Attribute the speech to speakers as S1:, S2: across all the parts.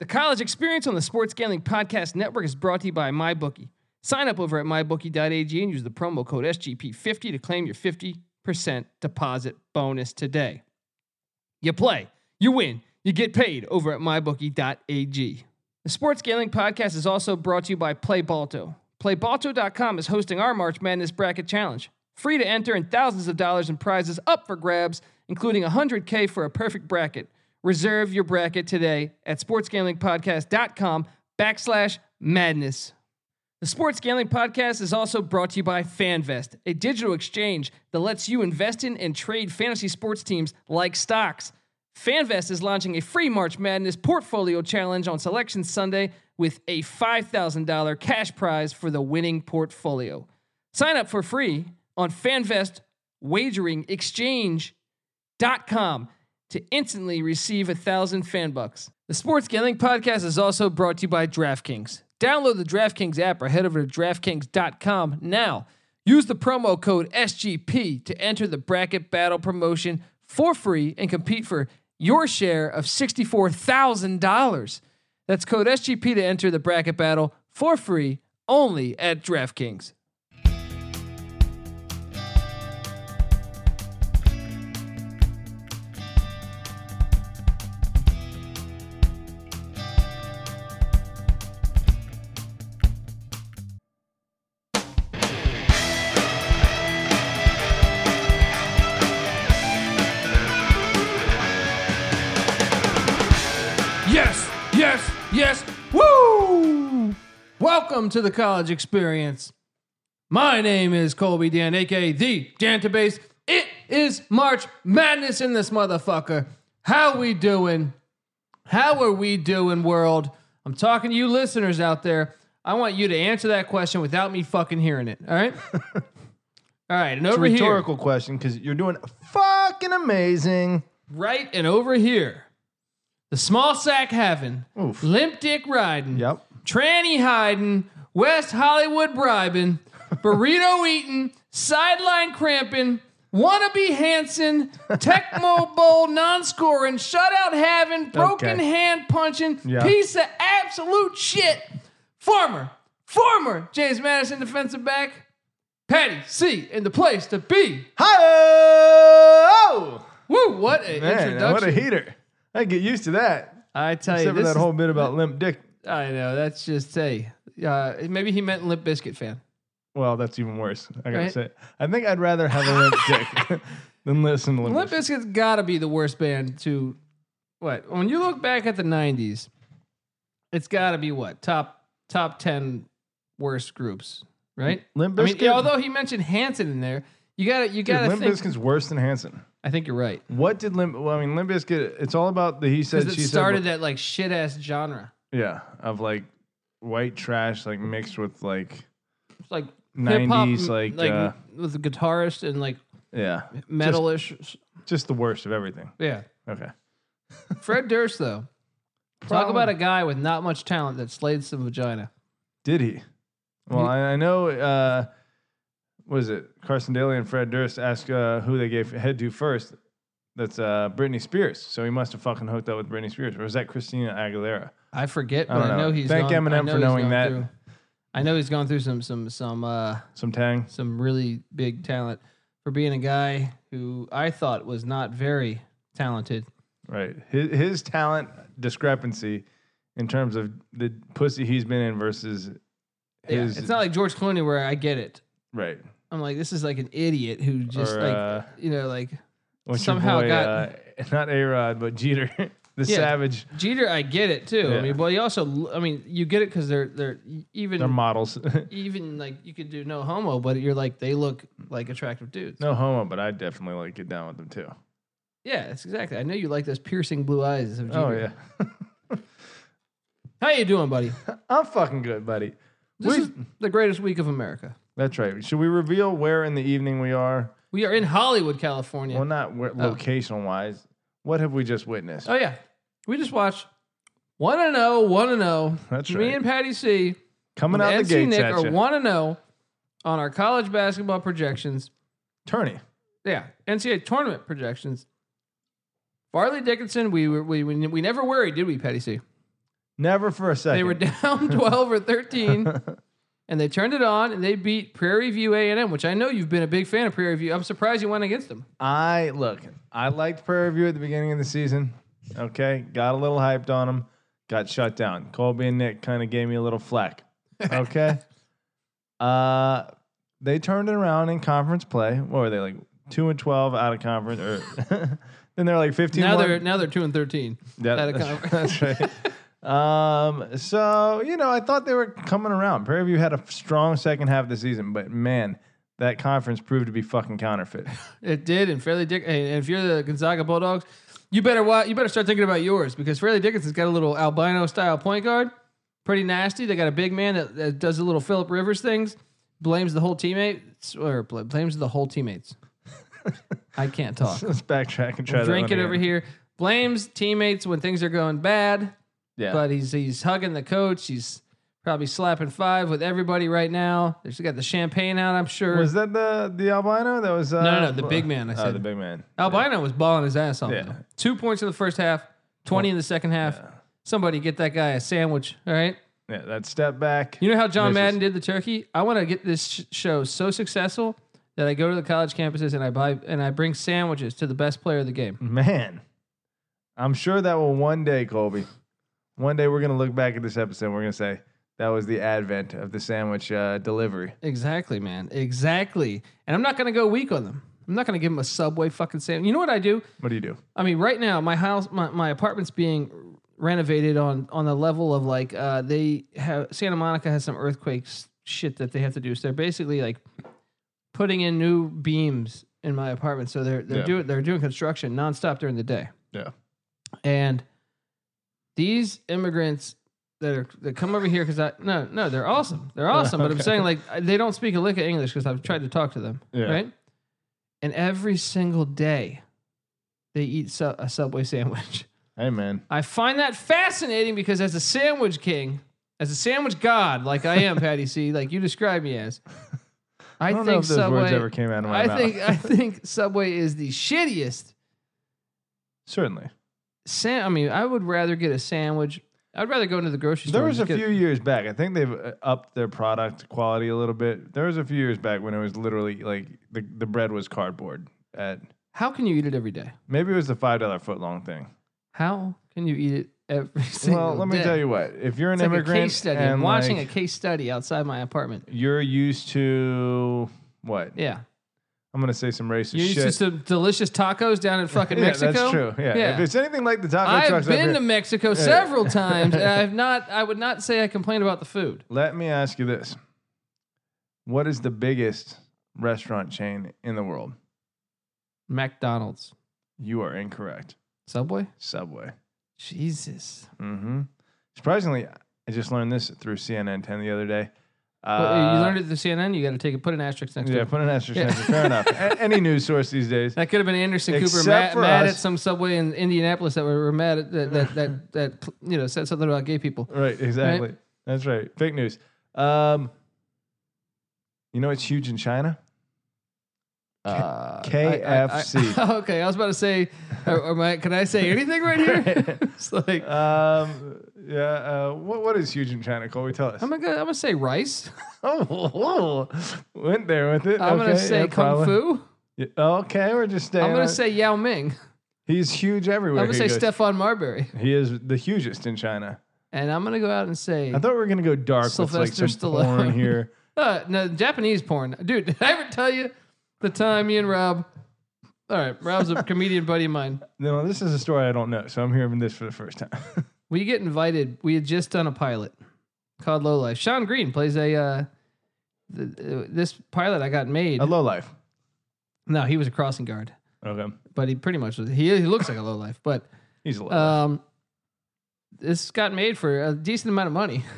S1: The college experience on the Sports Gambling Podcast Network is brought to you by MyBookie. Sign up over at mybookie.ag and use the promo code SGP50 to claim your 50% deposit bonus today. You play, you win, you get paid over at mybookie.ag. The Sports Gambling Podcast is also brought to you by PlayBalto. PlayBalto.com is hosting our March Madness Bracket Challenge. Free to enter and thousands of dollars in prizes up for grabs, including 100K for a perfect bracket. Reserve your bracket today at sportsgamblingpodcast.com backslash madness. The Sports Gambling Podcast is also brought to you by FanVest, a digital exchange that lets you invest in and trade fantasy sports teams like stocks. FanVest is launching a free March Madness portfolio challenge on Selection Sunday with a $5,000 cash prize for the winning portfolio. Sign up for free on FanVest Wagering Exchange com to instantly receive a thousand fan bucks. The Sports Gambling Podcast is also brought to you by DraftKings. Download the DraftKings app or head over to DraftKings.com now. Use the promo code SGP to enter the bracket battle promotion for free and compete for your share of $64,000. That's code SGP to enter the bracket battle for free only at DraftKings. Yes, yes, yes. Woo! Welcome to the college experience. My name is Colby Dan, aka the Dantabase. It is March Madness in this motherfucker. How we doing? How are we doing, world? I'm talking to you listeners out there. I want you to answer that question without me fucking hearing it. All right. all right. And
S2: It's a
S1: over here,
S2: rhetorical question because you're doing fucking amazing.
S1: right, and over here, the small sack having,
S2: Oof.
S1: limp dick riding.
S2: Yep.
S1: tranny hiding, West Hollywood bribing, burrito eating, sideline cramping, wannabe Hanson, Tecmo Bowl non scoring, shutout having, broken
S2: Okay.
S1: hand punching,
S2: Yeah.
S1: piece of absolute shit. Former, former James Madison defensive back, Patty C in the place to be.
S2: Hi-oh!
S1: Woo, what an
S2: Man,
S1: introduction.
S2: what a heater. I get used to that.
S1: I tell you,
S2: Except for
S1: this
S2: that
S1: is-
S2: whole bit about limp dick.
S1: I know, that's just, hey, uh, maybe he meant Limp Biscuit fan.
S2: Well, that's even worse. I gotta
S1: Right?
S2: say, I think I'd rather have a limp dick than listen to limp.
S1: Limp Bizkit's got to be the worst band to what? When you look back at the '90s, it's got to be what top top ten worst groups, right?
S2: Limp
S1: I mean,
S2: Bizkit?
S1: yeah, although he mentioned Hanson in there, you got to you
S2: Dude,
S1: got to
S2: limp
S1: think.
S2: Bizkit's worse than Hanson.
S1: I think you're right
S2: What did limp? Well, I mean, limp Bizkit. It's all about the he said
S1: because
S2: she
S1: it started
S2: said.
S1: that like shit ass genre,
S2: Yeah, of like white trash, like mixed with like
S1: It's like hip hop,
S2: 90s, like, uh,
S1: with a guitarist and like
S2: yeah,
S1: metalish.
S2: just the worst of everything.
S1: yeah,
S2: Okay.
S1: Fred Durst though. Talk
S2: Problem-
S1: about a guy with not much talent that slayed some vagina.
S2: Did he? Well, I, I know. Uh, was it Carson Daly and Fred Durst asked uh, who they gave head to first? That's uh, Britney Spears. So he must have fucking hooked up with Britney Spears, or was that Christina Aguilera?
S1: I forget,
S2: I
S1: but I,
S2: don't
S1: know
S2: know.
S1: he's.
S2: Thank
S1: gone, I
S2: Eminem
S1: know
S2: for
S1: he's
S2: knowing
S1: gone
S2: that.
S1: Through, I know he's gone through some some some uh
S2: Some tang.
S1: some really big talent for being a guy who I thought was not very talented.
S2: Right. His, his talent discrepancy in terms of the pussy he's been in versus
S1: Yeah,
S2: his.
S1: it's not like George Clooney where I get it.
S2: right.
S1: I'm like, this is like an idiot who just
S2: Or,
S1: like
S2: uh,
S1: you know like
S2: What's your
S1: somehow
S2: boy,
S1: got-
S2: uh, not A Rod, but Jeter, the
S1: Yeah.
S2: savage.
S1: Jeter. I get it too. I
S2: Yeah.
S1: mean, but you also I mean you get it because they're they're even
S2: They're models.
S1: even like you could do no homo, but you're like they look like attractive dudes.
S2: no homo, but I definitely like get down with them too.
S1: Yeah, that's exactly. I know you like those piercing blue eyes of Jeter.
S2: Oh yeah.
S1: How you doing, buddy?
S2: I'm fucking good, buddy.
S1: This
S2: We-
S1: is the greatest week of America.
S2: That's right. Should we reveal where in the evening we are?
S1: We are in Hollywood, California.
S2: Well, not where, location wise. What have we just witnessed?
S1: oh yeah, we just watched one and zero, one and zero.
S2: That's
S1: Me
S2: right.
S1: and Patty C,
S2: Coming out
S1: and
S2: the
S1: NC
S2: gates
S1: Nick
S2: at
S1: are
S2: ya.
S1: one and zero on our college basketball projections.
S2: Turney.
S1: Yeah, NCAA tournament projections. Farley Dickinson, we were we, we we never worried, did we, Patty C?
S2: Never for a second.
S1: They were down 12 or 13, and they turned it on and they beat Prairie View A&M, which I know you've been a big fan of Prairie View. I'm surprised you went against them.
S2: I look. I liked Prairie View at the beginning of the season. Okay, got a little hyped on them. Got shut down. Colby and Nick kind of gave me a little flack. Okay. uh, they turned it around in conference play. What were they like? Two and twelve out of conference, or then they're like fifteen.
S1: Now
S2: one-
S1: they're now they're 2 and 13.
S2: Yeah,
S1: out of
S2: that's, that's right. um, so you know, I thought they were coming around. Prairie View had a strong second half of the season, but man, that conference proved to be fucking counterfeit.
S1: It did, and Fairleigh Dick. And if you're the Gonzaga Bulldogs, you better wa- you better start thinking about yours because Fairleigh Dickinson's got a little albino style point guard, pretty nasty. They got a big man that, that does the little Philip Rivers things, blames the whole teammates or bl- blames the whole teammates. I can't talk.
S2: Let's backtrack and try that
S1: Drink
S2: one
S1: it over
S2: again.
S1: here. Blames teammates when things are going bad,
S2: Yeah,
S1: but he's he's hugging the coach. He's probably slapping five with everybody right now. They've got the champagne out. I'm sure.
S2: was that the the albino? That was uh,
S1: no, no, the big man, I
S2: oh,
S1: said.
S2: the big man.
S1: Albino was balling his ass off.
S2: Yeah.
S1: though. Two points in the first half, 20 in the second half. Somebody get that guy a sandwich, all right?
S2: Yeah, that step back.
S1: You know how John
S2: Misses.
S1: Madden did the turkey? I want to get this sh- show so successful that I go to the college campuses and I buy and I bring sandwiches to the best player of the game.
S2: man, I'm sure that will one day, Colby. One day we're gonna look back at this episode. and We're gonna say that was the advent of the sandwich uh, delivery.
S1: Exactly, man. Exactly. And I'm not going to go weak on them. I'm not going to give them a Subway fucking sandwich. You know what I do?
S2: What do you do?
S1: I mean, right now my house, my, my apartment's being renovated on on the level of like uh, they have Santa Monica has some earthquakes shit that they have to do. So they're basically like putting in new beams in my apartment. So they're they're
S2: Yeah.
S1: doing they're doing construction nonstop during the day.
S2: Yeah.
S1: And these immigrants that are that come over here because I no no they're awesome they're awesome but I'm
S2: Okay.
S1: saying like I- they don't speak a lick of English because I've tried to talk to them
S2: Yeah.
S1: right and every single day they eat su- a Subway sandwich.
S2: Hey man.
S1: I find that fascinating because as a sandwich king, as a sandwich god, like I am, Patty C, like you describe me as, I,
S2: I don't
S1: think
S2: know if those
S1: Subway.
S2: words ever came out of my
S1: I
S2: mouth.
S1: think I think Subway is the shittiest.
S2: Certainly.
S1: Sam, I mean, I would rather get a sandwich. I'd rather go into the grocery store.
S2: There
S1: and
S2: was a
S1: just get-
S2: few years back. I think they've uh, upped their product quality a little bit. There was a few years back when it was literally like the, the bread was cardboard. At
S1: How can you eat it every day?
S2: maybe it was the five dollar foot long thing.
S1: How can you eat it every single day?
S2: Well, let me tell you what. If you're an
S1: It's like a
S2: immigrant
S1: case study. I'm
S2: and
S1: watching
S2: like,
S1: a case study outside my apartment.
S2: you're used to what?
S1: Yeah,
S2: I'm gonna say some racist
S1: you used
S2: shit.
S1: to some delicious tacos down in fucking
S2: yeah,
S1: Mexico.
S2: that's true. Yeah.
S1: Yeah.
S2: If it's anything like the taco
S1: I've
S2: trucks up
S1: been
S2: here-
S1: to Mexico several times, and I've not. I would not say I complain about the food.
S2: let me ask you this: What is the biggest restaurant chain in the world?
S1: McDonald's,
S2: You are incorrect.
S1: Subway,
S2: Subway.
S1: Jesus.
S2: Mm-hmm. Surprisingly, I just learned this through CNN 10 the other day.
S1: Well, you
S2: Uh,
S1: learned it at the CNN. You got to take it. Put an asterisk next to
S2: Yeah,
S1: it.
S2: put an asterisk
S1: Yeah.
S2: next to it. Fair enough. A- any news source these days.
S1: That could have been Anderson Cooper
S2: Except
S1: mad,
S2: for
S1: mad at
S2: us.
S1: some subway in Indianapolis that were mad at that that that, that you know said something about gay people.
S2: Right, exactly. That's right. Fake news. Um, you know it's huge in China?
S1: Uh, I- I- I-
S2: KFC.
S1: okay, I was about to say, or, or my, can I say anything right here? it's like
S2: um, yeah. Uh, what, what is huge in China, Colby? Tell us.
S1: I'm gonna I'm gonna say rice.
S2: oh, whoa, whoa. went there with it.
S1: I'm gonna
S2: Okay,
S1: say
S2: no
S1: kung
S2: problem.
S1: fu.
S2: Yeah, okay, we're just staying.
S1: I'm gonna
S2: on-
S1: say Yao Ming.
S2: he's huge everywhere.
S1: I'm gonna
S2: uh, he
S1: say
S2: goes.
S1: Stefan Marbury.
S2: He is the hugest in China.
S1: And I'm gonna go out and say,
S2: I thought we were gonna go dark with
S1: Sylvester
S2: like some porn
S1: Stallone.
S2: here.
S1: uh, no, Japanese porn, dude. Did I ever tell you the time me and Rob? All right, Rob's a comedian buddy of mine.
S2: No, this is a story I don't know, so I'm hearing this for the first time.
S1: We get invited. We had just done a pilot called Low Life. Sean Green plays a. Uh, th- th- this pilot I got made.
S2: a low life.
S1: no, he was a crossing guard,
S2: Okay,
S1: but he pretty much was. He, he looks like a low life, but
S2: he's a low. life.
S1: um, this got made for a decent amount of money.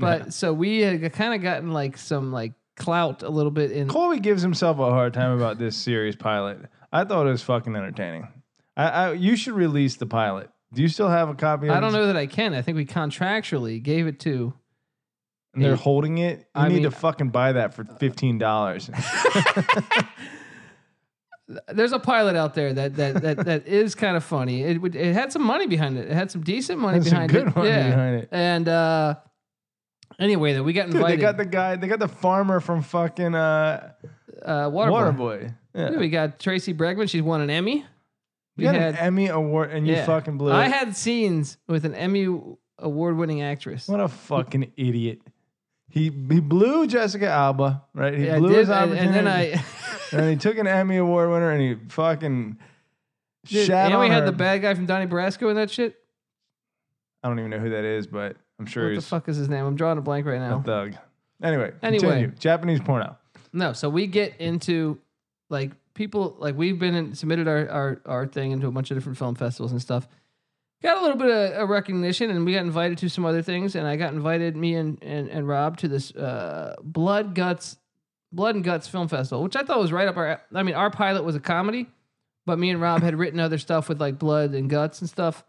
S1: But so we had kind of gotten like some like clout a little bit in
S2: Colby gives himself a hard time about this series pilot. I thought it was fucking entertaining. I, I you should release the pilot. Do you still have a copy? Of
S1: I don't
S2: it?
S1: know that I can. I think we contractually gave it to.
S2: And they're holding it. You
S1: I
S2: need
S1: mean-
S2: to fucking buy that for fifteen dollars.
S1: there's a pilot out there that that that, that is kind of funny. It would it had some money behind it. It had some decent money
S2: That's a
S1: behind
S2: good
S1: it.
S2: one
S1: yeah.
S2: behind it.
S1: And uh, anyway, that we got
S2: Dude,
S1: invited.
S2: they got the guy. They got the farmer from fucking uh,
S1: uh, Waterboy.
S2: Waterboy. Yeah.
S1: Yeah, we got Tracy Bregman. She's won an Emmy.
S2: you got an Emmy award and you
S1: yeah.
S2: fucking blew it.
S1: I had scenes with an Emmy award-winning actress.
S2: what a fucking idiot. He he blew Jessica Alba, right? He
S1: Yeah, I
S2: blew
S1: did,
S2: his
S1: and,
S2: opportunity,
S1: and then I.
S2: and then he took an Emmy award winner, and he fucking
S1: Dude,
S2: shat
S1: and we
S2: on
S1: had
S2: her.
S1: the bad guy from Donnie Brasco and that shit.
S2: I don't even know who that is, but I'm sure
S1: What the
S2: he's
S1: fuck is his name? I'm drawing a blank right now.
S2: a thug. Anyway,
S1: Anyway.
S2: continue. Japanese porno.
S1: No, so we get into like people like we've been in, submitted our, our our thing into a bunch of different film festivals and stuff. Got a little bit of, of recognition, and we got invited to some other things. And I got invited, me and and, and Rob, to this uh, Blood Guts Blood and Guts Film Festival, which I thought was right up our. I mean, our pilot was a comedy, but me and Rob had written other stuff with like blood and guts and stuff,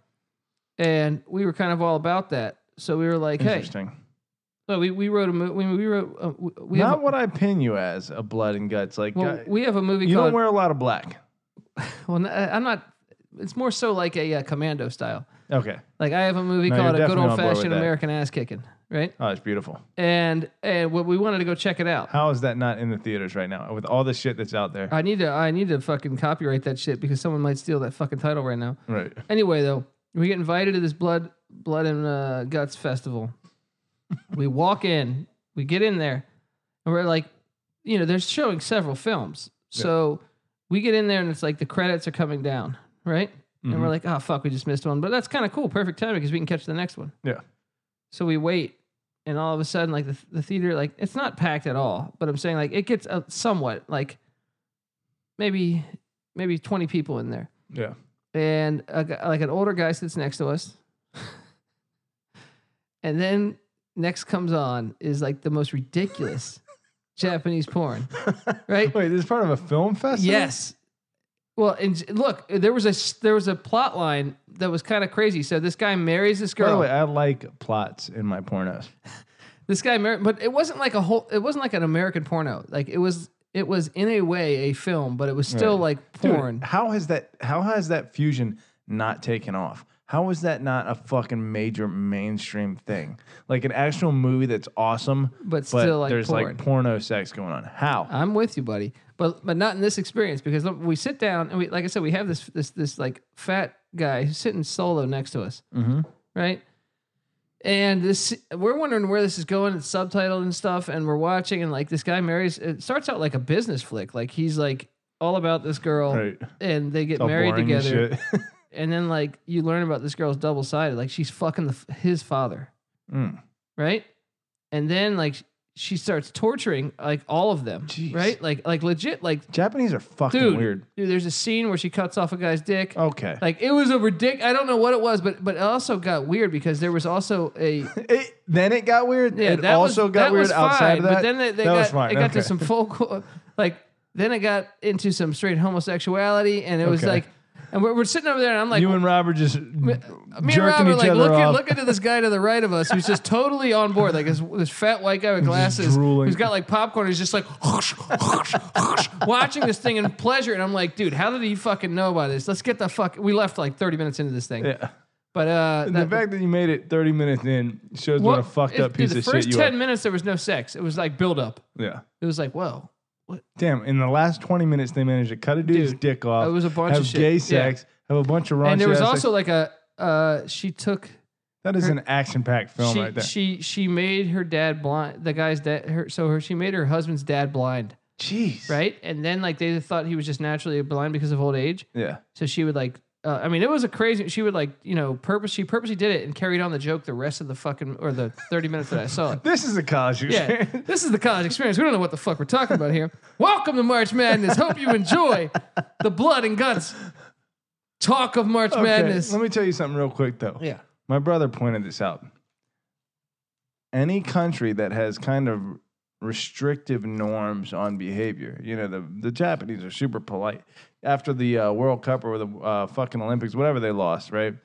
S1: and we were kind of all about that. So we were like, hey,
S2: Interesting.
S1: so we, we wrote a movie. We wrote uh, we- we have
S2: Not
S1: a-
S2: what I pin you as a blood and guts. Like
S1: well,
S2: I-
S1: we have a movie
S2: you
S1: called
S2: don't wear a lot of black.
S1: Well, n- I- I'm not. It's more so like a uh, commando style.
S2: Okay.
S1: Like I have a movie
S2: No,
S1: called
S2: you're
S1: A Good
S2: definitely on
S1: Old
S2: board with
S1: Fashioned
S2: that.
S1: American Ass Kicking, right?
S2: Oh, it's beautiful.
S1: And and what we wanted to go check it out.
S2: How is that not in the theaters right now with all the shit that's out there?
S1: I need to I need to fucking copyright that shit because someone might steal that fucking title right now.
S2: Right.
S1: Anyway, though, we get invited to this blood blood and uh, guts festival. we walk in, we get in there, and we're like, you know, they're showing several films. So we get in there and it's like the credits are coming down, right?
S2: Mm-hmm.
S1: And we're like, oh fuck, we just missed one. But that's kind of cool, perfect timing because we can catch the next one.
S2: Yeah.
S1: So we wait, and all of a sudden, like the, the theater, like it's not packed at all. But I'm saying, like it gets uh, somewhat, like maybe maybe 20 people in there
S2: Yeah.
S1: and a, gu- like an older guy sits next to us. and then next comes on is like the most ridiculous Japanese porn, right?
S2: Wait, this is part of a film festival?
S1: Yes. Well, and j- look, there was a s- there was a plot line that was kind of crazy. So this guy marries this
S2: By the
S1: girl.
S2: way, I like plots in my pornos.
S1: this guy married, but it wasn't like a whole. It wasn't like an American porno. Like it was. It was in a way a film, but it was still
S2: Right.
S1: like
S2: Dude,
S1: porn.
S2: how has that how has that fusion not taken off? How is that not a fucking major mainstream thing? Like an actual movie that's awesome,
S1: But still, like,
S2: there's
S1: porn.
S2: like porno sex going on. How?
S1: I'm with you, buddy. But but not in this experience because look, we sit down and we like I said we have this this this like fat guy who's sitting solo next to us,
S2: Mhm.
S1: right? And this we're wondering where this is going. It's subtitled and stuff, and we're watching and like this guy marries. It starts out like a business flick. Like he's like all about this girl,
S2: right.
S1: and they get
S2: All
S1: married
S2: boring and
S1: together.
S2: shit.
S1: And then like you learn about this girl's double sided. Like she's fucking the, f- his father,
S2: Mm.
S1: right? And then like she starts torturing like all of them,
S2: Jeez.
S1: right? Like like legit like
S2: Japanese are fucking
S1: dude,
S2: weird.
S1: Dude, there's a scene where she cuts off a guy's dick.
S2: Okay.
S1: Like it was a ridic. I don't know what it was, but but it also got weird because there was also a
S2: It, then it got weird.
S1: yeah.
S2: it
S1: that
S2: also
S1: was,
S2: got
S1: that
S2: weird
S1: was
S2: outside
S1: fine,
S2: of that.
S1: But then they, they
S2: that
S1: got
S2: was fine.
S1: it got to
S2: Okay.
S1: some full co- like then it got into some straight homosexuality, and it was
S2: Okay.
S1: like, and we're, we're sitting over there, and I'm like,
S2: you and Rob are just
S1: me and
S2: jerking
S1: Rob are
S2: each
S1: like
S2: other
S1: looking,
S2: off.
S1: looking at this guy to the right of us who's just totally on board, like this, this fat white guy with glasses
S2: drooling.
S1: who's got like popcorn. He's just like watching this thing in pleasure, and I'm like, dude, how did he fucking know about this? Let's get the fuck. We left like 30 minutes into this thing,
S2: Yeah.
S1: but uh,
S2: The fact that you made it 30 minutes in shows what, a fucked
S1: it-
S2: up
S1: dude,
S2: piece
S1: the
S2: of
S1: first
S2: shit you
S1: 10
S2: are.
S1: minutes there was no sex. It was like build up.
S2: Yeah.
S1: It was like whoa.
S2: Damn, in the last 20 minutes, they managed to cut a dude's
S1: Dude,
S2: dick off.
S1: it was a bunch
S2: have
S1: of shit.
S2: gay
S1: Yeah.
S2: sex, have a bunch of raunchy
S1: And there was
S2: ass
S1: also like
S2: sex.
S1: a uh, she took
S2: That is an action packed film
S1: she
S2: right there.
S1: she she made her dad blind. The guy's dad. Her, so her she made her husband's dad blind.
S2: Jeez.
S1: right? And then like they thought he was just naturally blind because of old age.
S2: Yeah.
S1: So she would like, uh, I mean, it was a crazy. She would like, you know, purpose. She purposely did it and carried on the joke the rest of the fucking or the thirty minutes that I saw it.
S2: This is a college
S1: Yeah,
S2: experience.
S1: this is the college experience. We don't know what the fuck we're talking about here. Welcome to March Madness. Hope you enjoy the blood and guts talk of March
S2: Okay,
S1: Madness.
S2: Let me tell you something real quick, though.
S1: Yeah,
S2: My brother pointed this out. Any country that has kind of restrictive norms on behavior, you know, the, the Japanese are super polite. After the uh, World Cup or the uh, fucking Olympics, whatever they lost, right?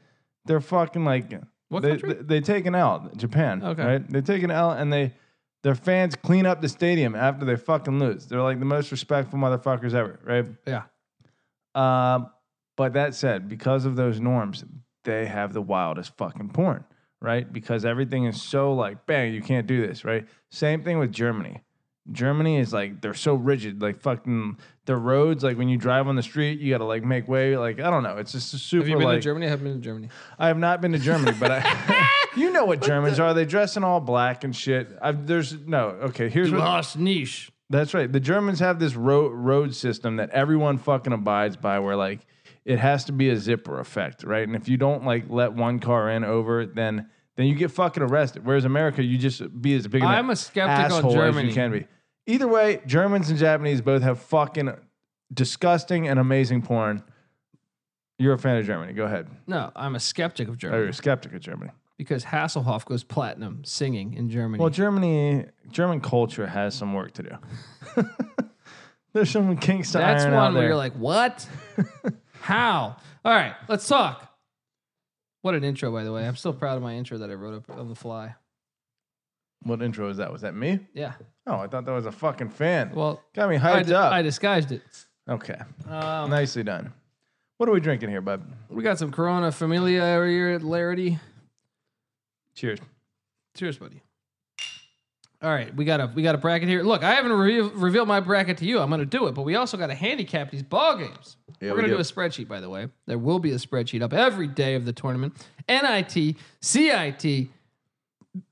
S2: They're fucking like
S1: What
S2: they,
S1: country?
S2: they they take an L, Japan.
S1: Okay.
S2: right? They take an L and they their fans clean up the stadium after they fucking lose. They're like the most respectful motherfuckers ever, right?
S1: yeah.
S2: Um, but that said, because of those norms, they have the wildest fucking porn, right? Because everything is so like, bang, you can't do this, right? Same thing with Germany. Germany is like they're so rigid, like fucking the roads. Like when you drive on the street, you gotta like make way. Like I don't know, it's just a super.
S3: Have you been
S2: like,
S3: to Germany? I haven't been to Germany.
S2: I have not been to Germany, but I, you know what Germans are. They dress in all black and shit. I've, there's no okay. Here's what,
S1: Lost niche.
S2: that's right. The Germans have this road road system that everyone fucking abides by, where like it has to be a zipper effect, right? And if you don't like let one car in over, then then you get fucking arrested. Whereas America, you just be as big. An
S1: I'm a skeptic on
S2: asshole as
S1: Germany.
S2: you can be. Either way, Germans and Japanese both have fucking disgusting and amazing porn. You're a fan of Germany. Go ahead.
S1: No, I'm a skeptic of
S2: Oh,
S1: Germany
S2: you're a skeptic of Germany.
S1: because Hasselhoff goes platinum singing in Germany.
S2: Well, Germany, German culture has some work to do. There's some kinks to
S1: That's
S2: iron out
S1: one where
S2: there.
S1: you're like, what? How? All right, let's talk. What an intro, by the way. I'm still proud of my intro that I wrote up on the fly.
S2: What intro is that? Was that me?
S1: Yeah.
S2: Oh, I thought that was a fucking fan.
S1: Well,
S2: Got me
S1: I,
S2: hyped
S1: di-
S2: up.
S1: I disguised it.
S2: okay,
S1: Um,
S2: nicely done. What are we drinking here, bud?
S1: we got some Corona familiarity.
S2: Cheers.
S1: Cheers, buddy. All right, we got a we got a bracket here. Look, I haven't re- revealed my bracket to you. I'm going to do it, but we also got to handicap these ball games. We're
S2: Yeah, we
S1: going to
S2: do.
S1: do a spreadsheet, by the way. There will be a spreadsheet up every day of the tournament. NIT, CIT,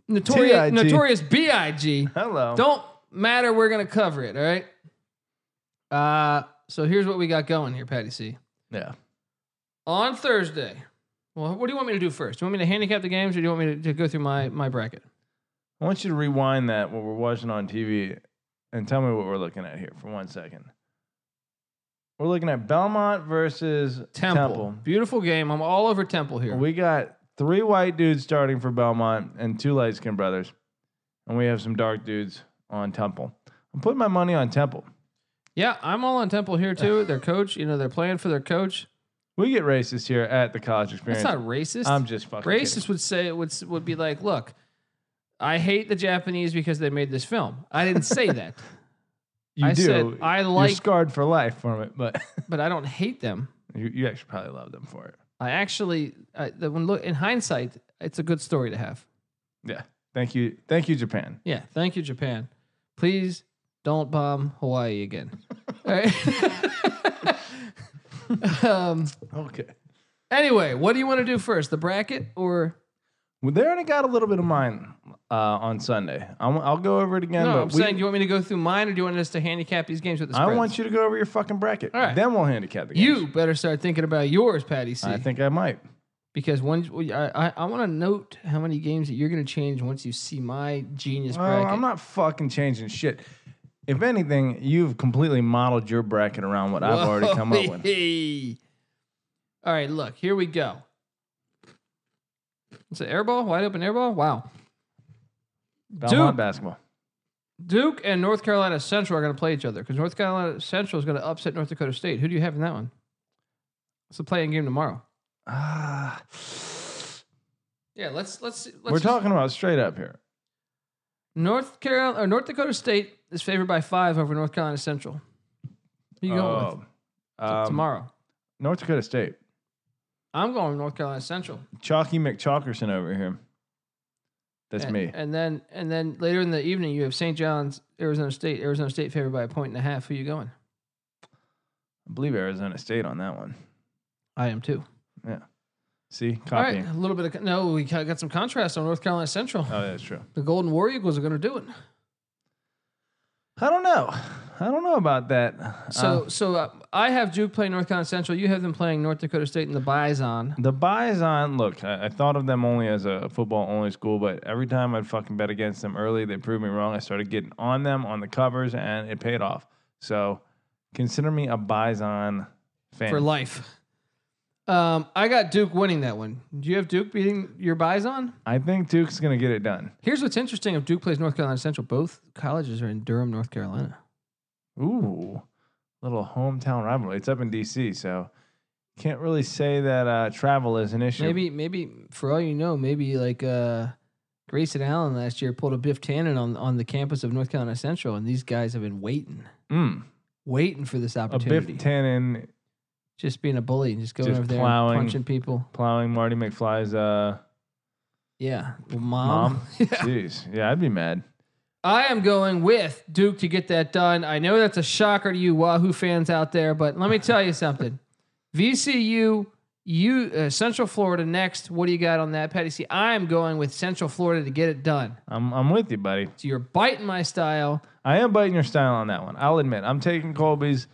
S1: notorious,
S2: TIT.
S1: notorious BIG.
S2: Hello.
S1: Don't matter. We're going to cover it. All right. Uh, so here's what we got going here, Patty C.
S2: Yeah.
S1: On Thursday. Well, what do you want me to do first? Do you want me to handicap the games, or do you want me to, to go through my my bracket?
S2: I want you to rewind that what we're watching on TV and tell me what we're looking at here for one second. We're looking at Belmont versus
S1: Temple.
S2: Temple.
S1: Beautiful game. I'm all over Temple here.
S2: We got three white dudes starting for Belmont and two light skinned brothers. And we have some dark dudes on Temple. I'm putting my money on Temple.
S1: yeah, I'm all on Temple here too. Their coach, you know, they're playing for their coach.
S2: We get racist here at the college experience.
S1: That's not racist.
S2: I'm just fucking
S1: racist
S2: kidding.
S1: would say would s- would be like, look, I hate the Japanese because they made this film. I didn't say that,
S2: You
S1: I
S2: do.
S1: said I like-
S2: You're scarred for life from it, but
S1: but I don't hate them.
S2: you, you actually probably love them for it.
S1: I actually, I, the, when look in hindsight, it's a good story to have.
S2: Yeah. Thank you. Thank you, Japan.
S1: Yeah, thank you, Japan. Please don't bomb Hawaii again. All right. um,
S2: Okay.
S1: anyway, what do you want to do first, the bracket or?
S2: Well, they already got a little bit of mine uh, on Sunday. I'm, I'll go over it again.
S1: No,
S2: but
S1: I'm
S2: we-
S1: saying, do you want me to go through mine, or do you want us to handicap these games with the
S2: I
S1: spreads?
S2: want you to go over your fucking bracket.
S1: All right.
S2: Then we'll handicap the
S1: You
S2: games.
S1: better start thinking about yours, Patty C.
S2: I think I might.
S1: because once I, I, I want to note how many games that you're going to change once you see my genius
S2: Well,
S1: bracket.
S2: Oh, I'm not fucking changing shit. If anything, you've completely modeled your bracket around what I've already come up with.
S1: with. All right, look, here we go. It's an air ball, wide open air ball. Wow.
S2: Belmont
S1: Duke.
S2: basketball.
S1: Duke and North Carolina Central are going to play each other because North Carolina Central is going to upset North Dakota State. Who do you have in that one? It's a playing game tomorrow.
S2: Ah,
S1: Yeah, let's let's let's
S2: we're talking about straight up here.
S1: North Carolina or North Dakota State is favored by five over North Carolina Central. Who you going with
S2: Oh, um,
S1: tomorrow?
S2: North Dakota State.
S1: I'm going with North Carolina Central.
S2: Chalky McChalkerson over here. That's
S1: and,
S2: me.
S1: And then and then later in the evening you have St. John's, Arizona State. Arizona State favored by a point and a half. Who you going?
S2: I believe Arizona State on that one.
S1: I am too.
S2: See,
S1: All right,
S2: copying.
S1: a little bit of no. We got got some contrast on North Carolina Central.
S2: Oh, that's true.
S1: The Golden War Eagles are going to do it.
S2: I don't know. I don't know about that.
S1: So
S2: Uh,
S1: so uh, I have Duke playing North Carolina Central. You have them playing North Dakota State and the Bison.
S2: the Bison, look, I, I thought of them only as a football only school, but every time I'd fucking bet against them early, they proved me wrong. I started getting on them on the covers, and it paid off. So consider me a Bison fan.
S1: for life. Um, I got Duke winning that one. Do you have Duke beating your Bison?
S2: I think Duke's going to get it done.
S1: Here's what's interesting: if Duke plays North Carolina Central, both colleges are in Durham, North Carolina.
S2: Ooh, little hometown rivalry. It's up in D.C., so can't really say that uh, travel is an issue.
S1: Maybe, maybe for all you know, maybe like uh, Grayson Allen last year pulled a Biff Tannen on on the campus of North Carolina Central, and these guys have been waiting,
S2: Mm,
S1: waiting for this
S2: a Biff
S1: opportunity.
S2: Tannen
S1: Just being a bully and just going
S2: Just
S1: over there
S2: plowing.
S1: punching people.
S2: Plowing Marty McFly's uh,
S1: Yeah. Well,
S2: mom.
S1: mom.
S2: Jeez. Um, Yeah, I'd be mad.
S1: I am going with Duke to get that done. I know that's a shocker to you Wahoo fans out there, but let me tell you something. VCU, you uh, Central Florida next. What do you got on that, Patty? See, I am going with Central Florida to get it done.
S2: I'm, I'm with you, buddy.
S1: So you're biting my style.
S2: I am biting your style on that one. I'll admit, I'm taking Colby's.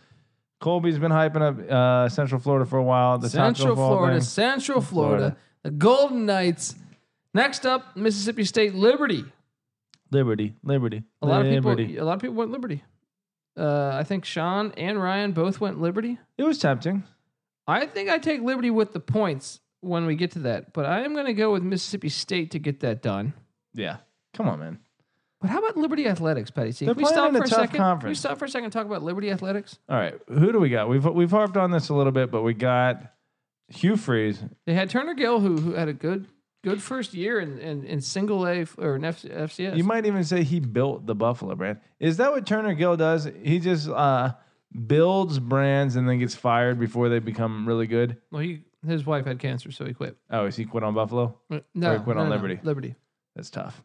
S2: Colby's been hyping up uh, Central Florida for a while. The Taco
S1: Central
S2: Fall
S1: Florida,
S2: thing.
S1: Central Florida,
S2: Florida.
S1: the Golden Knights. Next up, Mississippi State Liberty.
S2: Liberty, Liberty,
S1: A lot
S2: Liberty.
S1: of people, a lot of people went Liberty. Uh, I think Sean and Ryan both went Liberty.
S2: It was tempting.
S1: I think I take liberty with the points when we get to that, but I am going to go with Mississippi State to get that done.
S2: Yeah. Come on, man.
S1: But how about Liberty Athletics, Patty? See,
S2: They're
S1: can we
S2: playing
S1: stop
S2: in a
S1: for a
S2: tough
S1: second? Can we
S2: conference.
S1: stop for a second and talk about Liberty Athletics?
S2: All right. Who do we got? We've we've harped on this a little bit, but we got Hugh Freeze.
S1: They had Turner Gill, who who had a good good first year in, in, in single A f- or in F- FCS.
S2: You might even say he built the Buffalo brand. Is that what Turner Gill does? He just uh, builds brands and then gets fired before they become really good.
S1: well, he, his wife had cancer, so he quit.
S2: Oh, is he quit on Buffalo?
S1: Uh, No,
S2: he quit
S1: no,
S2: on
S1: no,
S2: Liberty.
S1: Liberty.
S2: That's tough.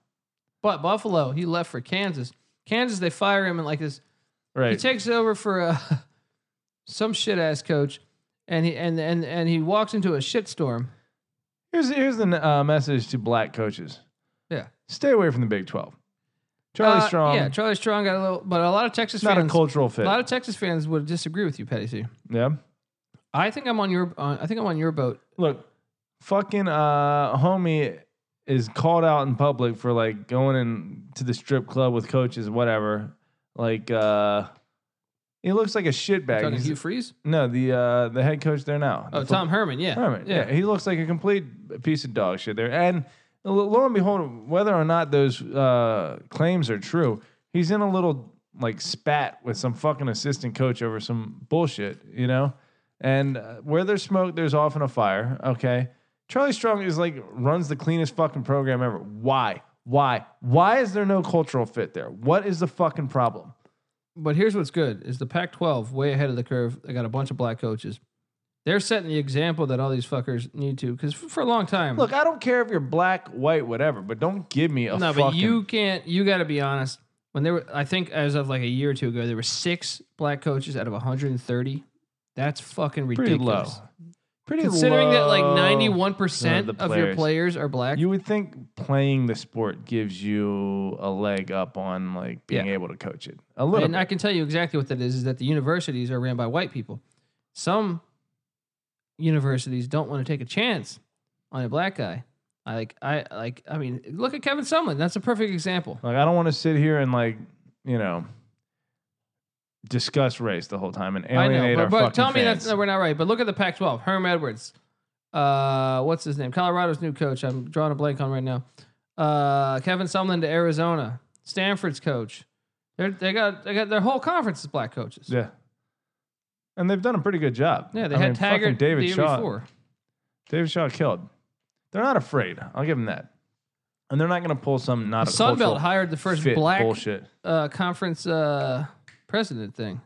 S1: But Buffalo, he left for Kansas. Kansas, they fire him in like this He
S2: Right.
S1: takes over for uh, some shit ass coach, and he and and and he walks into a shitstorm.
S2: Here's here's the uh, message to black coaches.
S1: Yeah.
S2: Stay away from the Big Twelve. Charlie
S1: Uh,
S2: Strong.
S1: Yeah, Charlie Strong got a little, but a lot of Texas
S2: not
S1: fans,
S2: a cultural
S1: a
S2: fit.
S1: lot of Texas fans would disagree with you, Petty C.
S2: yeah.
S1: I think I'm on your, uh, I think I'm on your boat.
S2: Look, fucking uh, homie is called out in public for like going in to the strip club with coaches, whatever. Like, uh, he looks like a shitbag.
S1: Talking
S2: He's-
S1: Hugh Freeze,
S2: No, the uh, the head coach there now.
S1: oh
S2: The
S1: Tom Herman, yeah,
S2: Herman. Yeah. he looks like a complete piece of dog shit there. And lo lo and behold, whether or not those uh, claims are true, he's in a little like spat with some fucking assistant coach over some bullshit, you know. And uh, where there's smoke, there's often a fire. Okay, Charlie Strong is like runs the cleanest fucking program ever. Why? Why? Why is there no cultural fit there? What is the fucking problem?
S1: But here's what's good: is the Pac-12 way ahead of the curve? They got a bunch of black coaches. They're setting the example that all these fuckers need to, because for a long time,
S2: Look, I don't care if you're black, white, whatever, but don't give me a
S1: no,
S2: fucking.
S1: but you can't. You got to be honest. When there were, I think as of like a year or two ago, there were six black coaches out of 130. That's fucking
S2: pretty
S1: ridiculous.
S2: low. Pretty
S1: Considering that like
S2: low.
S1: 91 percent
S2: Uh, the
S1: of your
S2: players.
S1: players are black.
S2: You would think playing the sport gives you a leg up on like being
S1: Yeah.
S2: able to coach it a little.
S1: and I
S2: bit.
S1: can tell you exactly what that is: is that the universities are ran by white people. Some universities don't want to take a chance on a black guy. I like, I like, I mean, look at Kevin Sumlin. That's a perfect example.
S2: like I don't want to sit here and like you know discuss race the whole time and
S1: I
S2: alienate
S1: know, but,
S2: our
S1: but
S2: fucking
S1: tell me
S2: fans.
S1: that's no, we're not right. But look at the Pac-12. Herm Edwards, uh, what's his name? Colorado's new coach. I'm drawing a blank on right now. Uh, Kevin Sumlin to Arizona. Stanford's coach. They're, they got they got their whole conference is black coaches. Yeah,
S2: yeah. And they've done a pretty good job.
S1: they
S2: I
S1: had
S2: mean, fucking
S1: Taggart
S2: David
S1: the year
S2: Shaw.
S1: before.
S2: David Shaw killed. They're not afraid. I'll give them that. And they're not going to pull some not a
S1: Sunbelt
S2: cultural
S1: hired the first
S2: fit
S1: black
S2: bullshit.
S1: uh, conference uh, president thing.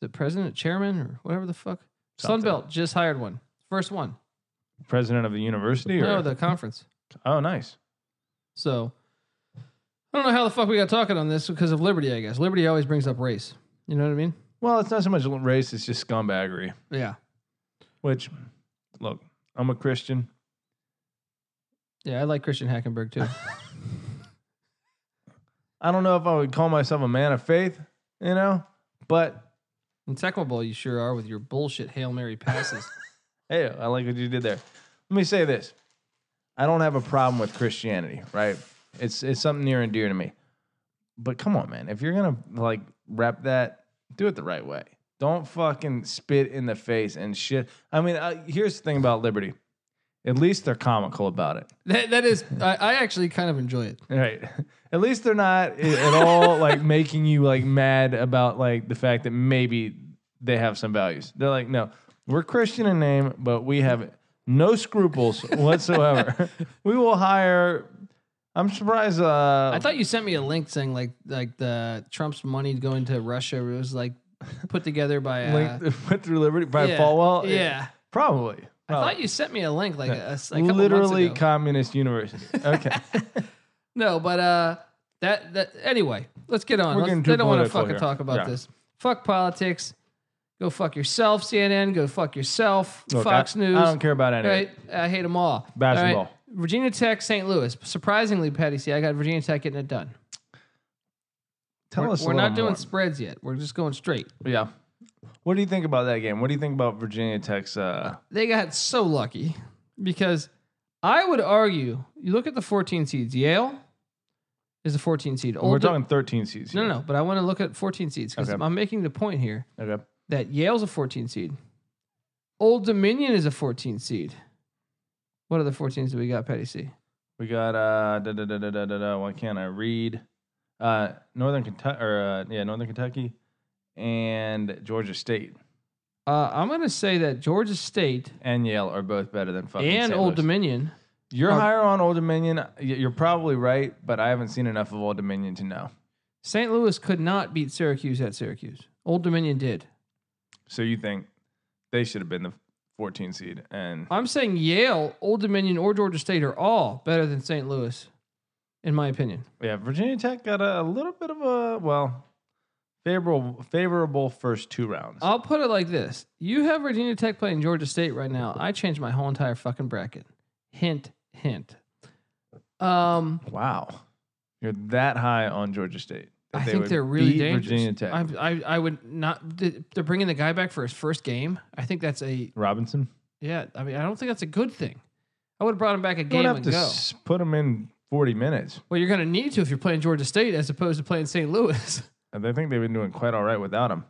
S1: The president, chairman, or whatever the fuck.
S2: Something.
S1: Sunbelt just hired one. First one.
S2: President of the university. Or,
S1: No, the conference.
S2: oh, nice.
S1: So I don't know how the fuck we got talking on this because of Liberty, I guess. Liberty always brings up race. You know what I mean?
S2: Well, it's not so much race; it's just scumbaggery.
S1: Yeah.
S2: Which, look, I'm a Christian.
S1: Yeah, I like Christian Hackenberg too.
S2: I don't know if I would call myself a man of faith, you know, but
S1: Inseparable you sure are with your bullshit Hail Mary passes.
S2: hey, I like what you did there. Let me say this: I don't have a problem with Christianity, right? It's it's something near and dear to me. But come on, man, if you're gonna like rep that, do it the right way. Don't fucking spit in the face and shit. I mean, uh, here's the thing about liberty. At least they're comical about it.
S1: that, that is, I, I actually kind of enjoy it.
S2: Right. At least they're not i- at all like making you like mad about like the fact that maybe they have some values. They're like, no, we're Christian in name, but we have no scruples whatsoever. we will hire. I'm surprised. Uh,
S1: I thought you sent me a link saying like like the Trump's money going to Russia. It was like put together by. Uh,
S2: Linked, went through Liberty by
S1: yeah,
S2: Falwell. It-
S1: Yeah.
S2: probably.
S1: I thought you sent me a link like a, a s- a couple
S2: literally
S1: months ago.
S2: communist university. Okay,
S1: No, but uh, that that anyway. Let's get on.
S2: We're
S1: Let's-
S2: getting too
S1: they don't want to
S2: political
S1: fucking
S2: here.
S1: talk about
S2: Yeah.
S1: this. Fuck politics. Go fuck yourself, CNN. Go fuck yourself,
S2: Look, I-
S1: Fox News.
S2: I don't care about any. of it.
S1: Right? I hate them all.
S2: Basketball.
S1: All right. Virginia Tech, St. Louis. Surprisingly, Patty C, I got Virginia Tech getting it done.
S2: Tell
S1: we're
S2: us. a
S1: we're
S2: little
S1: not doing
S2: more.
S1: spreads yet. We're just going straight.
S2: Yeah. What do you think about that game? What do you think about Virginia Tech's? Uh,
S1: They got so lucky because I would argue you look at the 14 seeds. Yale is a 14 seed.
S2: we're
S1: Older-
S2: talking 13 seeds.
S1: No,
S2: here.
S1: no, no, but I want to look at 14 seeds because
S2: Okay.
S1: I'm making the point here
S2: Okay.
S1: that Yale's a 14 seed. Old Dominion is a 14 seed. What other 14s do we got, Patty C?
S2: We got uh, da, da, da, da, da, da, da, why can't I read? Uh, Northern Kentucky, or uh, yeah, Northern Kentucky, and Georgia State
S1: Uh, I'm going to say that Georgia State
S2: and Yale are both better than fucking
S1: and
S2: St.
S1: Old Oh.
S2: Louis.
S1: Dominion.
S2: You're
S1: are-
S2: higher on Old Dominion. Y- You're probably right, but I haven't seen enough of Old Dominion to know.
S1: St. Louis could not beat Syracuse at Syracuse. Old Dominion did.
S2: So you think they should have been the 14 seed? And
S1: I'm saying Yale, Old Dominion, or Georgia State are all better than St. Louis, in my opinion.
S2: yeah, Virginia Tech got a, a little bit of a well favorable favorable first two rounds.
S1: I'll put it like this: You have Virginia Tech playing Georgia State right now. I changed my whole entire fucking bracket. Hint, hint. Um,
S2: Wow, you're that high on Georgia State. that
S1: I
S2: they
S1: think
S2: would
S1: they're really
S2: beat
S1: dangerous.
S2: Virginia Tech.
S1: I, I, I would not. th- They're bringing the guy back for his first game. I think that's a
S2: Robinson.
S1: yeah. I mean, I don't think that's a good thing. I would have brought him back a
S2: You
S1: game
S2: would have
S1: and
S2: to
S1: go.
S2: s- put him in 40 minutes.
S1: Well, you're going to need to if you're playing Georgia State as opposed to playing St. Louis.
S2: And I think they've been doing quite all right without him.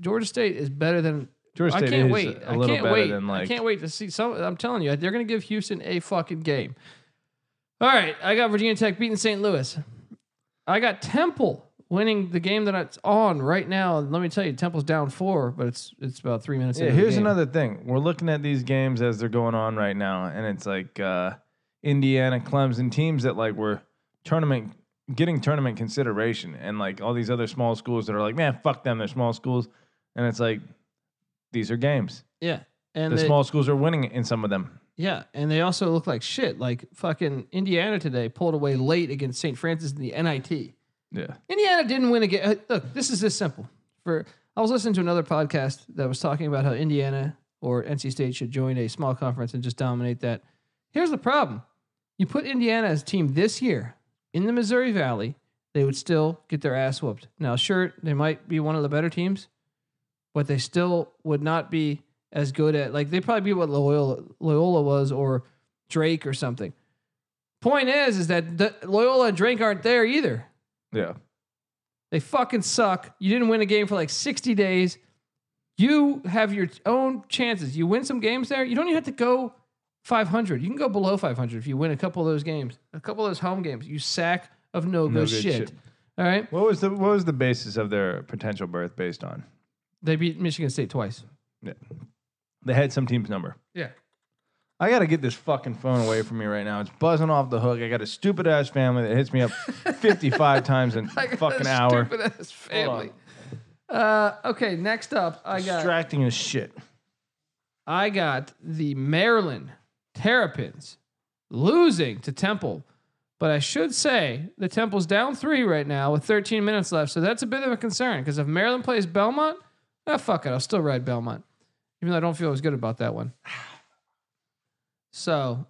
S1: Georgia State is better than.
S2: Georgia
S1: I
S2: State
S1: can't
S2: is
S1: wait.
S2: a
S1: I
S2: little
S1: can't
S2: better
S1: wait.
S2: than
S1: I
S2: like
S1: can't wait to see some. I'm telling you, they're going to give Houston a fucking game. All right, I got Virginia Tech beating St. Louis. I got Temple winning the game that it's on right now. And let me tell you, Temple's down four, but it's it's about three minutes.
S2: Yeah,
S1: into the
S2: here's
S1: game.
S2: another thing. We're looking at these games as they're going on right now, and it's like uh, Indiana, Clemson teams that like were tournament getting tournament consideration, and like all these other small schools that are like, man, fuck them, they're small schools, and it's like these are games.
S1: Yeah, and
S2: the
S1: they-
S2: small schools are winning in some of them.
S1: Yeah, and they also look like shit. Like fucking Indiana today pulled away late against St. Francis in the NIT.
S2: Yeah,
S1: Indiana didn't win a game. uh, Look, this is this simple. For I was listening to another podcast that was talking about how Indiana or NC State should join a small conference and just dominate that. Here's the problem: you put Indiana's team this year in the Missouri Valley, they would still get their ass whooped. Now, sure, they might be one of the better teams, but they still would not be as good at like they would probably be what Loyola, Loyola was or Drake or something. Point is, is that the, Loyola and Drake aren't there either.
S2: yeah.
S1: They fucking suck. You didn't win a game for like 60 days. You have your own chances. You win some games there. You don't even have to go 500. You can go below 500 if you win a couple of those games, a couple of those home games. You sack of no,
S2: No
S1: good
S2: good
S1: shit.
S2: shit.
S1: All right.
S2: What was the what was the basis of their potential berth based on?
S1: They beat Michigan State twice.
S2: They had some team's number.
S1: Yeah.
S2: I gotta get this fucking phone away from me right now. It's buzzing off the hook. I got a stupid ass family that hits me up 55 times in a fucking hour.
S1: Stupid ass family. Uh, okay. Next up, I got.
S2: Distracting as shit.
S1: I got the Maryland Terrapins losing to Temple. But I should say the Temple's down three right now with 13 minutes left. So that's a bit of a concern because if Maryland plays Belmont, ah, fuck it. I'll still ride Belmont, even though I don't feel as good about that one. So,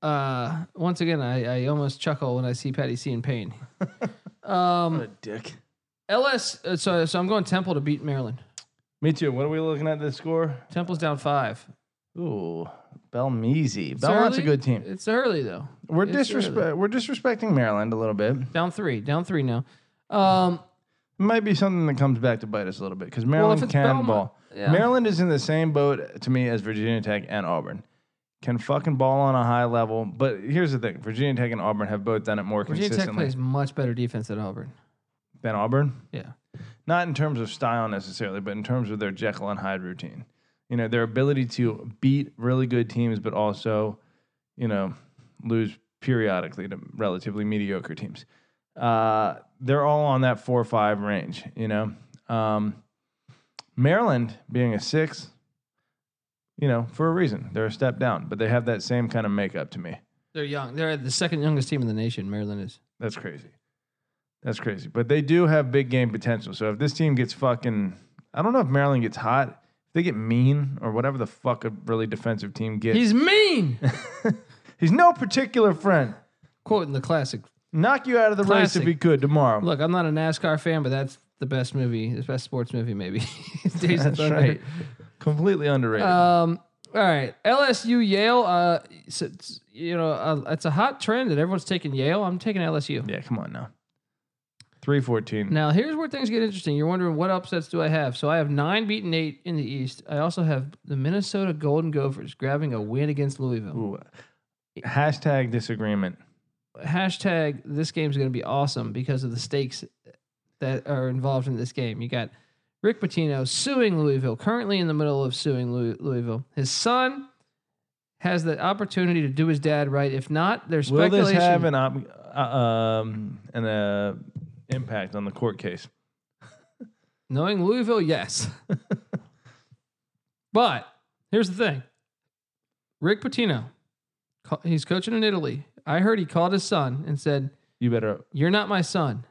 S1: uh, once again, I, I almost chuckle when I see Patty C in pain. um,
S2: dick.
S1: LS, uh, so, so I'm going Temple to beat Maryland.
S2: Me too. What are we looking at this score?
S1: Temple's down five.
S2: Ooh, Belmeasy. Belmont's a
S1: early.
S2: good team.
S1: It's early, though.
S2: We're
S1: It's early.
S2: disrespe- we're disrespecting Maryland a little bit. It
S1: Down three. Down three now. Um,
S2: might be something that comes back to bite us a little bit because
S1: well, if
S2: Maryland
S1: it's
S2: can
S1: Belmont,
S2: ball.
S1: yeah.
S2: Maryland is in the same boat to me as Virginia Tech and Auburn. Can fucking ball on a high level, but here's the thing: Virginia Tech and Auburn have both done it more
S1: Virginia Tech
S2: consistently
S1: plays much better defense than Auburn.
S2: than Auburn.
S1: Yeah.
S2: not in terms of style necessarily, but in terms of their Jekyll and Hyde routine. You know, their ability to beat really good teams, but also, you know, lose periodically to relatively mediocre teams. Uh, they're all on that four or five range, you know. Um, Maryland being a six, you know, for a reason. They're a step down, but they have that same kind of makeup to me.
S1: They're young. They're the second youngest team in the nation. Maryland is.
S2: That's crazy. That's crazy. But they do have big game potential. So if this team gets fucking, I don't know if Maryland gets hot, if they get mean or whatever the fuck a really defensive team gets.
S1: He's mean.
S2: He's no particular friend.
S1: Quoting the classic.
S2: Knock you out of the race
S1: Classic.
S2: if he could tomorrow.
S1: Look, I'm not a NASCAR fan, but that's the best movie, the best sports movie, maybe. Days of
S2: That's
S1: Thunder.
S2: right. Completely underrated.
S1: Um, all right, LSU Yale. Uh, it's, it's, you know, uh, it's a hot trend that everyone's taking Yale. I'm taking LSU.
S2: yeah, come on now. 314.
S1: Now here's where things get interesting. You're wondering what upsets do I have? So I have nine beaten eight in the East. I also have the Minnesota Golden Gophers grabbing a win against Louisville.
S2: Ooh. Hashtag disagreement.
S1: Hashtag this game's going to be awesome because of the stakes that are involved in this game. You got Rick Pitino suing Louisville, currently in the middle of suing Louis- Louisville. His son has the opportunity to do his dad right. If not, there's
S2: Will
S1: speculation.
S2: this have an ob- uh, um an uh, impact on the court case?
S1: Knowing Louisville, yes. but here's the thing Rick Pitino, co- he's coaching in Italy. I heard he called his son and said,
S2: You better
S1: You're not my son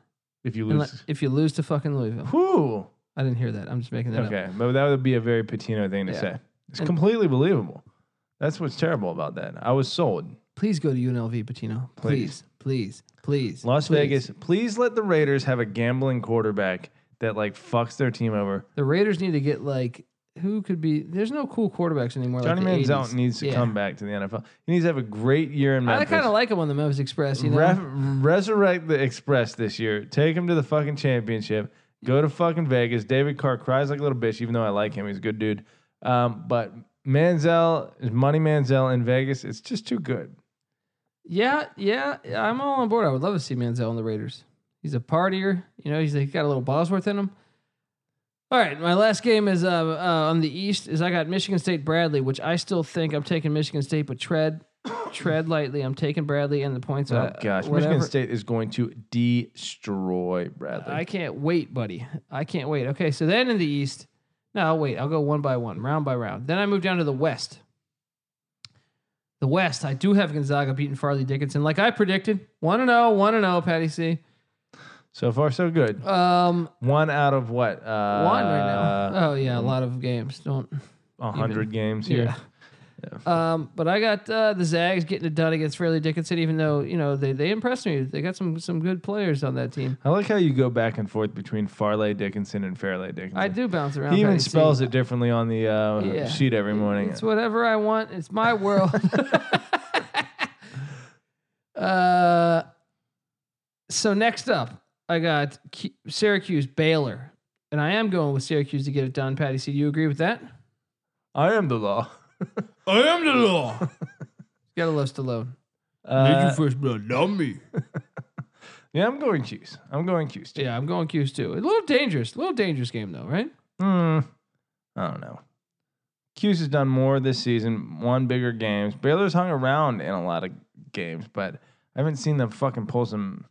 S2: if you
S1: unless-
S2: lose.
S1: if you lose to fucking Louisville.
S2: Whew.
S1: I didn't hear that. I'm just making that up.
S2: Okay, but that would be a very Patino thing to
S1: Yeah.
S2: say. It's
S1: And-
S2: completely believable. That's what's terrible about that. I was sold.
S1: Please go to UNLV, Pitino. Please,
S2: Please.
S1: please, please.
S2: Las
S1: please.
S2: Vegas, please let the Raiders have a gambling quarterback that like fucks their team over.
S1: The Raiders need to get like who could be. There's no cool quarterbacks anymore.
S2: Johnny
S1: like the
S2: Manziel
S1: 80s.
S2: needs to
S1: Yeah.
S2: come back to the NFL. He needs to have a great year in
S1: I
S2: Memphis.
S1: kind of like him on the Memphis Express. You know,
S2: Ref- resurrect the Express this year. Take him to the fucking championship. Go to fucking Vegas. David Carr cries like a little bitch, even though I like him. He's a good dude. Um, but Manziel, Money Manziel in Vegas, it's just too good.
S1: yeah, yeah. I'm all on board. I would love to see Manziel on the Raiders. He's a partier. You know, he's he's got a little Bosworth in him. All right, my last game is uh, uh, on the East. Is I got Michigan State Bradley, which I still think I'm taking Michigan State, but tread, tread lightly. I'm taking Bradley and the points.
S2: Oh
S1: uh,
S2: gosh,
S1: whatever.
S2: Michigan State is going to destroy Bradley.
S1: I can't wait, buddy. I can't wait. Okay, so then in the East, no, I'll wait. I'll go one by one, round by round. Then I move down to the West. The West, I do have Gonzaga beating Farley Dickinson, like I predicted. oh, 1 0, 1 0, Patty C.
S2: so far, so good.
S1: Um,
S2: One out of what? Uh,
S1: one right now. Oh, yeah, a lot of games. Don't.
S2: A hundred games here.
S1: Yeah. Um, but I got uh, the Zags getting it done against Farley Dickinson, even though, you know, they, they impressed me. They got some some good players on that team.
S2: I like how you go back and forth between Farley Dickinson and Fairleigh Dickinson.
S1: I do bounce around.
S2: He even
S1: Patty C.
S2: spells it differently on the uh,
S1: Yeah.
S2: sheet every morning.
S1: It's whatever I want. It's my world. uh, so next up, I got Q- Syracuse Baylor, and I am going with Syracuse to get it done. Patty C, do you agree with that?
S2: I am the law.
S1: I am the law. Gotta love Stallone.
S2: Uh,
S1: first blood, not me.
S2: yeah, I'm going Chiefs. I'm going Chiefs. too.
S1: Yeah, I'm going Q's too. A little dangerous, a little dangerous game though, right?
S2: Hmm. I don't know. Hughes has done more this season, won bigger games. Baylor's hung around in a lot of games, but I haven't seen them fucking pull some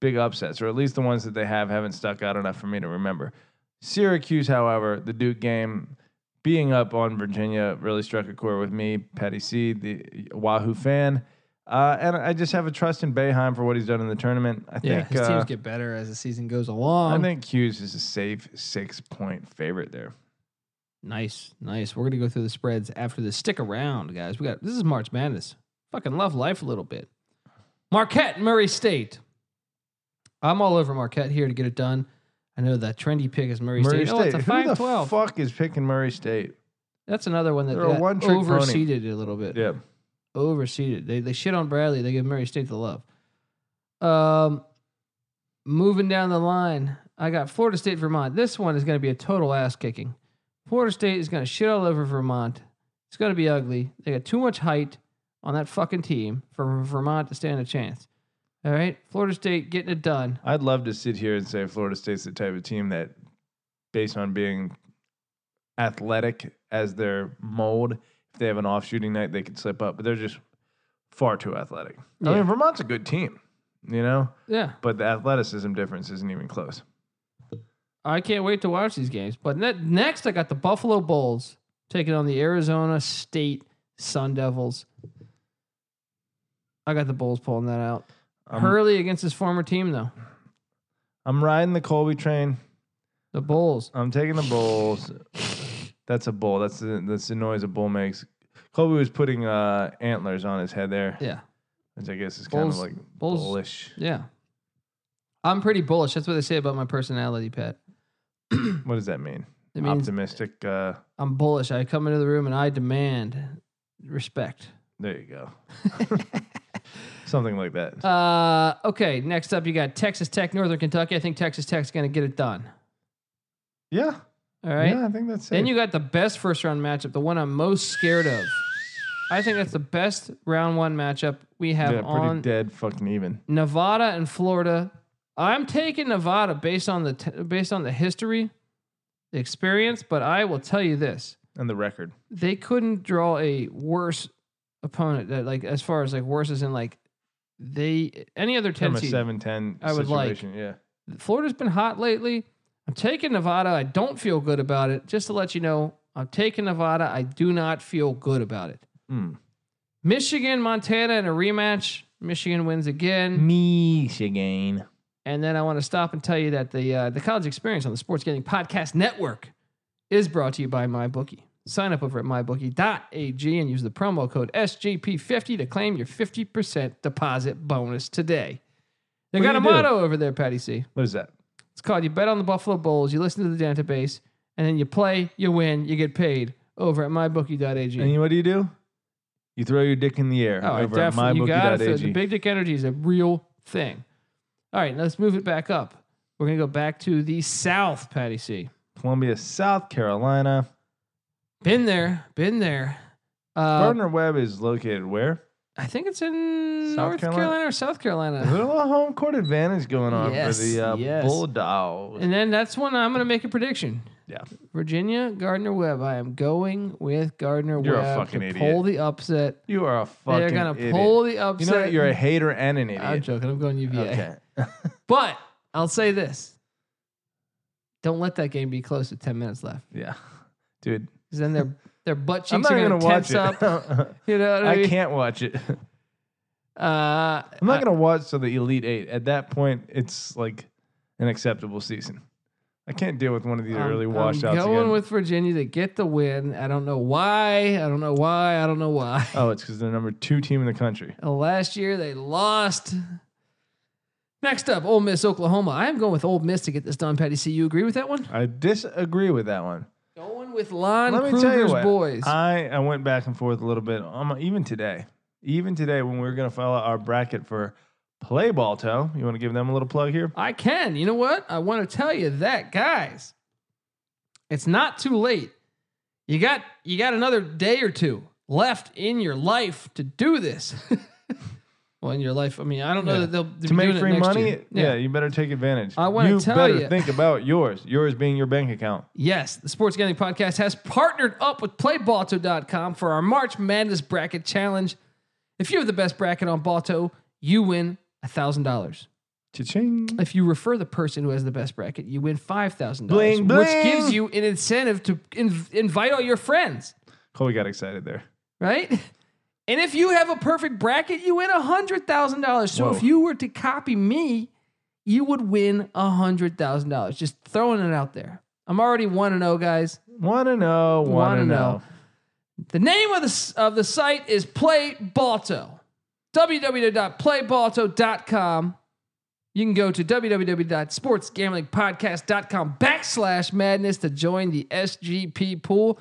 S2: big upsets, or at least the ones that they have haven't stuck out enough for me to remember. Syracuse, however, the Duke game, being up on Virginia really struck a chord with me, Patty C, the Wahoo fan. Uh, and I just have a trust in Bayheim for what he's done in the tournament. I
S1: Yeah,
S2: think
S1: his
S2: uh,
S1: teams get better as the season goes along.
S2: I think Hughes is a safe six point favorite there.
S1: Nice, nice. We're gonna go through the spreads after this. Stick around, guys. We got this is March Madness. Fucking love life a little bit. Marquette, Murray State. I'm all over Marquette here to get it done. I know that trendy pick is Murray, State. Oh, it's a
S2: Who the
S1: five twelve.
S2: fuck is picking Murray State?
S1: That's another one that
S2: They're a
S1: got
S2: one-trick pony.
S1: overseeded a little bit.
S2: Yeah.
S1: Overseeded. They they shit on Bradley. They give Murray State the love. Um, moving down the line, I got Florida State, Vermont. This one is going to be a total ass kicking. Florida State is going to shit all over Vermont. It's going to be ugly. They got too much height on that fucking team for Vermont to stand a chance. All right, Florida State getting it done.
S2: I'd love to sit here and say Florida State's the type of team that, based on being athletic as their mold, if they have an off shooting night, they could slip up, but they're just far too athletic. I
S1: Yeah.
S2: mean, Vermont's a good team, you know,
S1: Yeah,
S2: but the athleticism difference isn't even close.
S1: I can't wait to watch these games. But ne- next, I got the Buffalo Bulls taking on the Arizona State Sun Devils. I got the Bulls pulling that out.
S2: I'm,
S1: Hurley against his former team, though.
S2: I'm riding the Colby train.
S1: The Bulls.
S2: I'm taking the Bulls. That's a bull. That's the that's the noise a bull makes. Colby was putting uh, antlers on his head there,
S1: Yeah.
S2: which I guess is kind
S1: Bulls-
S2: of like
S1: Bulls.
S2: bullish.
S1: Yeah. I'm pretty bullish. That's what they say about my personality, Pat.
S2: What does that mean?
S1: It means
S2: Optimistic. Uh,
S1: I'm bullish. I come into the room and I demand respect.
S2: there you go. Something like that.
S1: Uh, okay, next up, you got Texas Tech, Northern Kentucky. I think Texas Tech's going to get it done.
S2: Yeah.
S1: All right.
S2: Yeah, I think that's it.
S1: Then you got the best first round matchup, the one I'm most scared of. I think that's the best round one matchup we have
S2: yeah, pretty
S1: on
S2: dead fucking even.
S1: Nevada and Florida. I'm taking Nevada based on the t- based on the history, the experience, but I will tell you this:
S2: And the record.
S1: they couldn't draw a worse opponent. That like as far as like worse as in like they any other ten
S2: From a
S1: seed.
S2: 7-10
S1: I would like.
S2: situation. yeah.
S1: Florida's been hot lately. I'm taking Nevada. I don't feel good about it. Just to let you know, I'm taking Nevada. I do not feel good about it.
S2: Mm.
S1: Michigan, Montana in a rematch. Michigan wins again.
S2: Michigan.
S1: And then I want to stop and tell you that the uh, the college experience on the Sports Gaming Podcast Network is brought to you by MyBookie. Sign up over at mybookie.ag and use the promo code SGP50 to claim your 50% deposit bonus today. They
S2: What
S1: got
S2: do
S1: a
S2: you do?
S1: motto over there, Patty C.
S2: What is that?
S1: It's called You Bet on the Buffalo Bulls. You listen to the database, and then you play, you win, you get paid over at mybookie.ag.
S2: And you, what do you do? You throw your dick in the air
S1: oh,
S2: over at
S1: definitely. You got it.
S2: mybookie.ag.
S1: The big dick energy is a real thing. All right, let's move it back up. We're going to go back to the South, Patty C.
S2: Columbia, South Carolina.
S1: Been there, been there. Uh,
S2: Gardner Webb is located where?
S1: I think it's in
S2: South
S1: North Carolina?
S2: Carolina?
S1: or South
S2: There's a
S1: Carolina.
S2: little home court advantage going on
S1: Yes,
S2: for the uh,
S1: yes.
S2: Bulldogs.
S1: and then that's when I'm going to make a prediction.
S2: yeah.
S1: Virginia Gardner Webb. I am going with Gardner
S2: You're a
S1: Webb
S2: fucking
S1: to
S2: idiot.
S1: pull the upset.
S2: You are a fucking
S1: They're gonna
S2: idiot.
S1: pull the
S2: You
S1: upset.
S2: know what? You're a hater and an idiot.
S1: I'm joking. I'm going UVA.
S2: Okay.
S1: But I'll say this: don't let that game be close with 10 minutes left,
S2: yeah. Dude,
S1: because then their their butt
S2: I'm
S1: cheeks
S2: not
S1: are
S2: even
S1: going
S2: going
S1: to
S2: to watch
S1: tense
S2: it.
S1: up. You know what I,
S2: I
S1: mean?
S2: can't watch it.
S1: Uh,
S2: I'm not going to watch till the Elite Eight. At that point, it's like an acceptable season. I can't deal with one of these early washouts.
S1: I'm going
S2: again.
S1: with Virginia to get the win. I don't know why. I don't know why. I don't know why.
S2: oh, it's because they're number two team in the country.
S1: Last year they lost. Next up, Ole Miss, Oklahoma. I am going with Ole Miss to get this done. Patty, see you agree with that one?
S2: I disagree with that one.
S1: Going with Lon
S2: Let me tell you
S1: Kruger's
S2: what.
S1: boys.
S2: I, I went back and forth a little bit. Um, even today, even today, when we were going to file our bracket for play ball toe, you want to give them a little plug here?
S1: I can. You know what? I want to tell you that, guys. It's not too late. You got you got another day or two left in your life to do this. well, in your life, I mean, I don't know
S2: Yeah.
S1: that they'll be
S2: to make
S1: doing it
S2: free
S1: next
S2: money,
S1: year.
S2: yeah. you better take advantage.
S1: I wanna
S2: you
S1: tell
S2: better
S1: ya.
S2: think about yours. Yours being your bank account.
S1: Yes, the Sports Gambling Podcast has partnered up with PlayBalto.com for our March Madness Bracket Challenge. If you have the best bracket on Balto, you win $1,000.
S2: Cha-ching.
S1: If you refer the person who has the best bracket, you win five thousand dollars,
S2: Bling,
S1: which
S2: bling.
S1: gives you an incentive to in- invite all your friends,
S2: Chloe got excited there.
S1: right? And if you have a perfect bracket, you win hundred thousand dollars. So
S2: Whoa.
S1: if you were to copy me, you would win hundred thousand dollars. Just throwing it out there. I'm already one and zero, guys.
S2: Want to know? Want
S1: Wanna
S2: to
S1: know.
S2: know?
S1: The name of the s- of the site is Play Balto. www.playbalto.com. You can go to www.sportsgamblingpodcast.com backslash madness to join the SGP pool.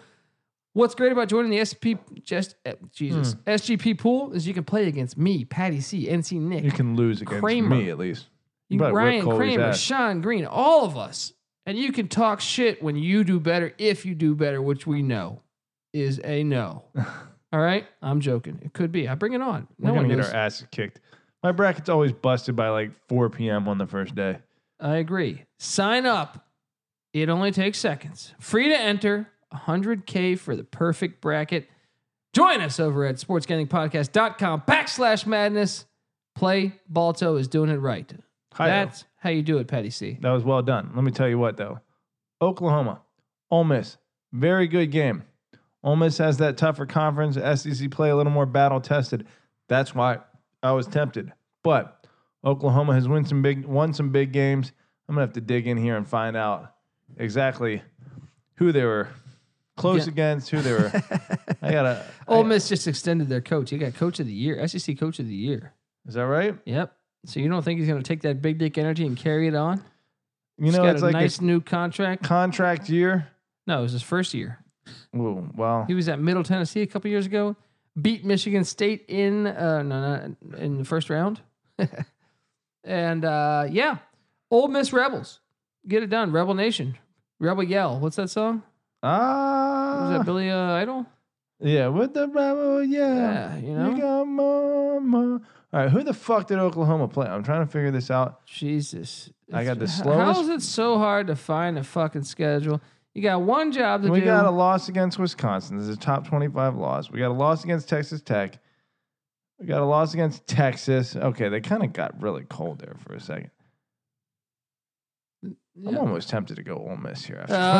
S1: What's great about joining the SGP just eh, Jesus SGP pool is you can play against me, Patty C, NC Nick,
S2: You can lose against
S1: Kramer.
S2: me at least.
S1: you-
S2: better whip
S1: Ryan
S2: Coley's
S1: Kramer,
S2: ass.
S1: Sean Green, all of us, and you can talk shit when you do better if you do better, which we know is a no. All right, I'm joking. It could be. I bring it on.
S2: We're
S1: No one
S2: gonna get
S1: knows.
S2: our asses kicked. My bracket's always busted by like 4 p.m. on the first day.
S1: I agree. Sign up. It only takes seconds. Free to enter. 100K for the perfect bracket. Join us over at sportsgamblingpodcast.com backslash madness. Play Balto is doing it right.
S2: Hi-yo.
S1: That's how you do it, Patty C.
S2: That was well done. Let me tell you what though. Oklahoma, Ole Miss, very good game. Ole Miss has that tougher conference, SEC play a little more battle tested. That's why I was tempted. But Oklahoma has won some big won some big games. I'm gonna have to dig in here and find out exactly who they were close
S1: Yeah.
S2: against, who they were. I gotta.
S1: Ole
S2: I-
S1: Miss just extended their coach. He got coach of the year, SEC coach of the year.
S2: Is that right?
S1: Yep. So you don't think he's going to take that big dick energy and carry it on?
S2: You know,
S1: he's got
S2: it's
S1: a
S2: like
S1: nice new
S2: a
S1: contract.
S2: contract year.
S1: No, it was his first year.
S2: Ooh, well,
S1: He was at Middle Tennessee a couple years ago. Beat Michigan State in uh, no, no, in the first round. and uh, yeah, Ole Miss Rebels, get it done. Rebel Nation, Rebel Yell. What's that song? Was
S2: ah,
S1: that Billy uh, Idol?
S2: yeah, with the rebel, yeah,
S1: Yeah, you know.
S2: got mama. All right, who the fuck did Oklahoma play? I'm trying to figure this out.
S1: Jesus,
S2: I got the
S1: It's-
S2: slowest-
S1: How is it so hard to find a fucking schedule? You got one job to
S2: We
S1: do.
S2: got a loss against Wisconsin. This is a top 25 loss. We got a loss against Texas Tech. We got a loss against Texas. Okay, they kind of got really cold there for a second. I'm
S1: Yeah.
S2: almost tempted to go Ole Miss here. After looking at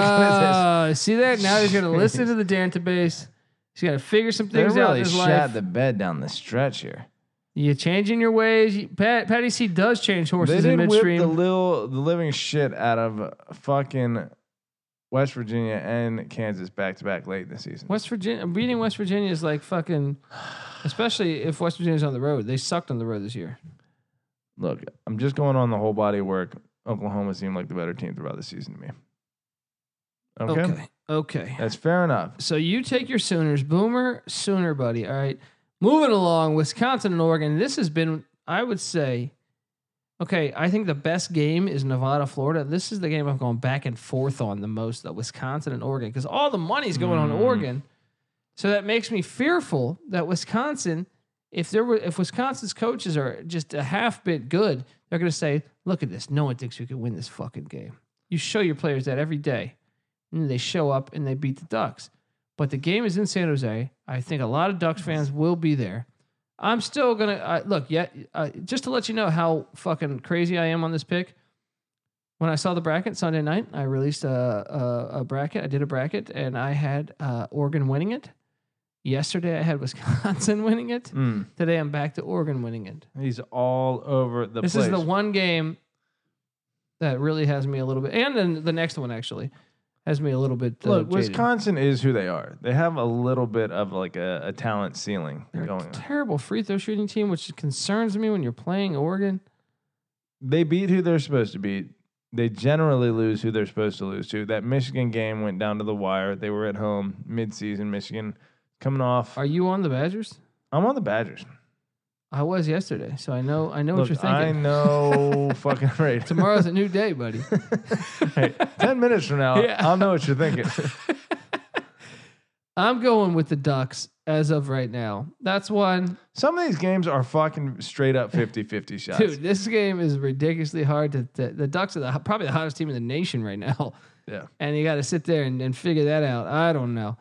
S2: this.
S1: Uh, see that? Now he's going to listen to the database. He's got to figure some
S2: They
S1: things out in
S2: really
S1: his
S2: shot
S1: life.
S2: the bed down the stretch here.
S1: You're changing your ways. You- Pat, Patty C does change horses
S2: they
S1: in
S2: did whip the
S1: midstream.
S2: lil the living shit out of fucking West Virginia and Kansas back to back late in the season.
S1: West Virginia beating West Virginia is like fucking, especially if West Virginia's on the road. They sucked on the road this year.
S2: Look, I'm just going on the whole body of work. Oklahoma seemed like the better team throughout the season to me. Okay,
S1: Okay. Okay.
S2: that's fair enough.
S1: So you take your Sooners, Boomer, Sooner, buddy. All right. Moving along, Wisconsin and Oregon. This has been, I would say, okay, I think the best game is Nevada, Florida. This is the game I've gone back and forth on the most, though, Wisconsin and Oregon, because all the money's going on
S2: Mm.
S1: Oregon. So that makes me fearful that Wisconsin, if there were if Wisconsin's coaches are just a half bit good, they're gonna say, look at this. No one thinks we can win this fucking game. You show your players that every day. And they show up and they beat the Ducks. But the game is in San Jose. I think a lot of Ducks fans will be there. I'm still gonna uh, look. Yeah, uh, just to let you know how fucking crazy I am on this pick. When I saw the bracket Sunday night, I released a a, a bracket. I did a bracket, and I had uh, Oregon winning it. Yesterday, I had Wisconsin winning it.
S2: Mm,
S1: Today, I'm back to Oregon winning it.
S2: he's all over the
S1: this
S2: place.
S1: is the one game that really has me a little bit, and then the next one actually has me a little bit. Uh,
S2: Look,
S1: jaded.
S2: Wisconsin is who they are. They have a little bit of like a, a talent ceiling
S1: They're
S2: going
S1: a
S2: on.
S1: terrible free throw shooting team, which concerns me when you're playing Oregon.
S2: They beat who they're supposed to beat. They generally lose who they're supposed to lose to. That Michigan game went down to the wire. They were at home midseason. Michigan coming off.
S1: Are you on the Badgers?
S2: I'm on the Badgers.
S1: I was yesterday, so I know I know what
S2: Look,
S1: you're
S2: I
S1: thinking.
S2: know fucking right.
S1: Tomorrow's a new day, buddy.
S2: Hey, Ten minutes from now,
S1: Yeah.
S2: I'll know what you're thinking.
S1: I'm going with the Ducks as of right now. That's one.
S2: Some of these games are fucking straight up 50-50 shots.
S1: Dude, this game is ridiculously hard. To, the, the Ducks are the, probably the hottest team in the nation right now.
S2: Yeah.
S1: And you got to sit there and, and figure that out. I don't know.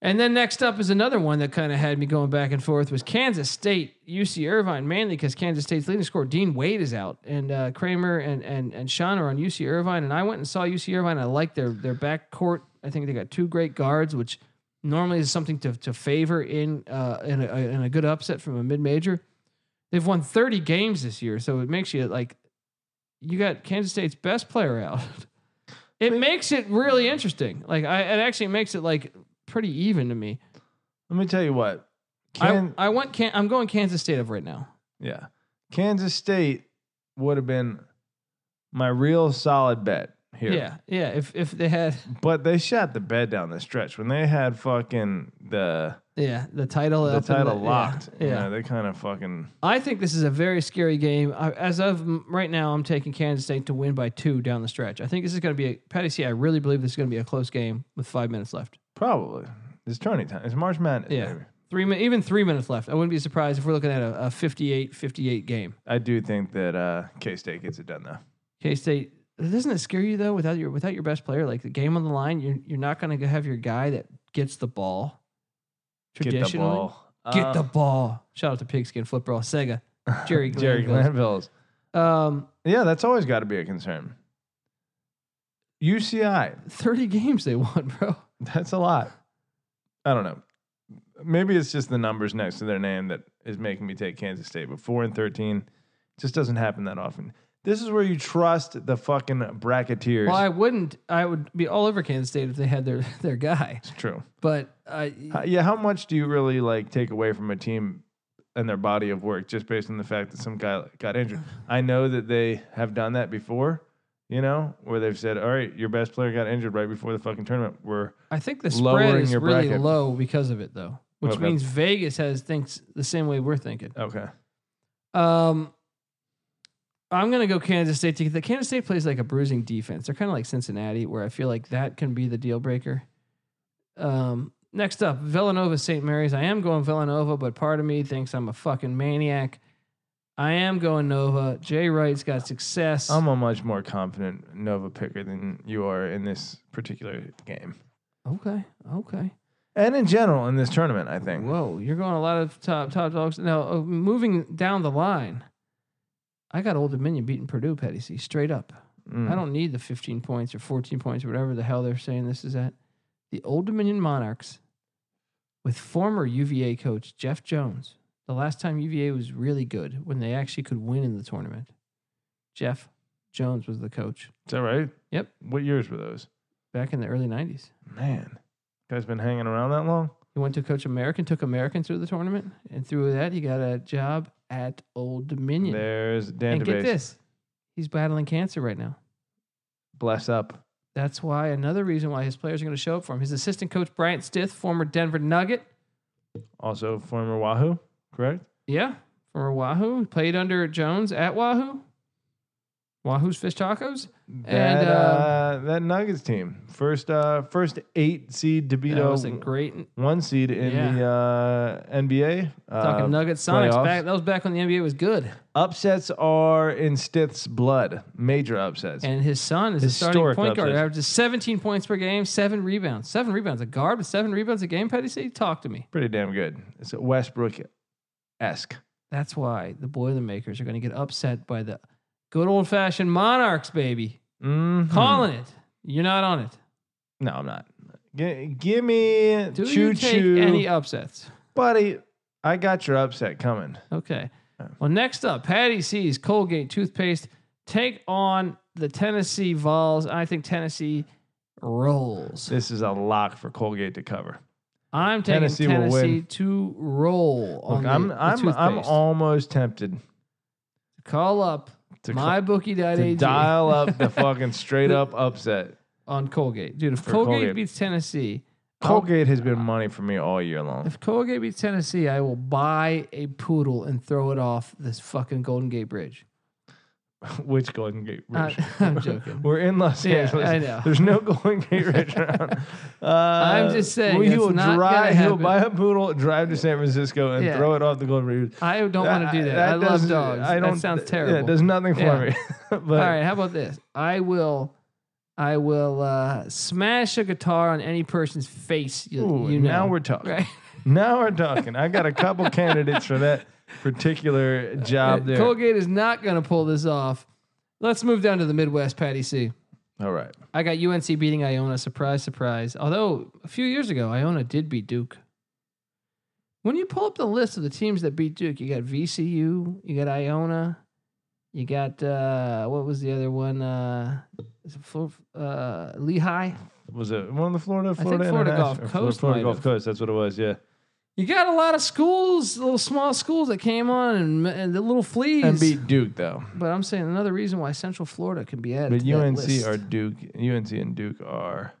S1: And then next up is another one that kind of had me going back and forth was Kansas State, UC Irvine, mainly because Kansas State's leading scorer Dean Wade is out, and uh, Kramer and and and Sean are on UC Irvine, and I went and saw UC Irvine. I like their their back court. I think they got two great guards, which normally is something to to favor in uh, in, a, in a good upset from a mid major. They've won 30 games this year, so it makes you like you got Kansas State's best player out. It makes it really interesting. Like I, it actually makes it like pretty even to me.
S2: Let me tell you what. Can-
S1: I, I went. Can, I'm going Kansas State of right now.
S2: Yeah. Kansas State would have been my real solid bet here.
S1: Yeah, yeah. If if they had,
S2: But they shot the bed down the stretch when they had fucking the
S1: yeah, the title,
S2: the
S1: up in
S2: title
S1: yeah,
S2: locked.
S1: Yeah,
S2: You know, they kind of fucking
S1: I think this is a very scary game. I, as of m- right now, I'm taking Kansas State to win by two down the stretch. I think this is going to be a Patty C. I really believe this is going to be a close game with five minutes left.
S2: probably. It's tourney time. It's March Madness.
S1: Yeah.
S2: baby.
S1: Three min, even three minutes left. I wouldn't be surprised if we're looking at a, a 58-58 game.
S2: I do think that uh, K State gets it done though.
S1: K State. Doesn't it scare you though? Without your without your best player, like the game on the line, you're you're not going to have your guy that gets the ball.
S2: Get the
S1: Traditionally,
S2: ball.
S1: Get the
S2: Uh,
S1: ball. Shout out to Pigskin Football, Sega, Jerry
S2: Jerry
S1: Glanville.
S2: Glanville's.
S1: Um,
S2: Yeah, that's always got to be a concern. UCI.
S1: 30 games they won, bro.
S2: That's a lot. I don't know. Maybe it's just the numbers next to their name that is making me take Kansas State. But four and thirteen just doesn't happen that often. This is where you trust the fucking bracketeers.
S1: Well, I wouldn't. I would be all over Kansas State if they had their their guy.
S2: It's true.
S1: But I,
S2: Uh, yeah, how much do you really like take away from a team and their body of work just based on the fact that some guy got injured? I know that they have done that before, you know, where they've said, "All right, your best player got injured right before the fucking tournament." We're
S1: I think the spread
S2: Lowering
S1: is
S2: your
S1: really
S2: bracket.
S1: low because of it, though, which
S2: Okay.
S1: means Vegas has thinks the same way we're thinking.
S2: okay.
S1: Um, I'm gonna go Kansas State. To get the Kansas State plays like a bruising defense. They're kind of like Cincinnati, where I feel like that can be the deal breaker. Um, next up, Villanova St. Mary's. I am going Villanova, but part of me thinks I'm a fucking maniac. I am going Nova. Jay Wright's got success.
S2: I'm a much more confident Nova picker than you are in this particular game,
S1: okay, okay.
S2: and in general in this tournament. I think.
S1: Whoa, you're going a lot of top top dogs. Now, uh, moving down the line, I got Old Dominion beating Purdue, Petty C, straight up.
S2: Mm.
S1: I don't need the 15 points or 14 points or whatever the hell they're saying this is at. The Old Dominion Monarchs with former UVA coach Jeff Jones. The last time UVA was really good when they actually could win in the tournament. Jeff Jones was the coach
S2: Is that right?
S1: Yep.
S2: What years were those?
S1: back in the early 90s.
S2: Man, guy's been hanging around that long.
S1: He went to coach American, took American through the tournament, and through that he got a job at Old Dominion.
S2: There's Dan
S1: and get
S2: DeBase.
S1: this, he's battling cancer right now.
S2: Bless up.
S1: That's why another reason why his players are going to show up for him. His assistant coach Bryant Stith, former Denver Nugget,
S2: Also former Wahoo, correct?
S1: yeah, former Wahoo, played under Jones at Wahoo. Wahoo's fish tacos.
S2: That,
S1: And,
S2: and
S1: uh,
S2: uh, that Nuggets team, first uh, first eight seed to beat
S1: That was a
S2: a
S1: great
S2: one seed in the uh, NBA.
S1: talking
S2: Uh,
S1: Nugget Sonics.
S2: playoffs.
S1: Back that was back when the NBA was good.
S2: upsets are in Stith's blood, major upsets.
S1: And his son is a starting
S2: Historic
S1: point guard,
S2: upsets.
S1: averages 17 points per game, seven rebounds, seven rebounds. A guard with seven rebounds a game. Petty C, talk to me.
S2: Pretty damn good. It's Westbrook esque.
S1: That's why the Boilermakers are going to get upset by the good old fashioned Monarchs, baby.
S2: Mm-hmm.
S1: Calling it. You're not on it.
S2: No, I'm not. G- give me
S1: Do
S2: choo
S1: you take
S2: choo,
S1: any upsets?
S2: buddy. I got your upset coming.
S1: Okay. Well, next up, Patty C's Colgate toothpaste take on the Tennessee Vols. I think Tennessee rolls.
S2: This is a lock for Colgate to cover.
S1: I'm taking Tennessee,
S2: Tennessee will win.
S1: to roll. on
S2: Look,
S1: the-
S2: I'm
S1: the
S2: I'm I'm
S1: toothpaste.
S2: almost tempted
S1: Call up
S2: to cl- to
S1: mybookie.ag
S2: dial up the fucking straight up upset.
S1: on Colgate. Dude, if
S2: For
S1: Colgate,
S2: Colgate.
S1: beats Tennessee, I'll-
S2: Colgate has been money for me all year long.
S1: if Colgate beats Tennessee, I will buy a poodle and throw it off this fucking Golden Gate Bridge.
S2: Which Golden Gate
S1: I-
S2: Bridge?
S1: Uh, I'm joking.
S2: We're in Los
S1: Yeah,
S2: Angeles.
S1: I know.
S2: There's no Golden Gate Bridge around. Uh,
S1: I'm just saying,
S2: he
S1: it's
S2: will
S1: not gonna
S2: drive. He will
S1: happen.
S2: buy a poodle, drive to San Francisco, and
S1: Yeah.
S2: throw it off the Golden Gate Bridge.
S1: I don't want to do that. I love
S2: doesn't-
S1: dogs.
S2: I don't-
S1: that sounds
S2: yeah,
S1: terrible.
S2: it does nothing for
S1: Yeah.
S2: me. but
S1: All right, how about this? I will, I will uh, smash a guitar on any person's face. You,
S2: ooh,
S1: you know.
S2: now we're talking.
S1: right.
S2: Now we're talking. I got a couple candidates for that particular
S1: Uh,
S2: job there.
S1: Colgate is not going to pull this off. Let's move down to the Midwest, Patty C.
S2: All right.
S1: I got UNC beating Iona. Surprise, surprise. Although a few years ago, Iona did beat Duke. When you pull up the list of the teams that beat Duke, you got VCU, you got Iona, you got uh, what was the other one? Uh, is it Flo- uh, Lehigh.
S2: Was it one of the Florida?
S1: think
S2: Florida,
S1: Florida Gulf
S2: International-
S1: Coast
S2: Florida
S1: might
S2: Gulf
S1: have.
S2: Coast. That's what it was. Yeah.
S1: You got a lot of schools, little small schools that came on and, and the little fleas.
S2: And beat Duke though.
S1: but I'm saying another reason why Central Florida can be added.
S2: But
S1: to that
S2: UNC
S1: list.
S2: are Duke. UNC and Duke are.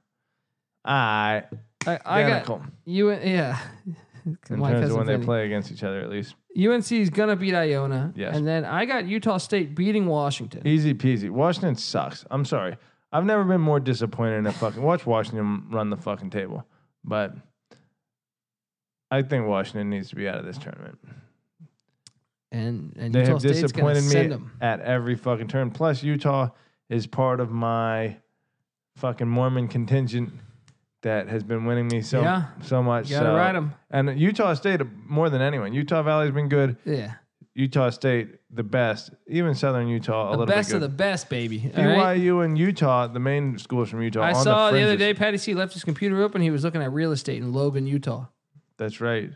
S2: I
S1: I, I got
S2: identical
S1: you. Yeah,
S2: in
S1: Mike
S2: terms of
S1: hasn't
S2: when they
S1: finished.
S2: play against each other, at least.
S1: UNC is gonna beat Iona.
S2: Yes.
S1: And then I got Utah State beating Washington.
S2: Easy peasy. Washington sucks. I'm sorry. I've never been more disappointed in a fucking watch Washington run the fucking table. But I think Washington needs to be out of this tournament.
S1: And and
S2: They
S1: Utah
S2: have
S1: State's gonna
S2: disappointed
S1: send
S2: me
S1: them.
S2: at every fucking turn. Plus, Utah is part of my fucking Mormon contingent that has been winning me so
S1: Yeah.
S2: so much.
S1: You gotta
S2: so-
S1: ride them.
S2: And Utah State more than anyone. Utah Valley's been good.
S1: Yeah.
S2: Utah State, the best. Even Southern Utah,
S1: The
S2: a little
S1: best
S2: bit
S1: of
S2: good.
S1: the best, baby. All right?
S2: BYU and Utah, the main schools from Utah.
S1: I
S2: on
S1: saw
S2: the,
S1: the, other
S2: fringes.
S1: day Patty C left his computer open. He was looking at real estate in Logan, Utah.
S2: That's right.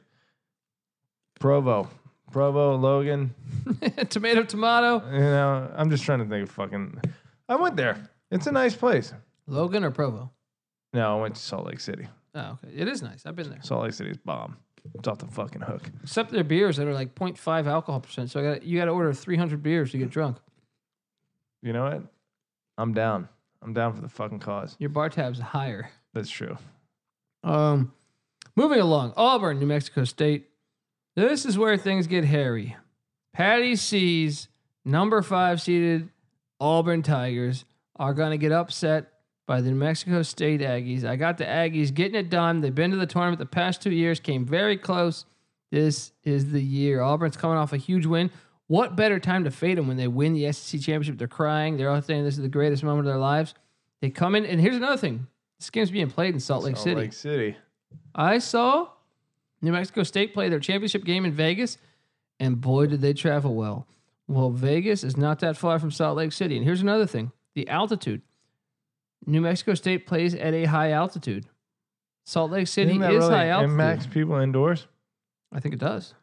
S2: Provo, Provo, Logan.
S1: tomato, tomato.
S2: You know, I'm just trying to think of fucking. I went there. It's a nice place.
S1: Logan or Provo?
S2: No, I went to Salt Lake City.
S1: Oh, okay. It is nice. I've been there.
S2: Salt Lake City's bomb. It's off the fucking hook.
S1: Except their beers that are like 0.5 alcohol percent. So I got you got to order 300 beers to get drunk.
S2: You know what? I'm down. I'm down for the fucking cause.
S1: Your bar tab's higher.
S2: That's true.
S1: Um, moving along, Auburn, New Mexico State. This is where things get hairy. Patty sees number five seeded Auburn Tigers are going to get upset by the New Mexico State Aggies. I got the Aggies getting it done. They've been to the tournament the past two years, came very close. This is the year. Auburn's coming off a huge win. What better time to fade them when they win the SEC championship? They're crying. They're all saying this is the greatest moment of their lives. They come in, and here's another thing: this game's being played in Salt Lake
S2: Salt
S1: City.
S2: Lake City.
S1: I saw New Mexico State play their championship game in Vegas, and boy, did they travel well. Well, Vegas is not that far from Salt Lake City. And here's another thing the altitude. New Mexico State plays at a high altitude. Salt Lake City
S2: Isn't
S1: is
S2: that really
S1: high altitude.
S2: impacts people indoors?
S1: I think it does.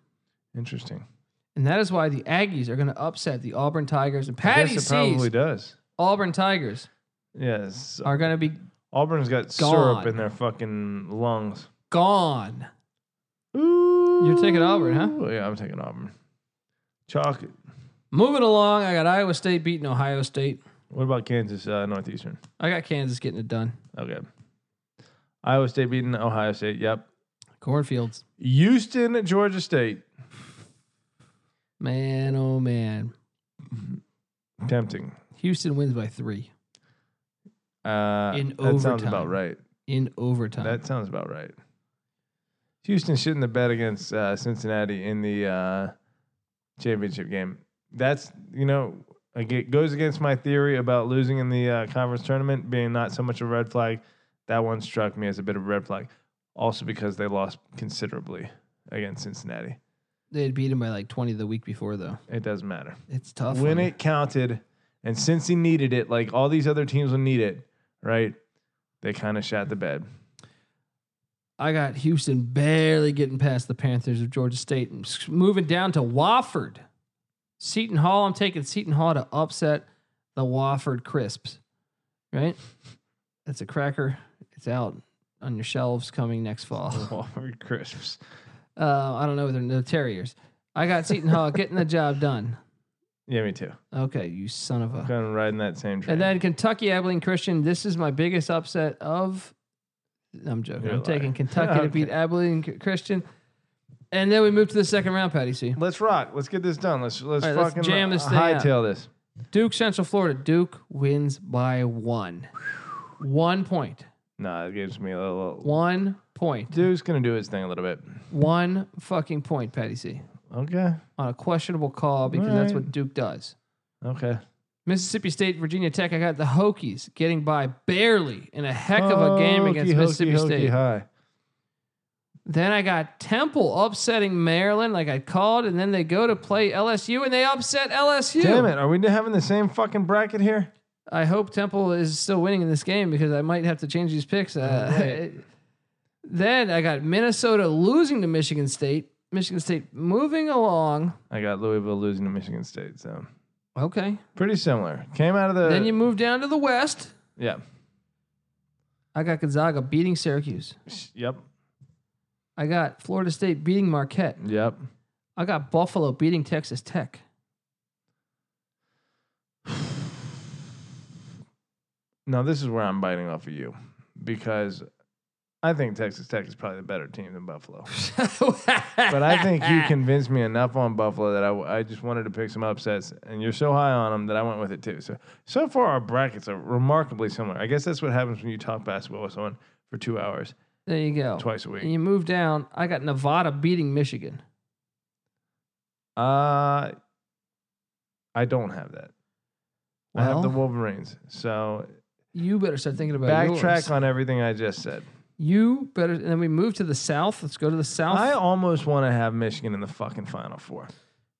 S2: Interesting.
S1: And that is why the Aggies are going to upset the Auburn Tigers. And
S2: I
S1: Patty
S2: guess it
S1: sees
S2: probably does.
S1: Auburn Tigers
S2: Yes.
S1: are going to be
S2: Auburn's got syrup
S1: Gone.
S2: in their fucking lungs.
S1: gone.
S2: Ooh.
S1: You're taking Auburn, huh?
S2: Oh, Yeah, I'm taking Auburn. Chalk.
S1: Moving along, I got Iowa State beating Ohio State.
S2: What about Kansas uh, Northeastern?
S1: I got Kansas getting it done.
S2: Okay. Iowa State beating Ohio State. Yep.
S1: Cornfields.
S2: Houston, Georgia State.
S1: Man, oh man.
S2: Tempting.
S1: Houston wins by three
S2: Uh,
S1: In
S2: that sounds about
S1: overtime.
S2: right.
S1: in overtime.
S2: That sounds about right. Houston shitting the bed against uh, Cincinnati in the uh, championship game. That's you know ag- it goes against my theory about losing in the uh, conference tournament being not so much a red flag. That one struck me as a bit of a red flag, also because they lost considerably against Cincinnati.
S1: they had beat him by like 20 the week before, though.
S2: It doesn't matter
S1: It's tough.
S2: when
S1: on
S2: it counted, and since he needed it, like all these other teams will need it, right? They kind of shot the bed.
S1: I got Houston barely getting past the Panthers of Georgia State and s- moving down to Wofford. Seton Hall, I'm taking Seton Hall to upset the Wofford Crisps, right? That's a cracker. It's out on your shelves coming next fall.
S2: Wofford crisps.
S1: Uh, I don't know. They're no Terriers. I got Seton Hall getting the job done.
S2: Yeah, me too.
S1: Okay, you son of a.
S2: Kind of riding that same train.
S1: And then Kentucky Abilene Christian. This is my biggest upset of. I'm joking.
S2: You're a
S1: I'm taking
S2: liar.
S1: Kentucky to beat
S2: Okay.
S1: Abilene C- Christian. And then we move to the second round, Patty C.
S2: let's rock. Let's get this done. Let's let's
S1: All right, let's
S2: fucking
S1: jam this thing out.
S2: hightail this.
S1: Duke, Central Florida. Duke wins by one. One point.
S2: Nah, it gives me a little.
S1: One point.
S2: Dude's gonna do his thing a little bit.
S1: One fucking point, Patty C.
S2: Okay.
S1: On a questionable call because that's
S2: Alright.
S1: what Duke does.
S2: Okay.
S1: Mississippi State, Virginia Tech. I got the Hokies getting by barely in a heck of a game
S2: Hokey,
S1: against
S2: hokey,
S1: Mississippi
S2: hokey
S1: State.
S2: High.
S1: Then I got Temple upsetting Maryland, like I called, and then they go to play LSU and they upset LSU.
S2: Damn it! Are we having the same fucking bracket here?
S1: I hope Temple is still winning in this game because I might have to change these picks. Uh, then I got Minnesota losing to Michigan State. Michigan State moving along.
S2: I got Louisville losing to Michigan State, so
S1: Okay.
S2: pretty similar. Came out of the
S1: then you move down to the West.
S2: yeah.
S1: I got Gonzaga beating Syracuse.
S2: Yep.
S1: I got Florida State beating Marquette.
S2: Yep.
S1: I got Buffalo beating Texas Tech.
S2: Now this is where I'm biting off of you because I think Texas Tech is probably the better team than Buffalo. but
S1: but
S2: I think you convinced me enough on Buffalo that I, I just wanted to pick some upsets, and you're so high on them that I went with it too. So so far our brackets are remarkably similar. I guess that's what happens when you talk basketball with someone for two hours
S1: There you go.
S2: twice a week.
S1: And you move down. I got Nevada beating Michigan.
S2: Uh, I don't have that. I have the
S1: Well-
S2: Wolverines. So
S1: You better start thinking about
S2: backtrack
S1: yours.
S2: on everything I just said.
S1: You better. And then we move to the South. Let's go to the South.
S2: I almost want to have Michigan in the fucking Final Four.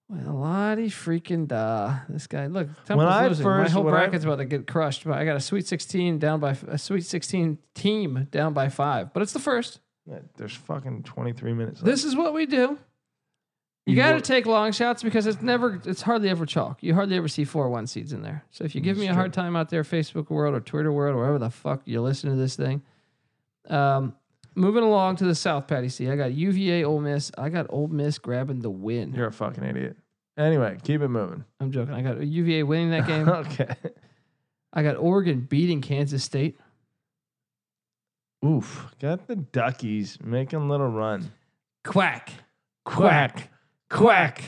S1: Well, Lottie freaking da. This guy, look, Temple's
S2: When I
S1: losing.
S2: first-
S1: My whole
S2: when I-
S1: bracket's about to get crushed. But I got a Sweet 16 down by a Sweet 16 team down by five. But it's the first.
S2: Yeah, There's fucking 23 minutes. left.
S1: This is what we do. You
S2: You
S1: got to
S2: wor-
S1: take long shots because it's never, it's hardly ever chalk. You hardly ever see four one seeds in there. So if you give
S2: That's
S1: me a
S2: true.
S1: hard time out there, Facebook world or Twitter world, or wherever the fuck you listen to this thing. Um, moving along to the South, Patty C. I got UVA, Ole Miss. I got Ole Miss grabbing the win.
S2: You're a fucking idiot. Anyway, keep it moving.
S1: I'm joking. I got UVA winning that game.
S2: okay.
S1: I got Oregon beating Kansas State.
S2: Oof. Got the duckies making little run.
S1: Quack,
S2: Quack.
S1: quack.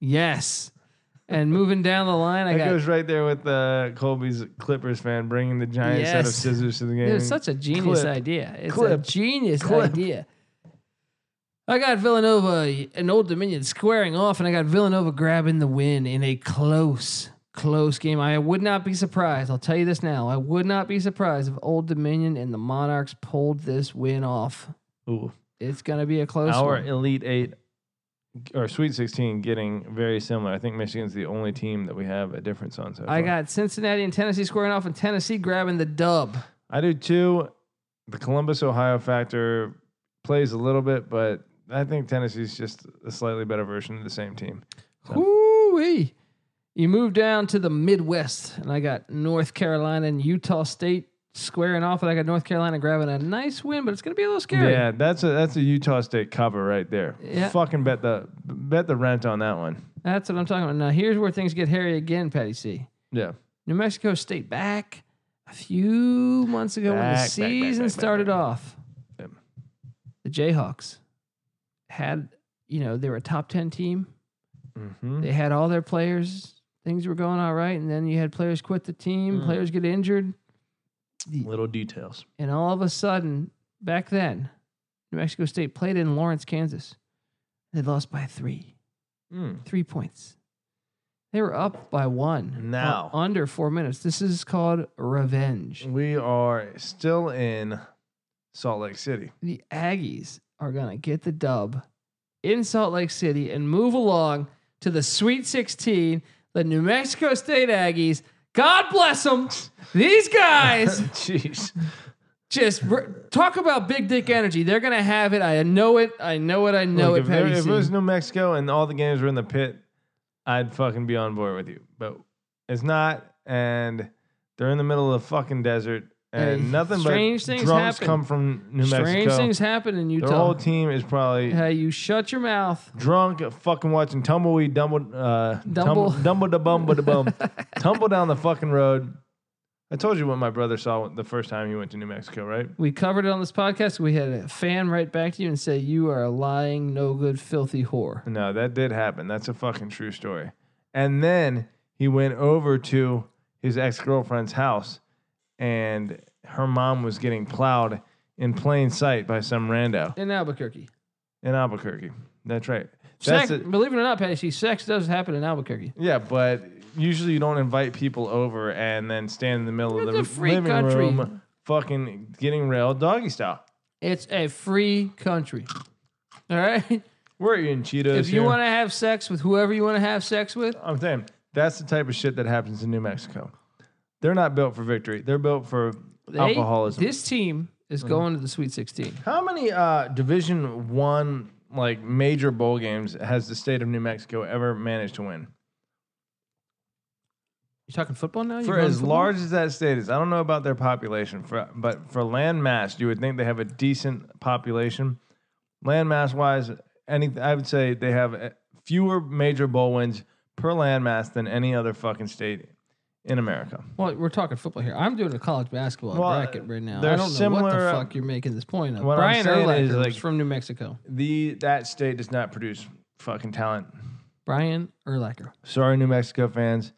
S1: yes. And moving down the line, I
S2: That
S1: got
S2: goes right there with uh, Colby's Clippers fan bringing the giant set of
S1: Yes.
S2: scissors to the game.
S1: it was such a genius
S2: Clip.
S1: idea. It's a
S2: Clip.
S1: genius
S2: Clip.
S1: idea. I got Villanova and Old Dominion squaring off, and I got Villanova grabbing the win in a close, close game. I would not be surprised. I'll tell you this now. I would not be surprised if Old Dominion and the Monarchs pulled this win off.
S2: Ooh.
S1: It's gonna be a close
S2: Our
S1: one.
S2: Elite Eight or Sweet 16 getting very similar. I think Michigan's the only team that we have a difference on. So
S1: I
S2: far.
S1: got Cincinnati and Tennessee squaring off, and Tennessee grabbing the dub.
S2: I do too. The Columbus, Ohio factor plays a little bit, but I think Tennessee's just a slightly better version of the same team. So-
S1: Whoo You move down to the Midwest, and I got North Carolina and Utah State squaring off, and I got North Carolina grabbing a nice win, but it's gonna be a little scary.
S2: Yeah, that's a that's a Utah State cover right there.
S1: Yeah.
S2: Fucking bet the bet the rent on that one.
S1: That's what I'm talking about. Now here's where things get hairy again, Patty C.
S2: Yeah.
S1: New Mexico State back a few months ago when
S2: Back,
S1: the
S2: back, back,
S1: season
S2: back, back,
S1: started
S2: back.
S1: off.
S2: Yep.
S1: The Jayhawks had, you know, they were a top ten team.
S2: Mm-hmm.
S1: they had all their players things were going all right and then you had players quit the team
S2: Mm.
S1: players get injured
S2: Little details.
S1: and all of a sudden back then new mexico state played in lawrence kansas they lost by three
S2: Mm.
S1: three points they were up by one
S2: Now.
S1: u- under four minutes this is called revenge
S2: We are still in Salt Lake City.
S1: the aggies are going to get the dub in salt lake city and move along to the sweet 16 the new mexico state aggies god bless them these guys
S2: Jeez.
S1: just r- talk about big dick energy. They're gonna have it. I know it. I know it. I know
S2: Look,
S1: it.
S2: if, there,
S1: Patty
S2: if it
S1: C.
S2: was New Mexico and all the games were in the pit, I'd fucking be on board with you. But it's not, and they're in the middle of the fucking desert, and
S1: Hey,
S2: nothing
S1: strange
S2: but
S1: things
S2: drunks
S1: happen.
S2: come from New
S1: Strange
S2: Mexico.
S1: things happen in
S2: Their
S1: Utah.
S2: whole team is probably
S1: Hey, you shut your mouth.
S2: drunk, fucking watching tumbleweed, dumble, uh,
S1: Dumble.
S2: tumble, dumble, da bum, da bum, tumble down the fucking road. I told you what my brother saw the first time he went to New Mexico, right?
S1: We covered it on this podcast. We had a fan right back to you and say you are a lying, no good, filthy whore.
S2: No, that did happen. That's a fucking true story. And then he went over to his ex girlfriend's house, and her mom was getting plowed in plain sight by some rando
S1: In Albuquerque,
S2: in Albuquerque. That's right.
S1: sex,
S2: That's it.
S1: believe it or not, Patty, C, sex does happen in Albuquerque.
S2: Yeah, but usually you don't invite people over and then stand in the middle of
S1: It's
S2: the
S1: a free
S2: living
S1: country.
S2: room, fucking getting railed doggy style.
S1: It's a free country. All right.
S2: We're eating Cheetos.
S1: If you
S2: here.
S1: want to have sex with whoever you want to have sex with,
S2: I'm saying that's the type of shit that happens in New Mexico. They're not built for victory. They're built for
S1: they,
S2: alcoholism. Mm-hmm.
S1: This team is going to the Sweet 16.
S2: How many uh, Division One like major bowl games has the state of New Mexico ever managed to win?
S1: You talking football now? You
S2: For
S1: going
S2: as
S1: football?
S2: large as that state is, I don't know about their population, for, but for land mass, you would think they have a decent population. Land mass wise, any I would say they have uh, fewer major bowl wins per land mass than any other fucking state in America.
S1: Well, we're talking football here. I'm doing a college basketball
S2: Well,
S1: bracket right now.
S2: they're
S1: I don't know what the
S2: similar-
S1: fuck you're making this point of.
S2: What
S1: Brian
S2: I'm saying
S1: Urlacher
S2: is,
S1: was
S2: like-
S1: from New Mexico.
S2: The that state does not produce fucking talent.
S1: Brian Urlacher.
S2: Sorry, New Mexico fans.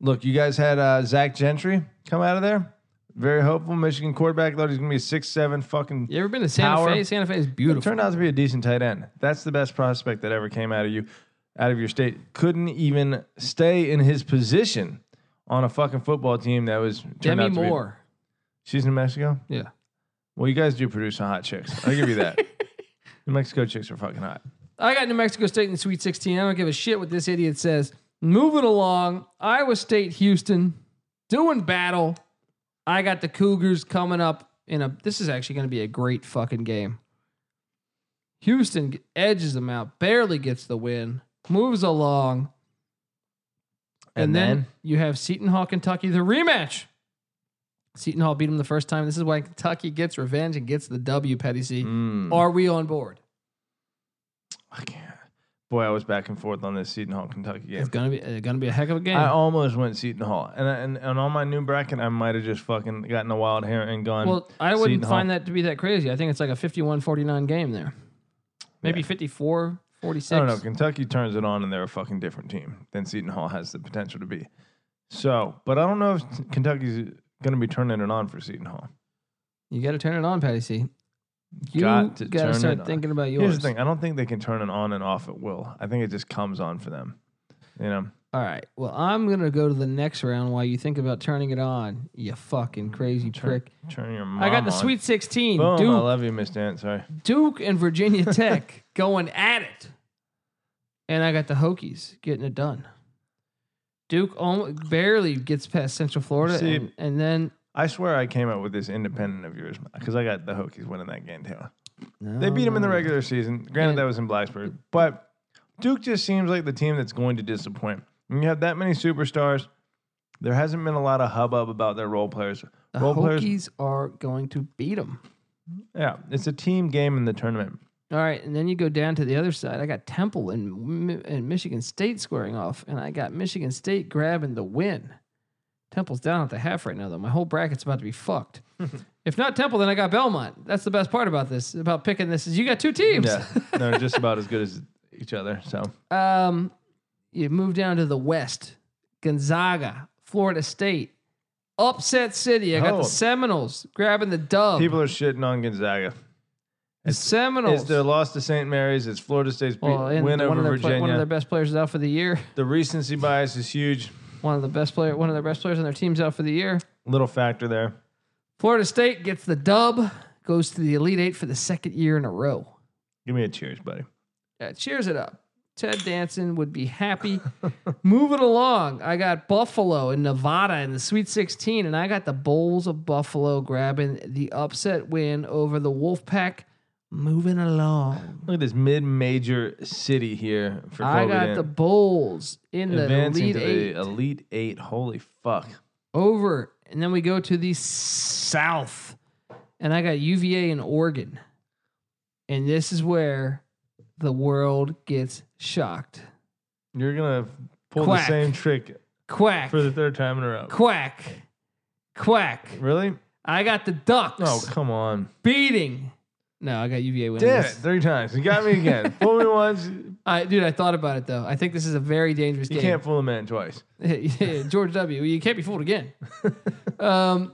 S2: Look, you guys had uh, Zach Gentry come out of there. Very hopeful Michigan quarterback. Thought he's gonna be a six seven fucking.
S1: You ever been to Santa
S2: Power.
S1: Fe? Santa Fe is beautiful.
S2: Turned out to be a decent tight end. That's the best prospect that ever came out of you, out of your state. Couldn't even stay in his position on a fucking football team that was turned
S1: Demi
S2: out to be-
S1: Moore.
S2: she's New Mexico.
S1: Yeah.
S2: Well, you guys do produce some hot chicks. I'll give you that. New Mexico chicks are fucking hot.
S1: I got New Mexico State in the Sweet 16. I don't give a shit what this idiot says. Moving along, Iowa State, Houston, doing battle. I got the Cougars coming up in a. This is actually going to be a great fucking game. Houston edges them out, barely gets the win, moves along. And,
S2: And
S1: then,
S2: then?
S1: you have Seton Hall, Kentucky, the rematch. Seton Hall beat them the first time. This is why Kentucky gets revenge and gets the W, Petty C.
S2: Mm.
S1: Are we on board?
S2: I can't. Boy, I was back and forth on this Seton Hall, Kentucky game.
S1: It's gonna be uh, gonna be a heck of a game.
S2: I almost went Seton Hall, and I- and, and on my new bracket, I might have just fucking gotten a wild hair and gone.
S1: well, I wouldn't
S2: Seton
S1: find that to be that crazy. I think it's like a 51-49 game there. Maybe
S2: Yeah.
S1: 54, 46.
S2: I don't know. Kentucky turns it on, and they're a fucking different team than Seton Hall has the potential to be. So, but I don't know if t- Kentucky's going to be turning it on for Seton Hall.
S1: You got to turn it on, Patty C. You
S2: Got to
S1: gotta
S2: turn
S1: start
S2: it on.
S1: thinking about yours.
S2: Here's the thing: I don't think they can turn it on and off at will. I think it just comes on for them. You know,
S1: All right. Well, I'm gonna go to the next round while you think about turning it on. You fucking crazy
S2: turn,
S1: prick.
S2: turn your. Mom
S1: I got the
S2: on.
S1: Sweet 16.
S2: Boom! I
S1: Duke,
S2: love you, Miss Dan. Sorry.
S1: Duke and Virginia Tech going at it, and I got the Hokies getting it done. Duke almost barely gets past Central Florida,
S2: See-
S1: and, and then
S2: I swear I came up with this independent of yours because I got the Hokies winning that game too. They beat them in the
S1: No.
S2: regular season. Granted,
S1: Um, Yeah.
S2: that was in Blacksburg, but Duke just seems like the team that's going to disappoint. When you have that many superstars, there hasn't been a lot of hubbub about their role players.
S1: The
S2: role players,
S1: Hokies are going to beat them.
S2: yeah, it's a team game in the tournament.
S1: All right, and then you go down to the other side. I got Temple and Mi- and Michigan State squaring off, and I got Michigan State grabbing the win. Temple's down at the half right now, though. My whole bracket's about to be fucked. if not Temple, then I got Belmont. That's the best part about this, about picking this, is you got two teams.
S2: Yeah, they're just about as good as each other. So
S1: Um, you move down to the West. Gonzaga, Florida State, upset city. I got
S2: Oh.
S1: the Seminoles grabbing the dub.
S2: people are shitting on Gonzaga.
S1: the Seminoles.
S2: It's their loss to St. Mary's. It's Florida State's beat-
S1: Oh. well, and
S2: win
S1: one
S2: over
S1: of their pla-
S2: Virginia.
S1: one of their best players is out for the year.
S2: the recency bias is huge.
S1: One of the best player, one of their best players on their team's out for the year.
S2: Little factor there.
S1: Florida State gets the dub, goes to the Elite Eight for the second year in a row.
S2: Give me a cheers, buddy.
S1: Yeah, cheers it up. Ted Danson would be happy. Moving along, I got Buffalo and Nevada in the Sweet 16, and I got the Bulls of Buffalo grabbing the upset win over the Wolfpack. Moving along,
S2: Look at this mid-major city here for COVID.
S1: I got the Bulls in the
S2: advancing
S1: Elite
S2: to
S1: Eight
S2: the Elite Eight. Holy fuck!
S1: over, and then we go to the South, and I got UVA and Oregon, and this is where the world gets shocked.
S2: You're gonna pull
S1: Quack.
S2: the same trick
S1: Quack.
S2: for the third time in a row.
S1: Quack. Quack.
S2: Really?
S1: I got the Ducks
S2: Oh come on!
S1: beating. No, I got UVA winning.
S2: Damn it!
S1: this.
S2: Three times. You got me again. fool me once. You
S1: I, dude, I thought about it though. I think this is a very dangerous game.
S2: can't fool a man twice.
S1: Yeah, George W. You can't be fooled again. um,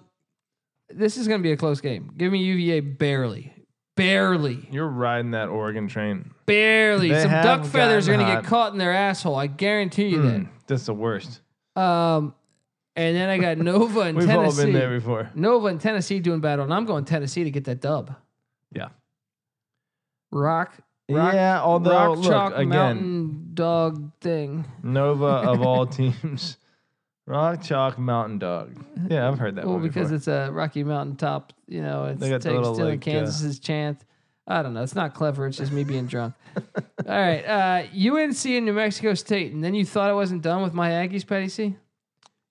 S1: this is going to be a close game. Give me UVA barely, barely,
S2: You're riding that Oregon train.
S1: barely.
S2: They
S1: Some
S2: have
S1: duck feathers are
S2: gotten
S1: going to get
S2: hot.
S1: caught in their asshole. I guarantee you
S2: Mm, that's the worst.
S1: that. Um, and then I got Nova and
S2: We've
S1: Tennessee.
S2: all been there before.
S1: Nova and Tennessee doing battle, and I'm going Tennessee to get that dub.
S2: Yeah.
S1: Rock, rock,
S2: yeah. Although,
S1: rock
S2: look
S1: chalk
S2: again,
S1: mountain dog thing.
S2: Nova of all teams, Rock Chalk Mountain Dog. Yeah, I've heard that
S1: Well,
S2: one
S1: because
S2: before.
S1: it's a Rocky Mountain top, you know, it's
S2: They got
S1: takes
S2: the little,
S1: to
S2: like, uh,
S1: Kansas's chant. I don't know. It's not clever. It's just me being drunk. All right. Uh, UNC and New Mexico State. And then you thought I wasn't done with my Aggies, Petty C?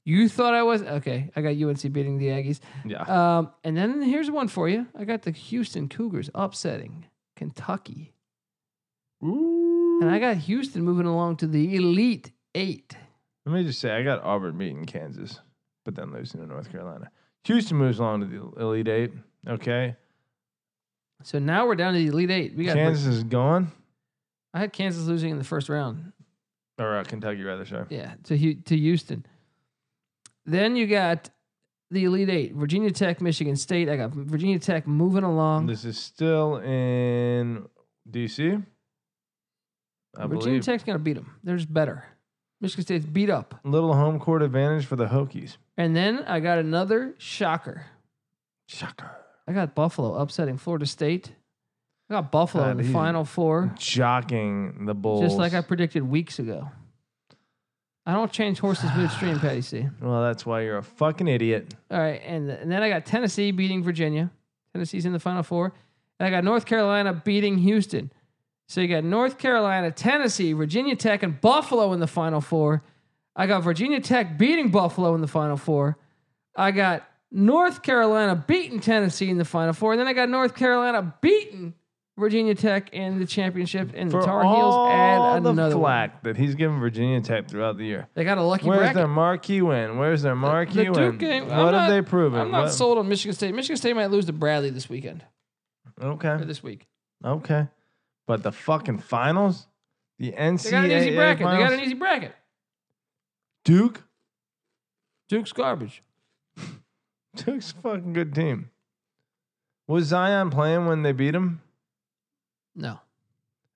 S1: You thought I was? Okay. I got UNC beating the Aggies.
S2: yeah.
S1: Um, and then here's one for you. I got the Houston Cougars upsetting Kentucky. And I got Houston moving along to the Elite Eight.
S2: Let me just say, I got Auburn beating Kansas, but then losing to North Carolina. Houston moves on to the Elite Eight. Okay,
S1: So now we're down to the Elite Eight. We got
S2: Kansas is gone,
S1: I had Kansas losing in the first round.
S2: or uh, Kentucky rather. Sorry,
S1: Yeah, to Hu- to Houston. Then you got the Elite Eight: Virginia Tech, Michigan State. I got Virginia Tech moving along.
S2: this is still in DC. I
S1: Virginia
S2: believe
S1: Tech's gonna beat them. They're just better. Michigan State's beat up.
S2: little home court advantage for the Hokies.
S1: And then I got another shocker.
S2: Shocker!
S1: I got Buffalo upsetting Florida State. I got Buffalo in
S2: God,
S1: the
S2: he's-
S1: final four,
S2: Jocking the Bulls.
S1: just like I predicted weeks ago. I don't change horses midstream, Patty C.
S2: Well, that's why you're a fucking idiot.
S1: All right, and, and then I got Tennessee beating Virginia. Tennessee's in the final four. And I got North Carolina beating Houston. So you got North Carolina, Tennessee, Virginia Tech, and Buffalo in the final four. I got Virginia Tech beating Buffalo in the final four. I got North Carolina beating Tennessee in the final four. And then I got North Carolina beating Virginia Tech in the championship. And
S2: For
S1: the Tar Heels
S2: all
S1: add
S2: the
S1: another one.
S2: flack that he's given Virginia Tech throughout the year.
S1: They got a lucky
S2: Where's
S1: bracket.
S2: their marquee win? Where's their marquee
S1: the
S2: win?
S1: Duke game. I'm
S2: what
S1: not-
S2: have they proven?
S1: I'm not
S2: What-
S1: sold on Michigan State. Michigan State might lose to Bradley this weekend or
S2: Okay.
S1: this week.
S2: Okay. But the fucking finals, the NCAA
S1: They got an easy bracket.
S2: finals,
S1: They got an easy bracket.
S2: Duke.
S1: Duke's garbage.
S2: Duke's a fucking good team. Was Zion playing when they beat him?
S1: No,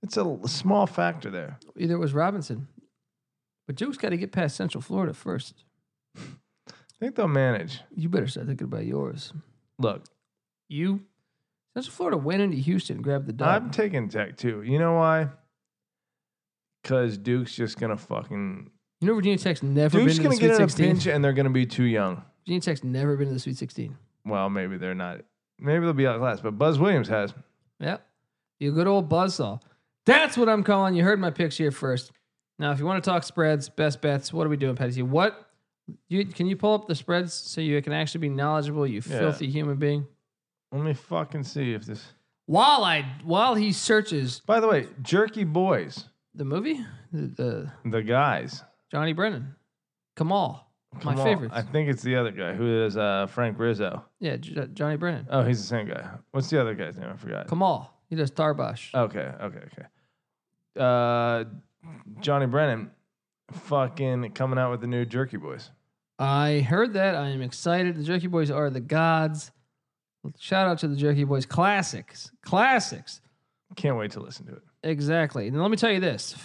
S2: It's a l- small factor there.
S1: either it was Robinson, but Duke's got to get past Central Florida first.
S2: I think they'll manage.
S1: You better start thinking about yours.
S2: Look,
S1: You, Central Florida went into Houston, grabbed the
S2: I'm
S1: dub.
S2: taking Tech too. You know why? Because Duke's just gonna fucking
S1: You know Virginia Tech's never
S2: Duke's
S1: been to
S2: gonna
S1: the Sweet
S2: get in a
S1: Sixteen.
S2: pinch and they're gonna be too young.
S1: Virginia Tech's never been to the Sweet Sixteen.
S2: Well, maybe they're not. Maybe they'll be outclassed. But Buzz Williams has.
S1: Yep, you good old buzzsaw. That's what I'm calling. You heard my picks here first. Now, if you want to talk spreads, best bets, what are we doing, Patty? C? What you can you pull up the spreads so you can actually be knowledgeable? You
S2: Yeah.
S1: filthy human being.
S2: Let me fucking see if this.
S1: While I while he searches
S2: By the way, Jerky Boys,
S1: the movie, the, the
S2: the guys.
S1: Johnny Brennan, Kamal, my
S2: Come on.
S1: favorites.
S2: I think it's the other guy who is uh, Frank Rizzo.
S1: yeah, J- Johnny Brennan,
S2: Oh, he's the same guy. What's the other guy's name? I forgot.
S1: Kamal. He does Tarbosh.
S2: Okay, okay, okay. Uh, Johnny Brennan, fucking coming out with the new Jerky Boys.
S1: I heard that. I am excited. The Jerky Boys are the gods. Shout out to the Jerky Boys classics, classics.
S2: Can't wait to listen to it.
S1: Exactly. And let me tell you this.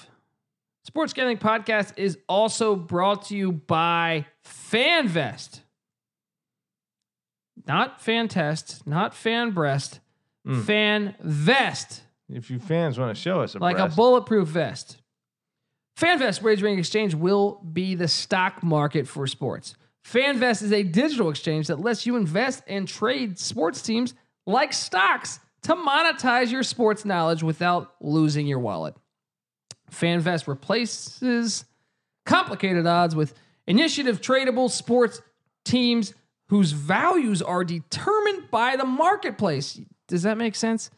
S1: Sports Gambling Podcast is also brought to you by FanVest. Not FanTest, not FanBreast, FanVest
S2: If you fans want to show us a
S1: like a
S2: breast,
S1: bulletproof vest. FanVest Wagering Exchange will be the stock market for sports. FanVest is a digital exchange that lets you invest and trade sports teams like stocks to monetize your sports knowledge without losing your wallet. FanVest replaces complicated odds with initiative tradable sports teams whose values are determined by the marketplace. Does that make sense?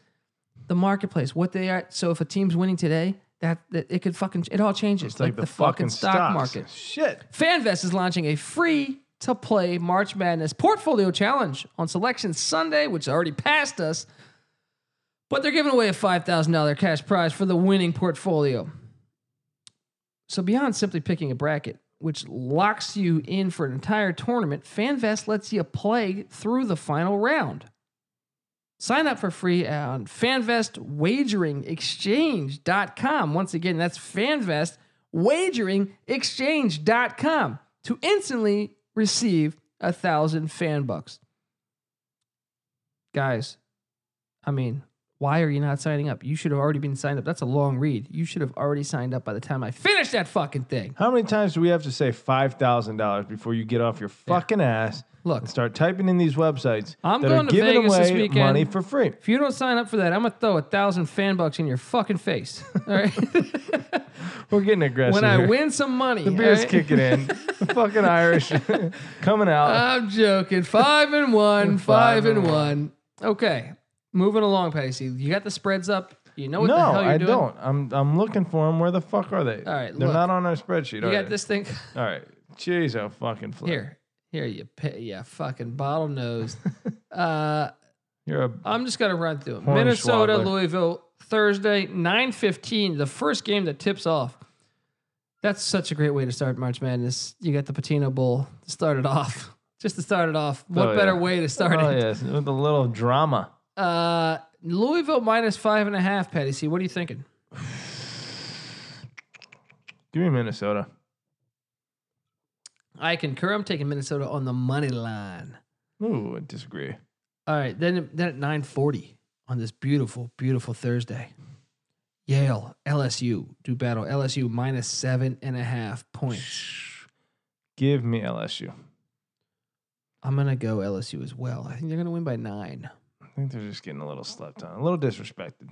S1: the marketplace, what they are. So if a team's winning today, that, that it could fucking it all changes.
S2: it's like, the, fucking,
S1: stock
S2: stocks.
S1: market.
S2: Shit.
S1: FanVest is launching a free to play March Madness portfolio challenge on Selection Sunday, which already passed us. But they're giving away a $5,000 cash prize for the winning portfolio. So, beyond simply picking a bracket, which locks you in for an entire tournament, FanVest lets you play through the final round. Sign up for free on fanvestwageringexchange.com. Once again, that's fanvestwageringexchange.com to instantly receive a thousand fan bucks. Guys, I mean, why are you not signing up? You should have already been signed up. That's a long read. You should have already signed up by the time I finish that fucking thing.
S2: How many times do we have to say five thousand dollars before you get off your fucking ass
S1: Look,
S2: and start typing in these websites
S1: I'm
S2: that
S1: going
S2: are
S1: to
S2: giving
S1: Vegas
S2: away
S1: this weekend.
S2: money for free?
S1: if you don't sign up for that, I'm going to throw a thousand fan bucks in your fucking face. All right.
S2: We're getting aggressive.
S1: when I
S2: here.
S1: win some money.
S2: the beer's
S1: all right?
S2: kicking in. the fucking Irish coming out.
S1: I'm joking. Five and one. Five, and one. Okay, moving along, Patty. C. you got the spreads up. You know what
S2: no,
S1: the hell you're
S2: I
S1: doing.
S2: don't. I'm I'm looking for them. Where the fuck are they?
S1: All right,
S2: they're
S1: look.
S2: not on our spreadsheet.
S1: You
S2: are
S1: got
S2: they?
S1: this thing
S2: All right, jeez, oh fucking flip.
S1: here. Here you, pa- yeah, fucking bottlenose. uh,
S2: You're a
S1: I'm just gonna run through 'em.
S2: Hornswoggler.
S1: Minnesota, Louisville, Thursday, 9:15, the first game that tips off. That's such a great way to start March Madness. You got the Patino Bowl to start it off. Just to start it off. What
S2: Oh,
S1: better
S2: yeah.
S1: way to start
S2: oh
S1: it?
S2: yes, with a little drama.
S1: Uh, Louisville minus five and a half, Patty C. What are you thinking?
S2: Give me Minnesota.
S1: I concur. I'm taking Minnesota on the money line.
S2: Ooh, I disagree.
S1: All right, then then at 9:40 on this beautiful, beautiful Thursday. Yale, LSU do battle. LSU minus seven and a half points.
S2: Give me LSU.
S1: I'm gonna go LSU as well. I think they're gonna win by nine.
S2: I think they're just getting a little slept on, a little disrespected.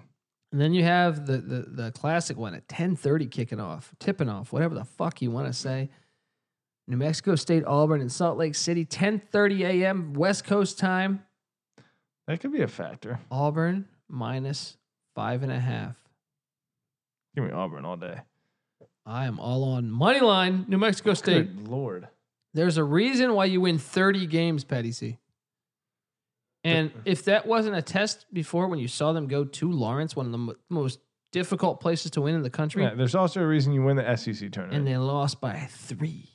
S1: And then you have the the, the classic one at 10:30 kicking off, tipping off, whatever the fuck you want to say. New Mexico State, Auburn, and Salt Lake City, 10:30 a.m. West Coast time.
S2: That could be a factor.
S1: Auburn minus five and a half.
S2: Give me Auburn all day.
S1: I am all on money line, New Mexico State.
S2: Good lord.
S1: There's a reason why you win 30 games, Petty C. And if that wasn't a test before when you saw them go to Lawrence, one of the mo- most difficult places to win in the country,
S2: Yeah, there's also a reason you win the SEC tournament.
S1: and they lost by three.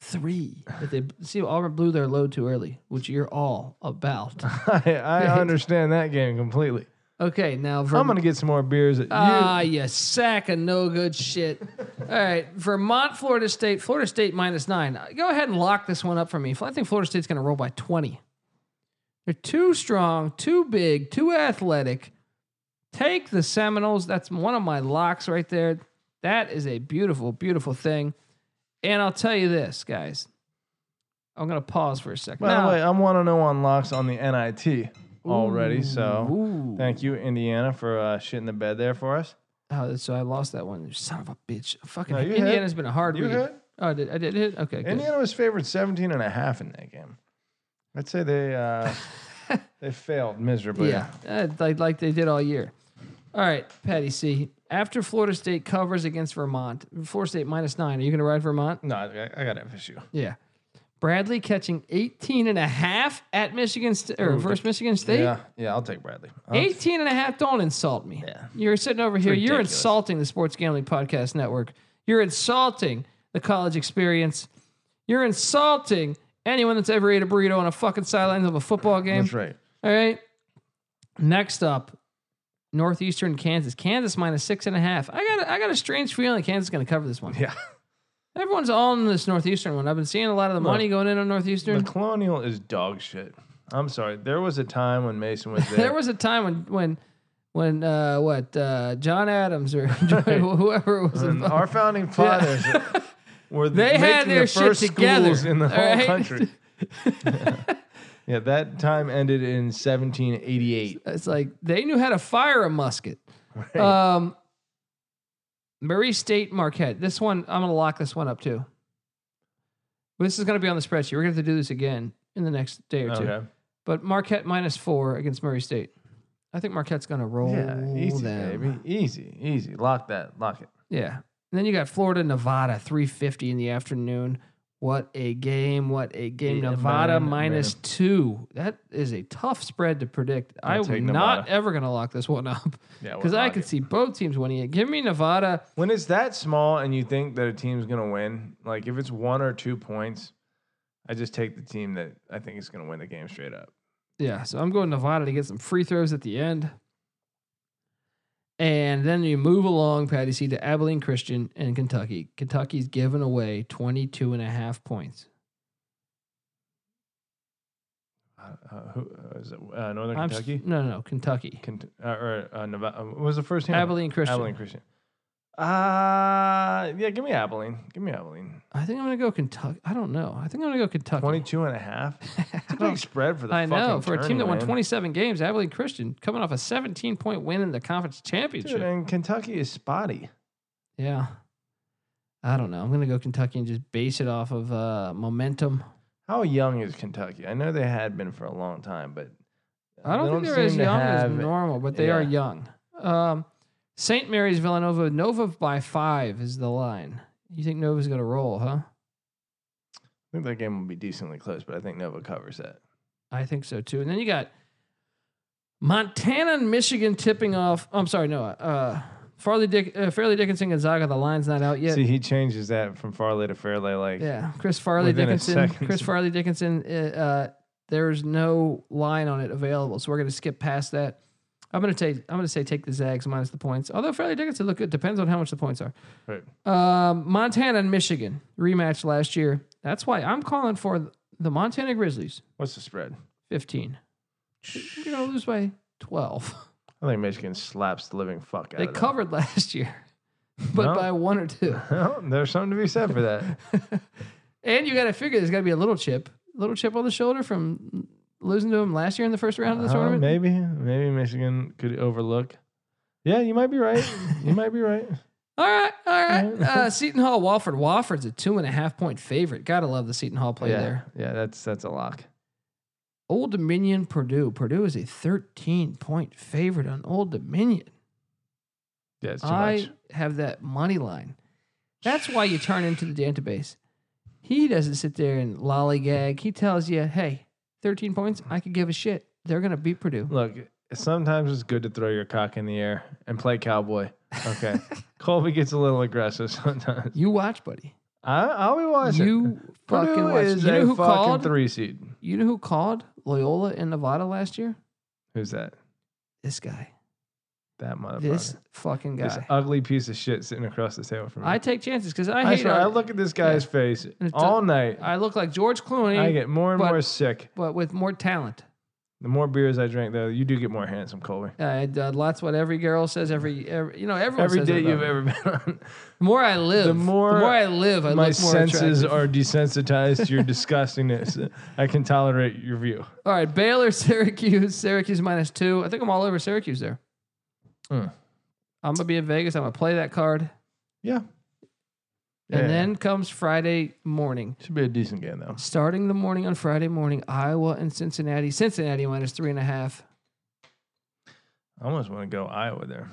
S1: Three. But they see Auburn blew their load too early, which you're all about.
S2: I, I understand that game completely.
S1: Okay, now
S2: I'm
S1: Vermont.
S2: gonna get some more beers at
S1: Ah, you sack of no good shit. All right, Vermont, Florida State, Florida State minus nine. Uh, Go ahead and lock this one up for me. I think Florida State's going to roll by twenty. They're too strong, too big, too athletic. Take the Seminoles. That's one of my locks right there. That is a beautiful, beautiful thing. And I'll tell you this, guys. I'm going to pause for a second.
S2: you. By
S1: Now-
S2: the way, I'm one and zero on locks on the NIT already. So
S1: Ooh.
S2: thank you, Indiana, for uh, shitting the bed there for us.
S1: Oh, so I lost that one. Son of a bitch. Fucking
S2: No, you hit.
S1: Indiana's been a hard
S2: You
S1: read.
S2: hit.
S1: Oh, I did, I did hit? Okay, good.
S2: Indiana was favored 17 and a half in that game. I'd say they uh, they failed miserably.
S1: yeah, uh, like, like they did all year. All right, Patty C. After Florida State covers against Vermont, Florida State minus nine, are you going to ride Vermont?
S2: No, I, I got FSU.
S1: Yeah. Bradley catching 18 and a half at Michigan State, or versus Michigan State?
S2: Yeah, yeah, I'll take Bradley. Uh, I'll-
S1: 18 and a half. Don't insult me.
S2: Yeah.
S1: You're sitting over here. You're
S2: ridiculous.
S1: insulting the Sports Gambling Podcast Network. You're insulting the college experience. You're insulting anyone that's ever ate a burrito on a fucking sidelines of a football game.
S2: That's right.
S1: All right. Next up, Northeastern Kansas. Kansas minus six and a half. I got a, I got a strange feeling Kansas is going to cover this one.
S2: Yeah.
S1: Everyone's on this Northeastern one. I've been seeing a lot of the money going in on
S2: The
S1: Northeastern.
S2: Colonial is dog shit. I'm sorry. There was a time when Mason was there.
S1: there was a time when when when uh, what uh, John Adams or whoever was
S2: And
S1: involved.
S2: our founding fathers were
S1: They
S2: making
S1: had their
S2: the
S1: shit
S2: first
S1: together,
S2: schools in the
S1: all
S2: whole
S1: right?
S2: country. yeah, that time ended in 1788.
S1: It's like they knew how to fire a musket.
S2: Right?
S1: Um, Murray State Marquette. This one I'm gonna lock this one up too. This is gonna be on the spreadsheet. We're gonna have to do this again in the next day or two.
S2: okay.
S1: But Marquette minus four against Murray State. I think Marquette's gonna roll
S2: Yeah, easy,
S1: them.
S2: baby. Easy, easy. Lock that. Lock it.
S1: Yeah. And then you got Florida, Nevada, 350 in the afternoon. What a game. What a game.
S2: Yeah,
S1: Nevada
S2: man,
S1: minus two. That is a tough spread to predict.
S2: I'll take
S1: I'm not
S2: Nevada.
S1: ever going to lock this one up
S2: Yeah, we'll
S1: because I
S2: lock
S1: could
S2: it.
S1: see both teams winning it. Give me Nevada.
S2: When it's that small and you think that a team's gonna win, like if it's one or two points, I just take the team that I think is gonna win the game straight up.
S1: Yeah. So I'm going Nevada to get some free throws at the end. And then you move along, Patty C, to Abilene Christian and Kentucky. Kentucky's given away 22 and a half points.
S2: Uh, uh, who uh, is it? Uh, Northern
S1: I'm s-
S2: Kentucky,
S1: no, no, no, Kentucky.
S2: Kent- uh, or uh, Nevada? What was the first team?
S1: Abilene Christian.
S2: Abilene Christian. Uh, yeah, give me Abilene. Give me Abilene.
S1: I think I'm gonna go Kentucky. I don't know. I think I'm gonna go Kentucky.
S2: 22 and a half. It's a big spread for the
S1: I
S2: fucking
S1: know for a team that won
S2: tournament.
S1: 27 games, Abilene Christian coming off a 17 point win in the conference championship.
S2: Dude, and Kentucky is spotty.
S1: yeah, I don't know. I'm gonna go Kentucky and just base it off of uh, momentum.
S2: How young is Kentucky? I know they had been for a long time, but
S1: I don't,
S2: they
S1: think they're as
S2: seem to
S1: young as
S2: have-
S1: normal, but they are
S2: yeah.
S1: young. Um, St. Mary's Villanova Nova by five is the line. You think Nova's gonna roll, huh?
S2: I think that game will be decently close, but I think Nova covers that.
S1: I think so too. And then you got Montana and Michigan tipping off. Oh, I'm sorry, no. Uh, Farley Dick, uh, Fairleigh Dickinson Gonzaga. The line's not out yet.
S2: See, he changes that from Farley to Fairley. Like,
S1: yeah, Chris Farley
S2: Within a
S1: Dickinson.
S2: second.
S1: Chris Farley Dickinson. uh, Uh, there's no line on it available, so we're going to skip past that. I'm going to take. I'm going to say take the Zags minus the points. Although Fairleigh Dickinson look good, depends on how much the points are.
S2: right.
S1: Um, Montana and Michigan rematch last year. That's why I'm calling for the Montana Grizzlies
S2: what's the spread?
S1: 15. You're going to lose by 12.
S2: I think Michigan slaps the living fuck out
S1: They
S2: of them.
S1: covered last year, but
S2: No.
S1: by one or two.
S2: Well, there's something to be said for that.
S1: And you got to figure there's got to be a little chip, little chip on the shoulder from losing to him last year in the first round of the
S2: Uh,
S1: tournament.
S2: maybe, maybe Michigan could overlook. Yeah, you might be right. You might be right.
S1: All right, all right.
S2: Yeah.
S1: Uh, Seton Hall, Wofford. Wofford's a two and a half point favorite. Gotta love the Seton Hall play
S2: yeah,
S1: there.
S2: yeah, that's that's a lock.
S1: Old Dominion, Purdue. Purdue is a 13 point favorite on Old Dominion.
S2: Yeah, it's too
S1: I
S2: much.
S1: have that money line. That's why you turn into the database. He doesn't sit there and lollygag. He tells you, hey, 13 points, I could give a shit. They're going to beat Purdue.
S2: Look, sometimes it's good to throw your cock in the air and play cowboy. Okay, Colby gets a little aggressive sometimes.
S1: You watch, buddy.
S2: I, I'll be watching.
S1: You
S2: Purdue
S1: fucking watch.
S2: is
S1: You know
S2: a
S1: who
S2: fucking
S1: called?
S2: three seed.
S1: You know who called Loyola in Nevada last year?
S2: Who's that?
S1: This guy.
S2: That motherfucker.
S1: This fucking guy.
S2: This ugly piece of shit sitting across the table from me.
S1: I take chances because I
S2: I,
S1: hate.
S2: swear,
S1: on-
S2: I look at this guy's face
S1: It's a-
S2: all night.
S1: I look like George Clooney,
S2: I get more and
S1: but-
S2: more sick.
S1: but with more talent.
S2: The more beers I drink, though, you do get more handsome, Colby.
S1: I uh, that's what every girl says. Every, every you know, everyone
S2: Every
S1: says
S2: date
S1: that about
S2: you've
S1: me.
S2: ever been on,
S1: The more I live, the more,
S2: more
S1: I live, I
S2: my
S1: look more
S2: senses
S1: attractive.
S2: are desensitized to your disgustingness. I can tolerate your view.
S1: All right, Baylor, Syracuse, Syracuse minus two. I think I'm all over Syracuse there.
S2: Mm.
S1: I'm gonna be in Vegas. I'm gonna play that card,
S2: Yeah.
S1: and then comes Friday morning.
S2: should be a decent game though.
S1: Starting the morning on Friday morning, Iowa and Cincinnati. Cincinnati minus three and a half.
S2: I almost want to go Iowa there.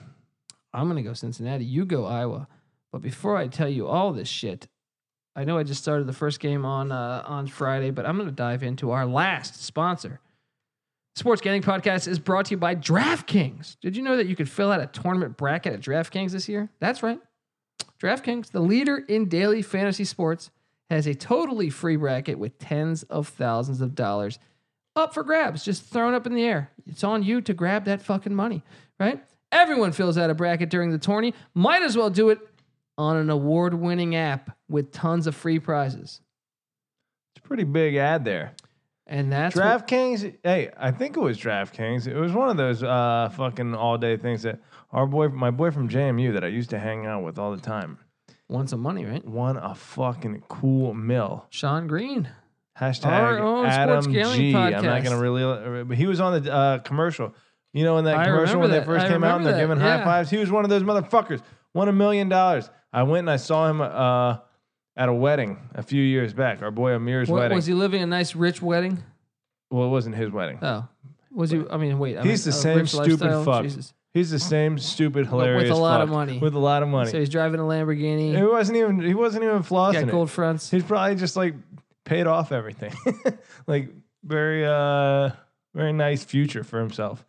S1: I'm going to go Cincinnati. You go Iowa. But before I tell you all this shit, I know I just started the first game on uh, on Friday, but I'm going to dive into our last sponsor. Sports Gambling Podcast is brought to you by DraftKings. Did you know that you could fill out a tournament bracket at DraftKings this year? That's right. DraftKings, the leader in daily fantasy sports, has a totally free bracket with tens of thousands of dollars up for grabs, just thrown up in the air. It's on you to grab that fucking money, right? Everyone fills out a bracket during the tourney. Might as well do it on an award winning app with tons of free prizes.
S2: It's a pretty big ad there.
S1: And that's what-
S2: DraftKings. Hey, I think it was DraftKings. It was one of those uh, fucking all day things that our boy, my boy from JMU, that I used to hang out with all the time,
S1: want some money, right?
S2: won a fucking cool mill.
S1: Sean Green.
S2: Hashtag
S1: Our own
S2: Adam
S1: Sports
S2: G.
S1: Gambling
S2: am not
S1: Podcast.
S2: going to really, but he was on the uh, commercial. You know, in that
S1: I
S2: commercial
S1: remember
S2: when
S1: that.
S2: they first
S1: I
S2: came out and they're
S1: remember
S2: giving
S1: that. Yeah.
S2: high fives. He was one of those motherfuckers. Won a million dollars. I went and I saw him uh, at a wedding a few years back. Our boy Amir's
S1: What,
S2: wedding.
S1: was he living a nice rich wedding?
S2: well, it wasn't his wedding.
S1: Oh, was he? I mean, wait. I
S2: He's
S1: meant
S2: the
S1: a
S2: same
S1: rich
S2: stupid
S1: lifestyle?
S2: fuck.
S1: Jesus.
S2: He's the same stupid, hilarious.
S1: lot of
S2: fuck.
S1: money.
S2: With a lot of money.
S1: So he's driving a Lamborghini.
S2: he wasn't even. He wasn't even flossing.
S1: got
S2: it.
S1: gold fronts.
S2: He's probably just like paid off everything. like very, uh very nice future for himself.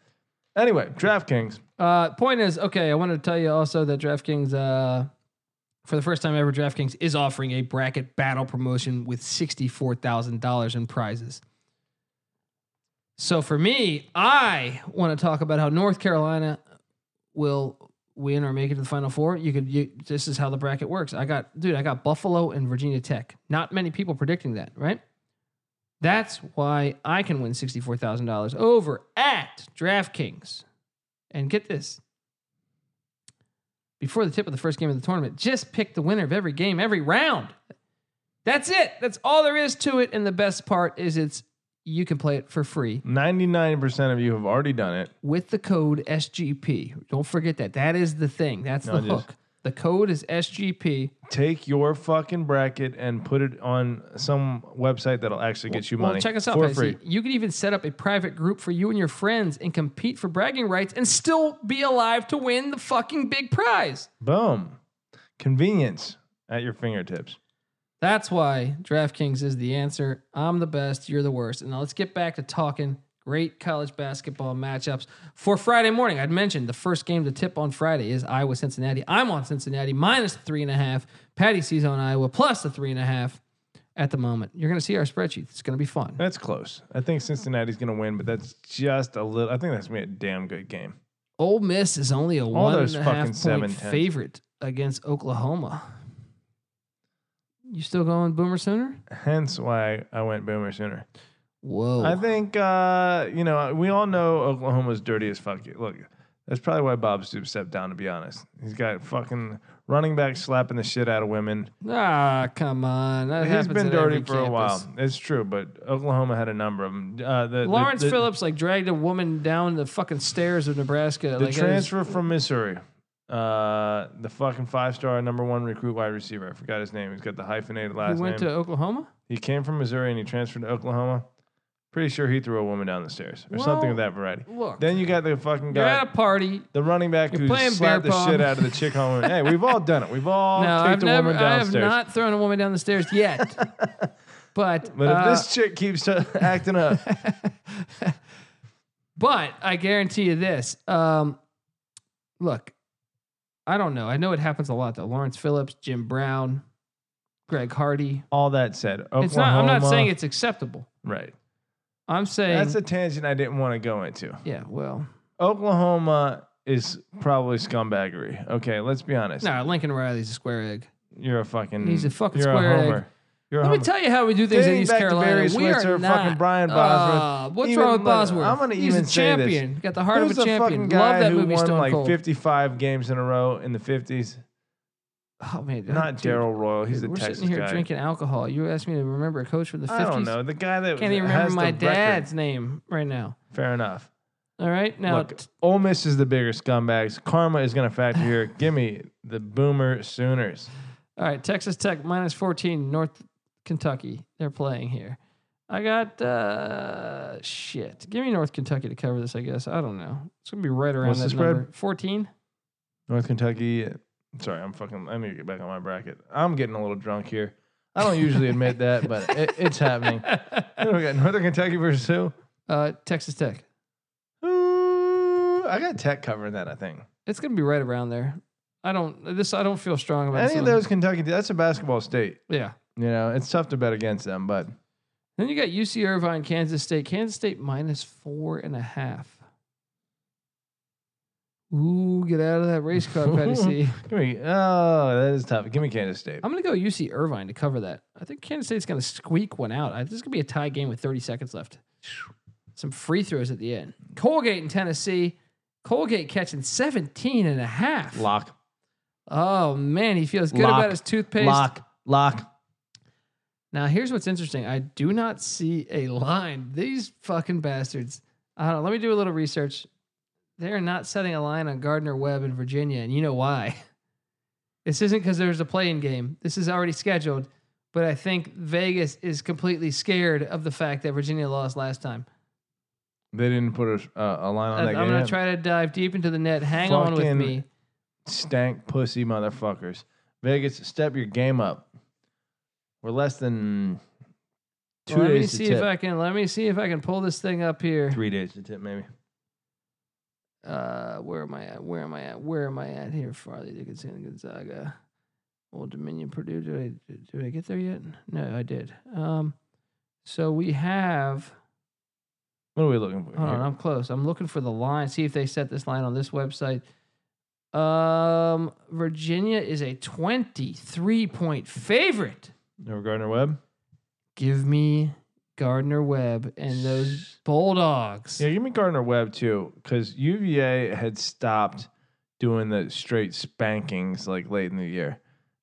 S2: Anyway, DraftKings.
S1: Uh, point is, okay, I wanted to tell you also that DraftKings, uh, for the first time ever, DraftKings is offering a bracket battle promotion with $64,000 in prizes. So for me, I want to talk about how North Carolina will win or make it to the Final Four. You could, you, this is how the bracket works. I got, dude, I got Buffalo and Virginia Tech. Not many people predicting that, right? That's why I can win $64,000 over at DraftKings. And get this. Before the tip of the first game of the tournament, just pick the winner of every game, every round. That's it. That's all there is to it. And the best part is it's you can play it for free
S2: Ninety-nine percent of you have already done it.
S1: with the code SGP. Don't forget that. That is the thing. That's
S2: No,
S1: the
S2: just-
S1: hook. The code is SGP.
S2: Take your fucking bracket and put it on some website that'll actually get you
S1: Well,
S2: money
S1: check us out,
S2: for
S1: Pacey.
S2: free.
S1: You can even set up a private group for you and your friends and compete for bragging rights and still be alive to win the fucking big prize.
S2: Boom, convenience at your fingertips.
S1: That's why DraftKings is the answer. I'm the best, you're the worst. And now let's get back to talking great college basketball matchups for Friday morning. I'd mentioned the first game to tip on Friday is Iowa Cincinnati. I'm on Cincinnati minus the three and a half. Patty sees on Iowa plus the three and a half at the moment. You're going to see our spreadsheet. It's going to be fun.
S2: That's close. I think Cincinnati's going to win, but that's just a little. I think that's going to be a damn good game.
S1: Ole Miss is only a one and
S2: those
S1: a half
S2: fucking
S1: point
S2: seven tens.
S1: favorite against Oklahoma. You still going Boomer Sooner?
S2: Hence why I went Boomer sooner.
S1: Whoa.
S2: I think uh, you know we all know Oklahoma's dirty as fuck. Look, That's probably why Bob Stoops stepped down. To be honest, he's got fucking running back slapping the shit out of women.
S1: Ah, come on. That
S2: he's
S1: happens
S2: been
S1: at
S2: dirty
S1: every
S2: for a
S1: campus.
S2: while. It's true, but Oklahoma had a number of them. Uh, the, the-
S1: Lawrence
S2: the,
S1: Phillips like dragged a woman down the fucking stairs of Nebraska.
S2: the
S1: like, that is-
S2: transfer from Missouri, uh, the fucking five star number one recruit wide receiver. I forgot his name. He's got the hyphenated
S1: he
S2: last
S1: went
S2: name.
S1: to Oklahoma.
S2: he came from Missouri and he transferred to Oklahoma. Pretty sure he threw a woman down the stairs or something of
S1: Well,
S2: that variety.
S1: Look,
S2: Then you got the fucking
S1: you're
S2: guy,
S1: at a party.
S2: the running back
S1: you're
S2: who
S1: playing
S2: slapped
S1: beer
S2: the shit
S1: pong.
S2: out of the chick home. hey, we've all done it. We've all
S1: No,
S2: kicked
S1: I've
S2: a
S1: never.
S2: woman
S1: I have
S2: downstairs.
S1: not thrown a woman down the stairs yet. but
S2: but if
S1: uh,
S2: this chick keeps uh, acting up,
S1: But I guarantee you this. Um, look, I don't know. I know it happens a lot though. Lawrence Phillips, Jim Brown, Greg Hardy.
S2: all that said, Oklahoma,
S1: It's not. I'm not saying it's acceptable.
S2: right.
S1: I'm saying
S2: That's a tangent I didn't want to go into.
S1: yeah. Well,
S2: Oklahoma is probably scumbaggery. Okay, let's be honest.
S1: no. Lincoln Riley's a square egg.
S2: You're a fucking.
S1: He's a fucking
S2: you're
S1: square
S2: a
S1: egg.
S2: homer. You're a
S1: Let
S2: homer.
S1: me tell you how we do things in
S2: Dating
S1: East
S2: back to
S1: Carolina.
S2: Barry
S1: we are
S2: Switzer,
S1: not.
S2: fucking Brian
S1: Ah,
S2: Bosworth.
S1: what's
S2: Even-
S1: wrong with
S2: look,
S1: Bosworth?
S2: I'm gonna
S1: He's a
S2: even say this.
S1: champion. Got the heart
S2: Who's
S1: of a
S2: the fucking
S1: champion.
S2: guy
S1: Love that
S2: who
S1: movie,
S2: won
S1: Stone
S2: like
S1: Cold.
S2: 55 games in a row in the 50s?
S1: oh man,
S2: Not
S1: dude,
S2: Daryl Royal. He's
S1: dude,
S2: a
S1: We're
S2: Texas
S1: sitting here
S2: guy.
S1: drinking alcohol. You asked me to remember a coach from the 50s.
S2: I don't know the guy that
S1: Can't even
S2: has
S1: remember my
S2: the
S1: dad's
S2: Record.
S1: name right now.
S2: Fair enough.
S1: All right, now
S2: Look, Ole Miss is the bigger scumbags. Karma is going to factor here. Give me the Boomer Sooners.
S1: all right, Texas Tech minus fourteen, North Kentucky. They're playing here. I got uh shit. Give me North Kentucky to cover this. I guess I don't know. It's gonna be right around
S2: What's
S1: that
S2: the spread?
S1: number fourteen.
S2: North Kentucky. Sorry, I'm fucking. I need to get back on my bracket. I'm getting a little drunk here. I don't usually admit that, but it, it's happening. Who do we got? Northern Kentucky versus who?
S1: Uh, Texas Tech.
S2: Ooh, I got Tech covering that. I think
S1: It's gonna be right around there. I don't. This I don't feel strong about.
S2: any
S1: this
S2: of
S1: one.
S2: those Kentucky. That's a basketball state.
S1: Yeah.
S2: You know, it's tough to bet against them, but
S1: Then you got UC Irvine, Kansas State. Kansas State minus four and a half. Ooh, get out of that race car, Patty C.
S2: give me. Oh, that is tough. Give me Kansas State.
S1: I'm going to go UC Irvine to cover that. I think Kansas State's going to squeak one out. I, this is going to be a tie game with 30 seconds left. Some free throws at the end. Colgate in Tennessee. Colgate catching 17 and a half.
S2: Lock,
S1: Oh, man. He feels good
S2: Lock.
S1: about his toothpaste.
S2: lock, lock.
S1: Now, here's what's interesting. I do not see a line. These fucking bastards. I don't know. Let me do a little research. They're not setting a line on Gardner Webb in Virginia, and you know why. This isn't because there's a playing game. This is already scheduled, but I think Vegas is completely scared of the fact that Virginia lost last time.
S2: They didn't put a, uh, a line on
S1: I,
S2: that
S1: am
S2: game.
S1: going to try to dive deep into the net. Hang on with
S2: Fucking-
S1: me.
S2: stank pussy motherfuckers. Vegas, step your game up. We're less than two
S1: let me
S2: days
S1: see
S2: to
S1: if
S2: tip.
S1: I can. Let me see if I can pull this thing up here.
S2: Three days to tip, maybe.
S1: uh, where am I at? Where am I at? Where am I at here? Farley Dickinson, Gonzaga, Old Dominion, Purdue. Did I did I get there yet? No, I did. Um, so we have.
S2: What are we looking for?
S1: Hold on,
S2: here?
S1: I'm close. I'm looking for the line. See if they set this line on this website. Um, Virginia is a 23 point favorite.
S2: No Gardner Webb.
S1: Give me Gardner Webb and those Bulldogs.
S2: Yeah, give me Gardner Webb too, because UVA had stopped doing the straight spankings like late in the year.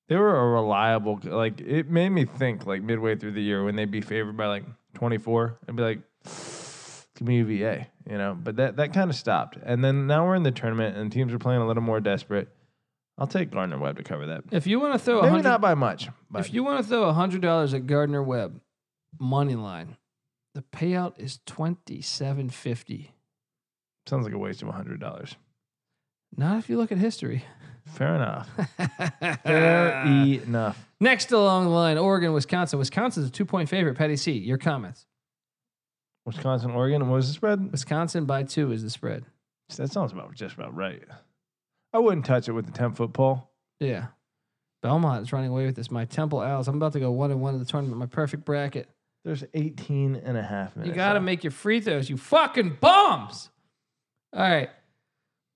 S2: They were a reliable like it made me think like midway through the year when they'd be favored by like twenty four, I'd be like, give me UVA, you know. But that that kind of stopped. And then now we're in the tournament and teams are playing a little more desperate. I'll take Gardner Webb to cover that.
S1: If you want to throw a
S2: Maybe
S1: 100
S2: not by much, but
S1: If you want to throw hundred dollars at Gardner Webb, money line, the payout is twenty seven fifty.
S2: sounds like a waste of hundred dollars.
S1: Not if you look at history. e-,
S2: Fair enough. Fair enough.
S1: Next along the line, Oregon, Wisconsin. Wisconsin's a two point favorite. Patty C, your comments.
S2: Wisconsin, Oregon. What was the spread?
S1: Wisconsin by two is the spread.
S2: So that sounds about just about right. I wouldn't touch it with a ten foot pole.
S1: Yeah. Belmont is running away with this. My Temple Owls. I'm about to go one and one in the tournament. My perfect bracket.
S2: There's 18 and a half minutes.
S1: You got to
S2: left.
S1: make your free throws, you fucking bums. All right.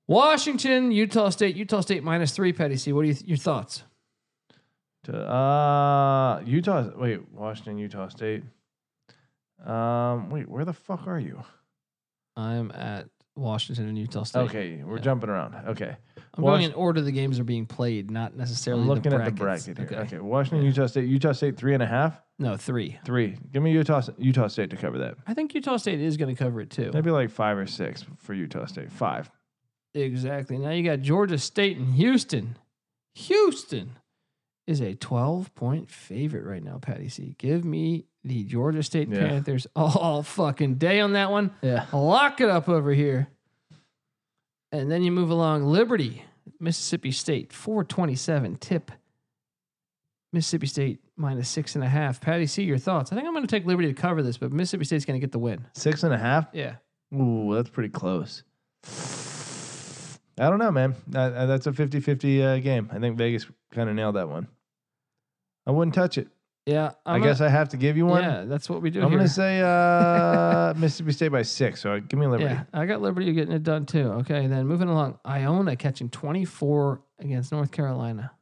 S1: Washington, Utah State, Utah State minus three, Petty C. What are you your thoughts?
S2: To, uh, Utah. Wait, Washington, Utah State. Um, wait, where the fuck are you?
S1: I'm at Washington and Utah State.
S2: Okay, we're jumping around. Okay.
S1: I'm
S2: Wash-
S1: going in order the games are being played, not necessarily
S2: I'm looking
S1: the
S2: at the
S1: brackets.
S2: bracket here. Okay.
S1: Okay.
S2: Washington, Utah State. Utah State three and a half.
S1: No, three.
S2: Three. Give me Utah Utah State to cover that.
S1: I think Utah State is going to cover it too.
S2: Maybe like five or six for Utah State. Five.
S1: Exactly. Now you got Georgia State and Houston. Houston is a 12 point favorite right now, Patty C. Give me the Georgia State
S2: Yeah.
S1: Panthers all fucking day on that one.
S2: Yeah.
S1: Lock it up over here. And then you move along. Liberty, Mississippi State, 427 tip. Mississippi State minus six and a half. Patty C, your thoughts. I think I'm going to take Liberty to cover this, but Mississippi State's going to get the win.
S2: Six and a half.
S1: Yeah.
S2: Ooh, that's pretty close. I don't know, man. That- uh, that's a 50 50 uh, game. I think Vegas kind of nailed that one. I wouldn't touch it.
S1: Yeah.
S2: i
S1: I'm
S2: guess
S1: gonna-
S2: I have to give you one.
S1: Yeah, that's what we do
S2: I'm
S1: here.
S2: going to say uh, Mississippi State by six. So give me Liberty.
S1: Yeah, I got Liberty getting it done too. Okay, then moving along, Iona catching 24 against North Carolina.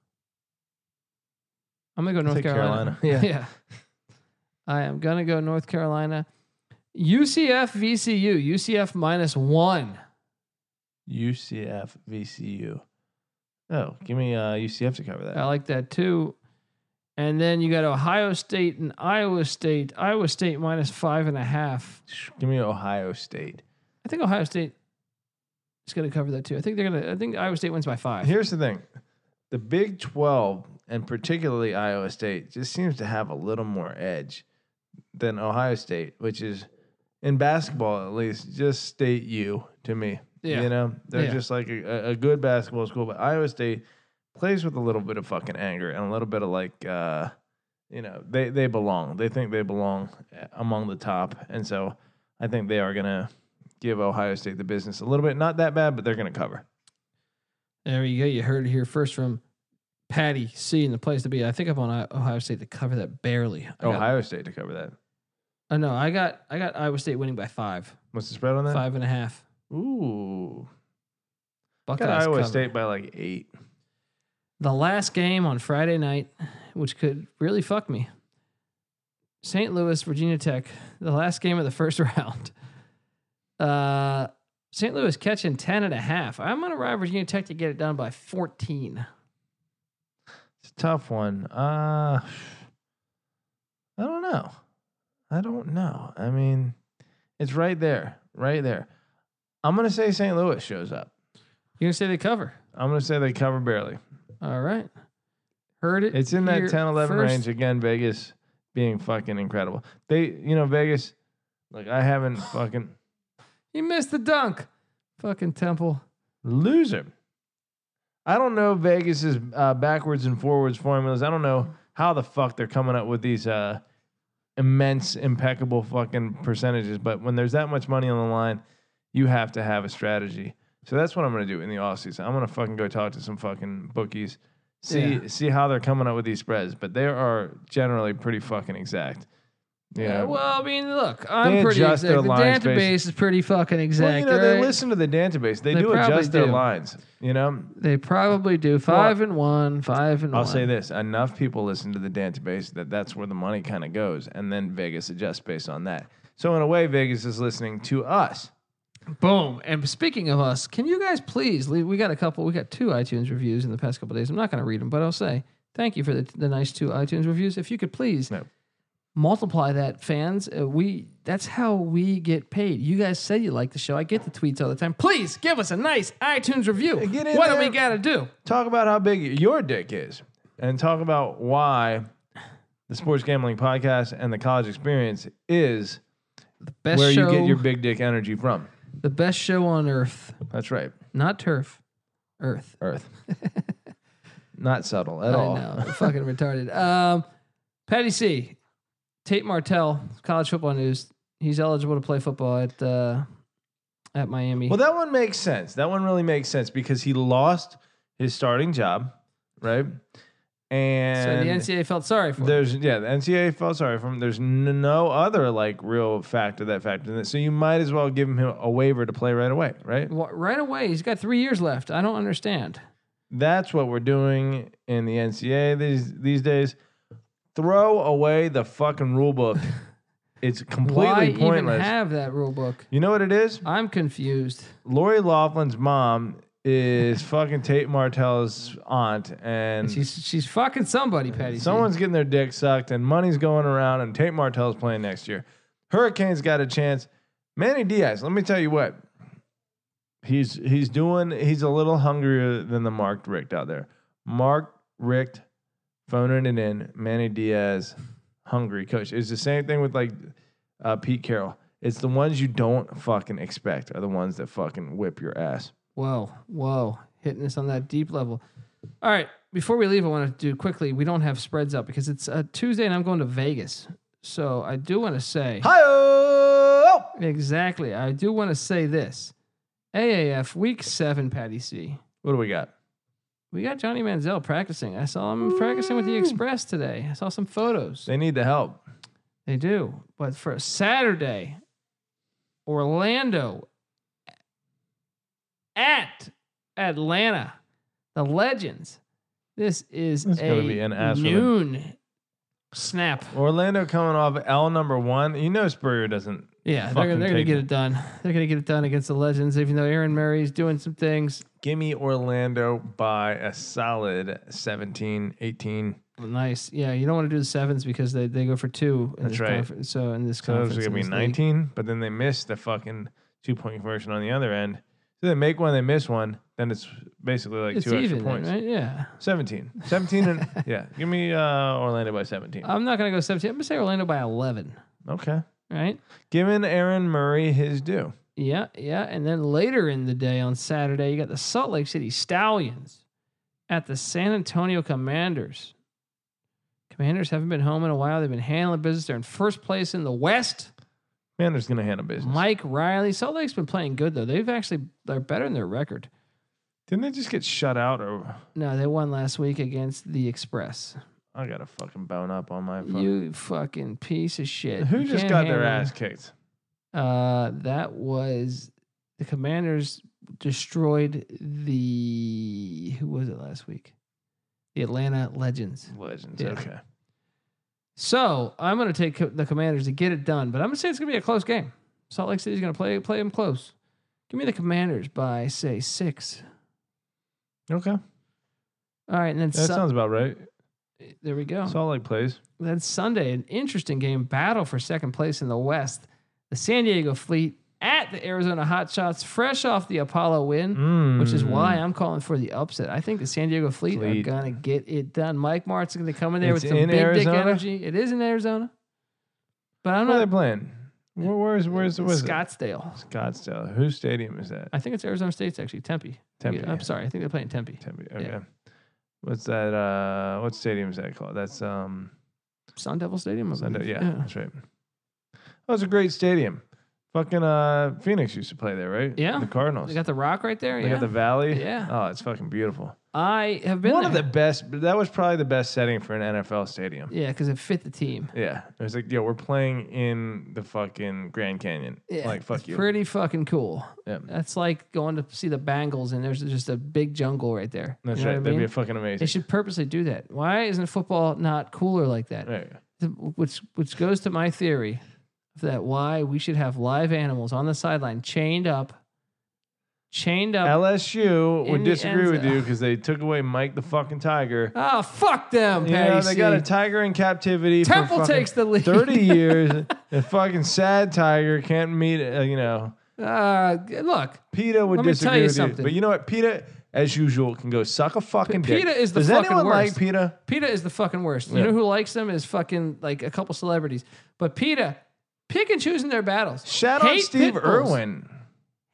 S1: I'm gonna go North
S2: Take
S1: Carolina.
S2: Carolina. Yeah.
S1: I am gonna go North Carolina. UCF VCU UCF minus one.
S2: UCF, VCU. Oh, give me uh, UCF to cover that.
S1: I like that too. And then you got Ohio State and Iowa State. Iowa State minus five and a half.
S2: Give me Ohio State.
S1: I think Ohio State is gonna cover that too. I think they're gonna. I think Iowa State wins by five.
S2: Here's the thing the Big 12, and particularly Iowa State, just seems to have a little more edge than Ohio State, which is in basketball, at least, just state U to me.
S1: Yeah.
S2: You know, they're
S1: Yeah.
S2: just like a, a- a good basketball school, but Iowa State plays with a little bit of fucking anger and a little bit of like, uh, you know, they, they belong. They think they belong eh, among the top. And so I think they are going to give Ohio State the business a little bit. Not that bad, but they're going to cover.
S1: There you go. You heard it here first from Patty C in the place to be. I think I'm on I- Ohio State to cover that barely. I got-
S2: Ohio State to cover that.
S1: I know. I got I got Iowa State winning by five,
S2: What's the spread on that?
S1: five and a half.
S2: Ooh. Got
S1: Buckeyes
S2: Iowa
S1: cover.
S2: State by like eight.
S1: The last game on Friday night, which could really fuck me. St. Louis, Virginia Tech, the last game of the first round. Uh, St. Louis catching 10 and a half. I'm going to ride Virginia Tech to get it done by 14.
S2: It's a tough one. Uh I don't know. I don't know. I mean, it's right there. Right there. I'm gonna say St. Louis shows up.
S1: You're going to say they cover.
S2: I'm gonna say they cover barely.
S1: All right. Heard it.
S2: It's in that
S1: here
S2: 10 11
S1: first.
S2: range. Again, Vegas being fucking incredible. They you know, Vegas, like I haven't fucking
S1: He missed the dunk. Fucking Temple.
S2: loser. I don't know Vegas's uh, backwards and forwards formulas. I don't know how the fuck they're coming up with these uh, immense, impeccable fucking percentages. But when there's that much money on the line, you have to have a strategy. So that's what I'm gonna do in the offseason. I'm gonna fucking go talk to some fucking bookies, see
S1: Yeah.
S2: see how they're coming up with these spreads. But they are generally pretty fucking exact. Yeah.
S1: Well, I mean, look, I'm
S2: They
S1: pretty
S2: adjust
S1: exact.
S2: their
S1: The
S2: lines
S1: database
S2: based-
S1: is pretty fucking exact.
S2: Well, you know, they
S1: right?
S2: listen to the database. They,
S1: They
S2: do
S1: probably
S2: adjust their
S1: do.
S2: lines. You know,
S1: They probably do. Five and one, five and
S2: I'll
S1: one.
S2: say this: enough people listen to the database that that's where the money kind of goes, and then Vegas adjusts based on that. So in a way, Vegas is listening to us.
S1: Boom. And speaking of us, can you guys please leave? We got a couple, we got two iTunes reviews in the past couple days. I'm not going to read them, but I'll say thank you for the, the nice two iTunes reviews. If you could please
S2: No.
S1: multiply that, fans. Uh, we That's how we get paid. You guys say you like the show. I get the tweets all the time. Please give us a nice iTunes review.
S2: get in
S1: what do
S2: there.
S1: we got to do?
S2: Talk about how big your dick is, and talk about why the sports gambling podcast and the college experience is
S1: Best
S2: where
S1: show,
S2: you get your big dick energy from.
S1: the best show on earth,
S2: That's right,
S1: not turf, earth.
S2: Earth. Not subtle at
S1: I
S2: all.
S1: know, fucking retarded. Um, Patty C, Tate Martell, college football news. He's eligible to play football at uh, at Miami.
S2: Well, that one makes sense. That one really makes sense because he lost his starting job, right?
S1: so the
S2: And
S1: NCAA felt sorry for him.
S2: There's yeah, the NCAA felt sorry for him. There's n- no other like real factor that factors in it. So you might as well give him a waiver to play right away, right?
S1: Wha- Right away, he's got three years left. I don't understand.
S2: That's what we're doing in the NCAA these these days. Throw away the fucking rule book It's
S1: Why
S2: completely
S1: even
S2: pointless.
S1: have that rule book?
S2: you know what it is?
S1: I'm confused.
S2: Lori Laughlin's mom is fucking Tate Martell's aunt, and
S1: She's she's fucking somebody, Patty. C.
S2: Someone's getting their dick sucked, and money's going around, and Tate Martell's playing next year. Hurricanes got a chance. Manny Diaz, let me tell you what. He's he's doing he's a little hungrier than the Mark Richt out there. Mark Richt phoning it in. Manny Diaz, hungry coach. It's the same thing with like uh, Pete Carroll. It's the ones you don't fucking expect are the ones that fucking whip your ass.
S1: Whoa, whoa, hitting this on that deep level. All right, before we leave, I want to do quickly. We don't have spreads up because it's uh, Tuesday and I'm going to Vegas. So I do want to say
S2: Hi
S1: exactly. I do want to say this. AAF week seven, Patty C.
S2: What do we got?
S1: We got Johnny Manziel practicing. I saw him practicing with the Express today. I saw some photos.
S2: They need the help.
S1: They do. But for a Saturday, Orlando at Atlanta, the Legends. This is
S2: It's
S1: a
S2: gonna be an ass whipping.
S1: noon snap.
S2: Orlando coming off L number one. You know Spurrier doesn't.
S1: Yeah, they're, gonna-
S2: Fucking
S1: they're going to
S2: take
S1: get
S2: it.
S1: it done. They're going to get it done against the Legends, even though Aaron Murray's doing some things.
S2: Give me Orlando by a solid 17, 18.
S1: Nice. Yeah, you don't want to do the sevens because they, they go for two. In
S2: That's
S1: this
S2: right.
S1: Conference, so in this
S2: So those
S1: conference,
S2: are going to
S1: in
S2: be
S1: this league.
S2: 19, but then they miss the fucking two point conversion on the other end. So they make one, they miss one. Then it's basically like
S1: It's
S2: two extra
S1: even, then,
S2: points.
S1: right? Yeah.
S2: 17. 17. And, yeah. Give me uh, Orlando by 17.
S1: I'm not going to go 17. I'm going to say Orlando by 11,
S2: Okay.
S1: right?
S2: Giving Aaron Murray his due.
S1: Yeah, yeah. And then later in the day on Saturday, you got the Salt Lake City Stallions at the San Antonio Commanders. Commanders haven't been home in a while. They've been handling business. They're in first place in the West.
S2: Mander's going to handle business.
S1: Mike Riley. Salt Lake's been playing good though. They've actually they're better than their record.
S2: Didn't they just get shut out? Or
S1: No, they won last week against the Express.
S2: I got to fucking bone up on my phone.
S1: You fucking piece of shit.
S2: Who
S1: You
S2: just
S1: can't
S2: got their
S1: handle-
S2: ass kicked?
S1: Uh, that was the Commanders destroyed the who was it last week? The Atlanta Legends.
S2: Legends.
S1: Yeah.
S2: Okay.
S1: So I'm going to take co- the Commanders to get it done, but I'm going to say it's going to be a close game. Salt Lake City's going to play play them close. Give me the Commanders by say six.
S2: Okay.
S1: All right, and then
S2: That
S1: Sun-
S2: sounds about right.
S1: there we go.
S2: Salt Lake plays.
S1: Then Sunday, an interesting game battle for second place in the West. The San Diego Fleet at the Arizona Hotshots, fresh off the Apollo win.
S2: Hmm.
S1: which is why I'm calling for the upset. I think the San Diego Fleet,
S2: Fleet.
S1: are gonna get it done. Mike Mart's gonna come in there
S2: It's
S1: with some
S2: in
S1: big
S2: Arizona?
S1: dick energy. It is in Arizona, but I'm
S2: Where are they
S1: not.
S2: playing? Where, where's where's where's it?
S1: Scottsdale.
S2: Scottsdale. Whose stadium is that?
S1: I think it's Arizona State's actually Tempe.
S2: Tempe.
S1: I'm sorry, I think they play in Tempe.
S2: Tempe.
S1: yeah.
S2: Okay. What's that? Uh, what stadium is that called? That's um.
S1: Sun Devil Stadium. I
S2: Sun-
S1: believe.
S2: yeah, that's right. That was a great stadium. Fucking uh, Phoenix used to play there, right?
S1: Yeah.
S2: The Cardinals.
S1: They got the rock right there.
S2: They
S1: yeah.
S2: got the Valley.
S1: Yeah.
S2: Oh, it's fucking beautiful.
S1: I have been
S2: One
S1: there.
S2: of the best. That was probably the best setting for an NFL stadium.
S1: yeah, because it fit the team.
S2: Yeah. It was like, yo, we're playing in the fucking Grand Canyon.
S1: Yeah,
S2: Like, fuck
S1: it's
S2: you.
S1: Pretty fucking cool.
S2: Yeah.
S1: That's like going to see the Bengals, and there's just a big jungle right there.
S2: That's
S1: You know
S2: right.
S1: what I
S2: That'd be
S1: mean?
S2: fucking
S1: They
S2: amazing.
S1: should purposely do that. Why isn't football not cooler like that?
S2: Right.
S1: th- which which goes to my theory that why we should have live animals on the sideline chained up chained up
S2: LSU
S1: In
S2: would
S1: the
S2: disagree
S1: end
S2: with you
S1: zone.
S2: because they took away Mike the fucking tiger.
S1: oh fuck them Patty
S2: Yeah, they
S1: C.
S2: got a tiger in captivity. for
S1: Temple
S2: fucking
S1: takes the lead.
S2: Thirty years. The fucking sad tiger can't meet. Uh, you know,
S1: uh, g- look
S2: Peta would
S1: Let me
S2: disagree
S1: tell you
S2: with
S1: something.
S2: you, but you know what? Peta, as usual, can go suck a fucking.
S1: P-
S2: dick.
S1: PETA is the
S2: Does
S1: fucking
S2: anyone
S1: worst.
S2: like Peta?
S1: PETA is the fucking worst you
S2: Yeah.
S1: know who likes them is fucking like a couple celebrities but PETA pick and choosing their battles
S2: Shout out
S1: Hate
S2: Steve
S1: pit bulls.
S2: Irwin.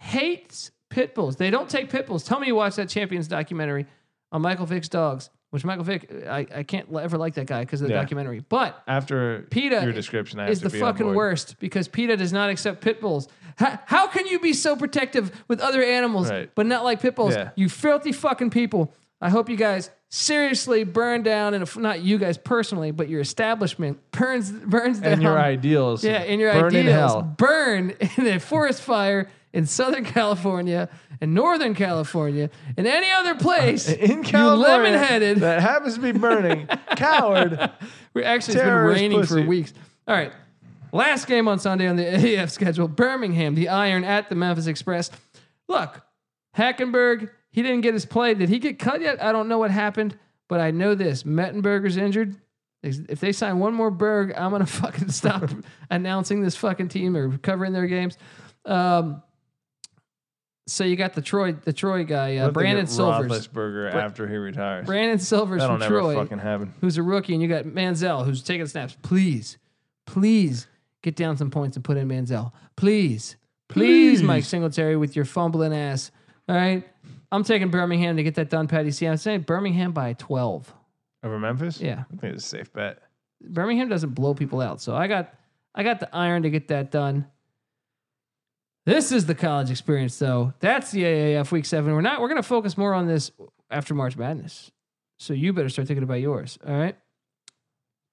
S1: hates pit bulls they don't take pit bulls tell me you watched that champions documentary on Michael Vick's dogs which Michael Vick I, I can't ever like that guy because of the
S2: Yeah.
S1: documentary but
S2: After
S1: PETA
S2: your description, I have
S1: is
S2: to
S1: the
S2: be on
S1: fucking
S2: board.
S1: worst because PETA does not accept pit bulls. How, how can you be so protective with other animals
S2: Right.
S1: but not like pit bulls?
S2: Yeah.
S1: You filthy fucking people. I hope you guys seriously burn down and if not you guys personally, but your establishment burns burns down.
S2: And your ideals.
S1: yeah, and your
S2: burn Um, in
S1: ideals
S2: hell.
S1: burn in a forest fire in Southern California and Northern California and any other place.
S2: Uh, In California,
S1: lemon-headed.
S2: that happens to be burning, coward.
S1: We're actually it's been
S2: Terrorist
S1: raining for
S2: pussy.
S1: weeks. All right. Last game on Sunday on the AF schedule Birmingham, the Iron at the Memphis Express. Look, Hackenberg, he didn't get his play. Did he get cut yet? I don't know what happened, but I know this Mettenberger's injured. If they sign one more Berg, I'm going to fucking stop announcing this fucking team or covering their games. Um, so you got the Troy, the Troy guy, uh,
S2: What if they
S1: Brandon
S2: get
S1: Silvers.
S2: Roethlisberger
S1: Bra-
S2: after he retires.
S1: Brandon Silvers
S2: That'll
S1: from
S2: never
S1: Troy
S2: fucking happen.
S1: who's a rookie, and you got Manziel, who's taking snaps. Please, please get down some points and put in Manziel. Please, please,
S2: Please.
S1: Mike Singletary, with your fumbling ass. All right. I'm taking Birmingham to get that done, Patty. See, I'm saying Birmingham by 12.
S2: Over Memphis?
S1: Yeah.
S2: I think it's a safe bet.
S1: Birmingham doesn't blow people out. So I got I got the iron to get that done. This is the college experience, though. That's the AAF Week Seven. We're not. We're gonna focus more on this after March Madness. So you better start thinking about yours. All right,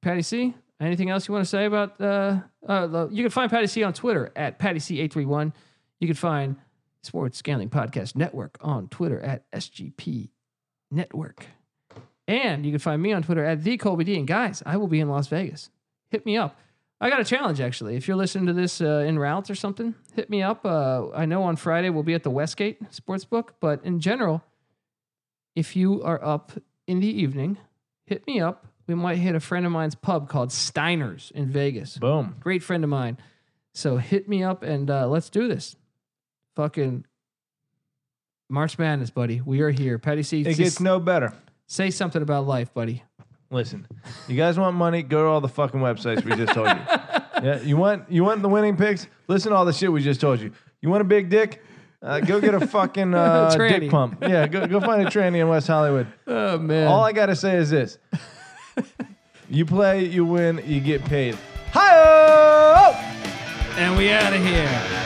S1: Patty C. Anything else you want to say about? Uh, uh, the- you can find Patty C on Twitter at Patty C eight three one. You can find Sports Scaling Podcast Network on Twitter at SGP Network. And you can find me on Twitter at the Colby D. And guys, I will be in Las Vegas. Hit me up. I got a challenge actually. If you're listening to this uh, in routes or something, hit me up. Uh, I know on Friday we'll be at the Westgate Sportsbook, but in general, if you are up in the evening, hit me up. We might hit a friend of mine's pub called Steiner's in Vegas.
S2: Boom.
S1: Great friend of mine. So hit me up and uh, let's do this. Fucking March Madness, buddy. We are here. Patty C,
S2: It
S1: just
S2: gets no better.
S1: say something about life, buddy.
S2: Listen, you guys want money? Go to all the fucking websites we just told you. Yeah, you want you want the winning picks? Listen to all the shit we just told you. You want a big dick? Uh, go get a fucking uh,
S1: Tranny.
S2: dick pump. Yeah, go go find a tranny in West Hollywood.
S1: Oh man.
S2: All I gotta say is this: you play, you win, you get paid. Hi!
S1: and we out of here.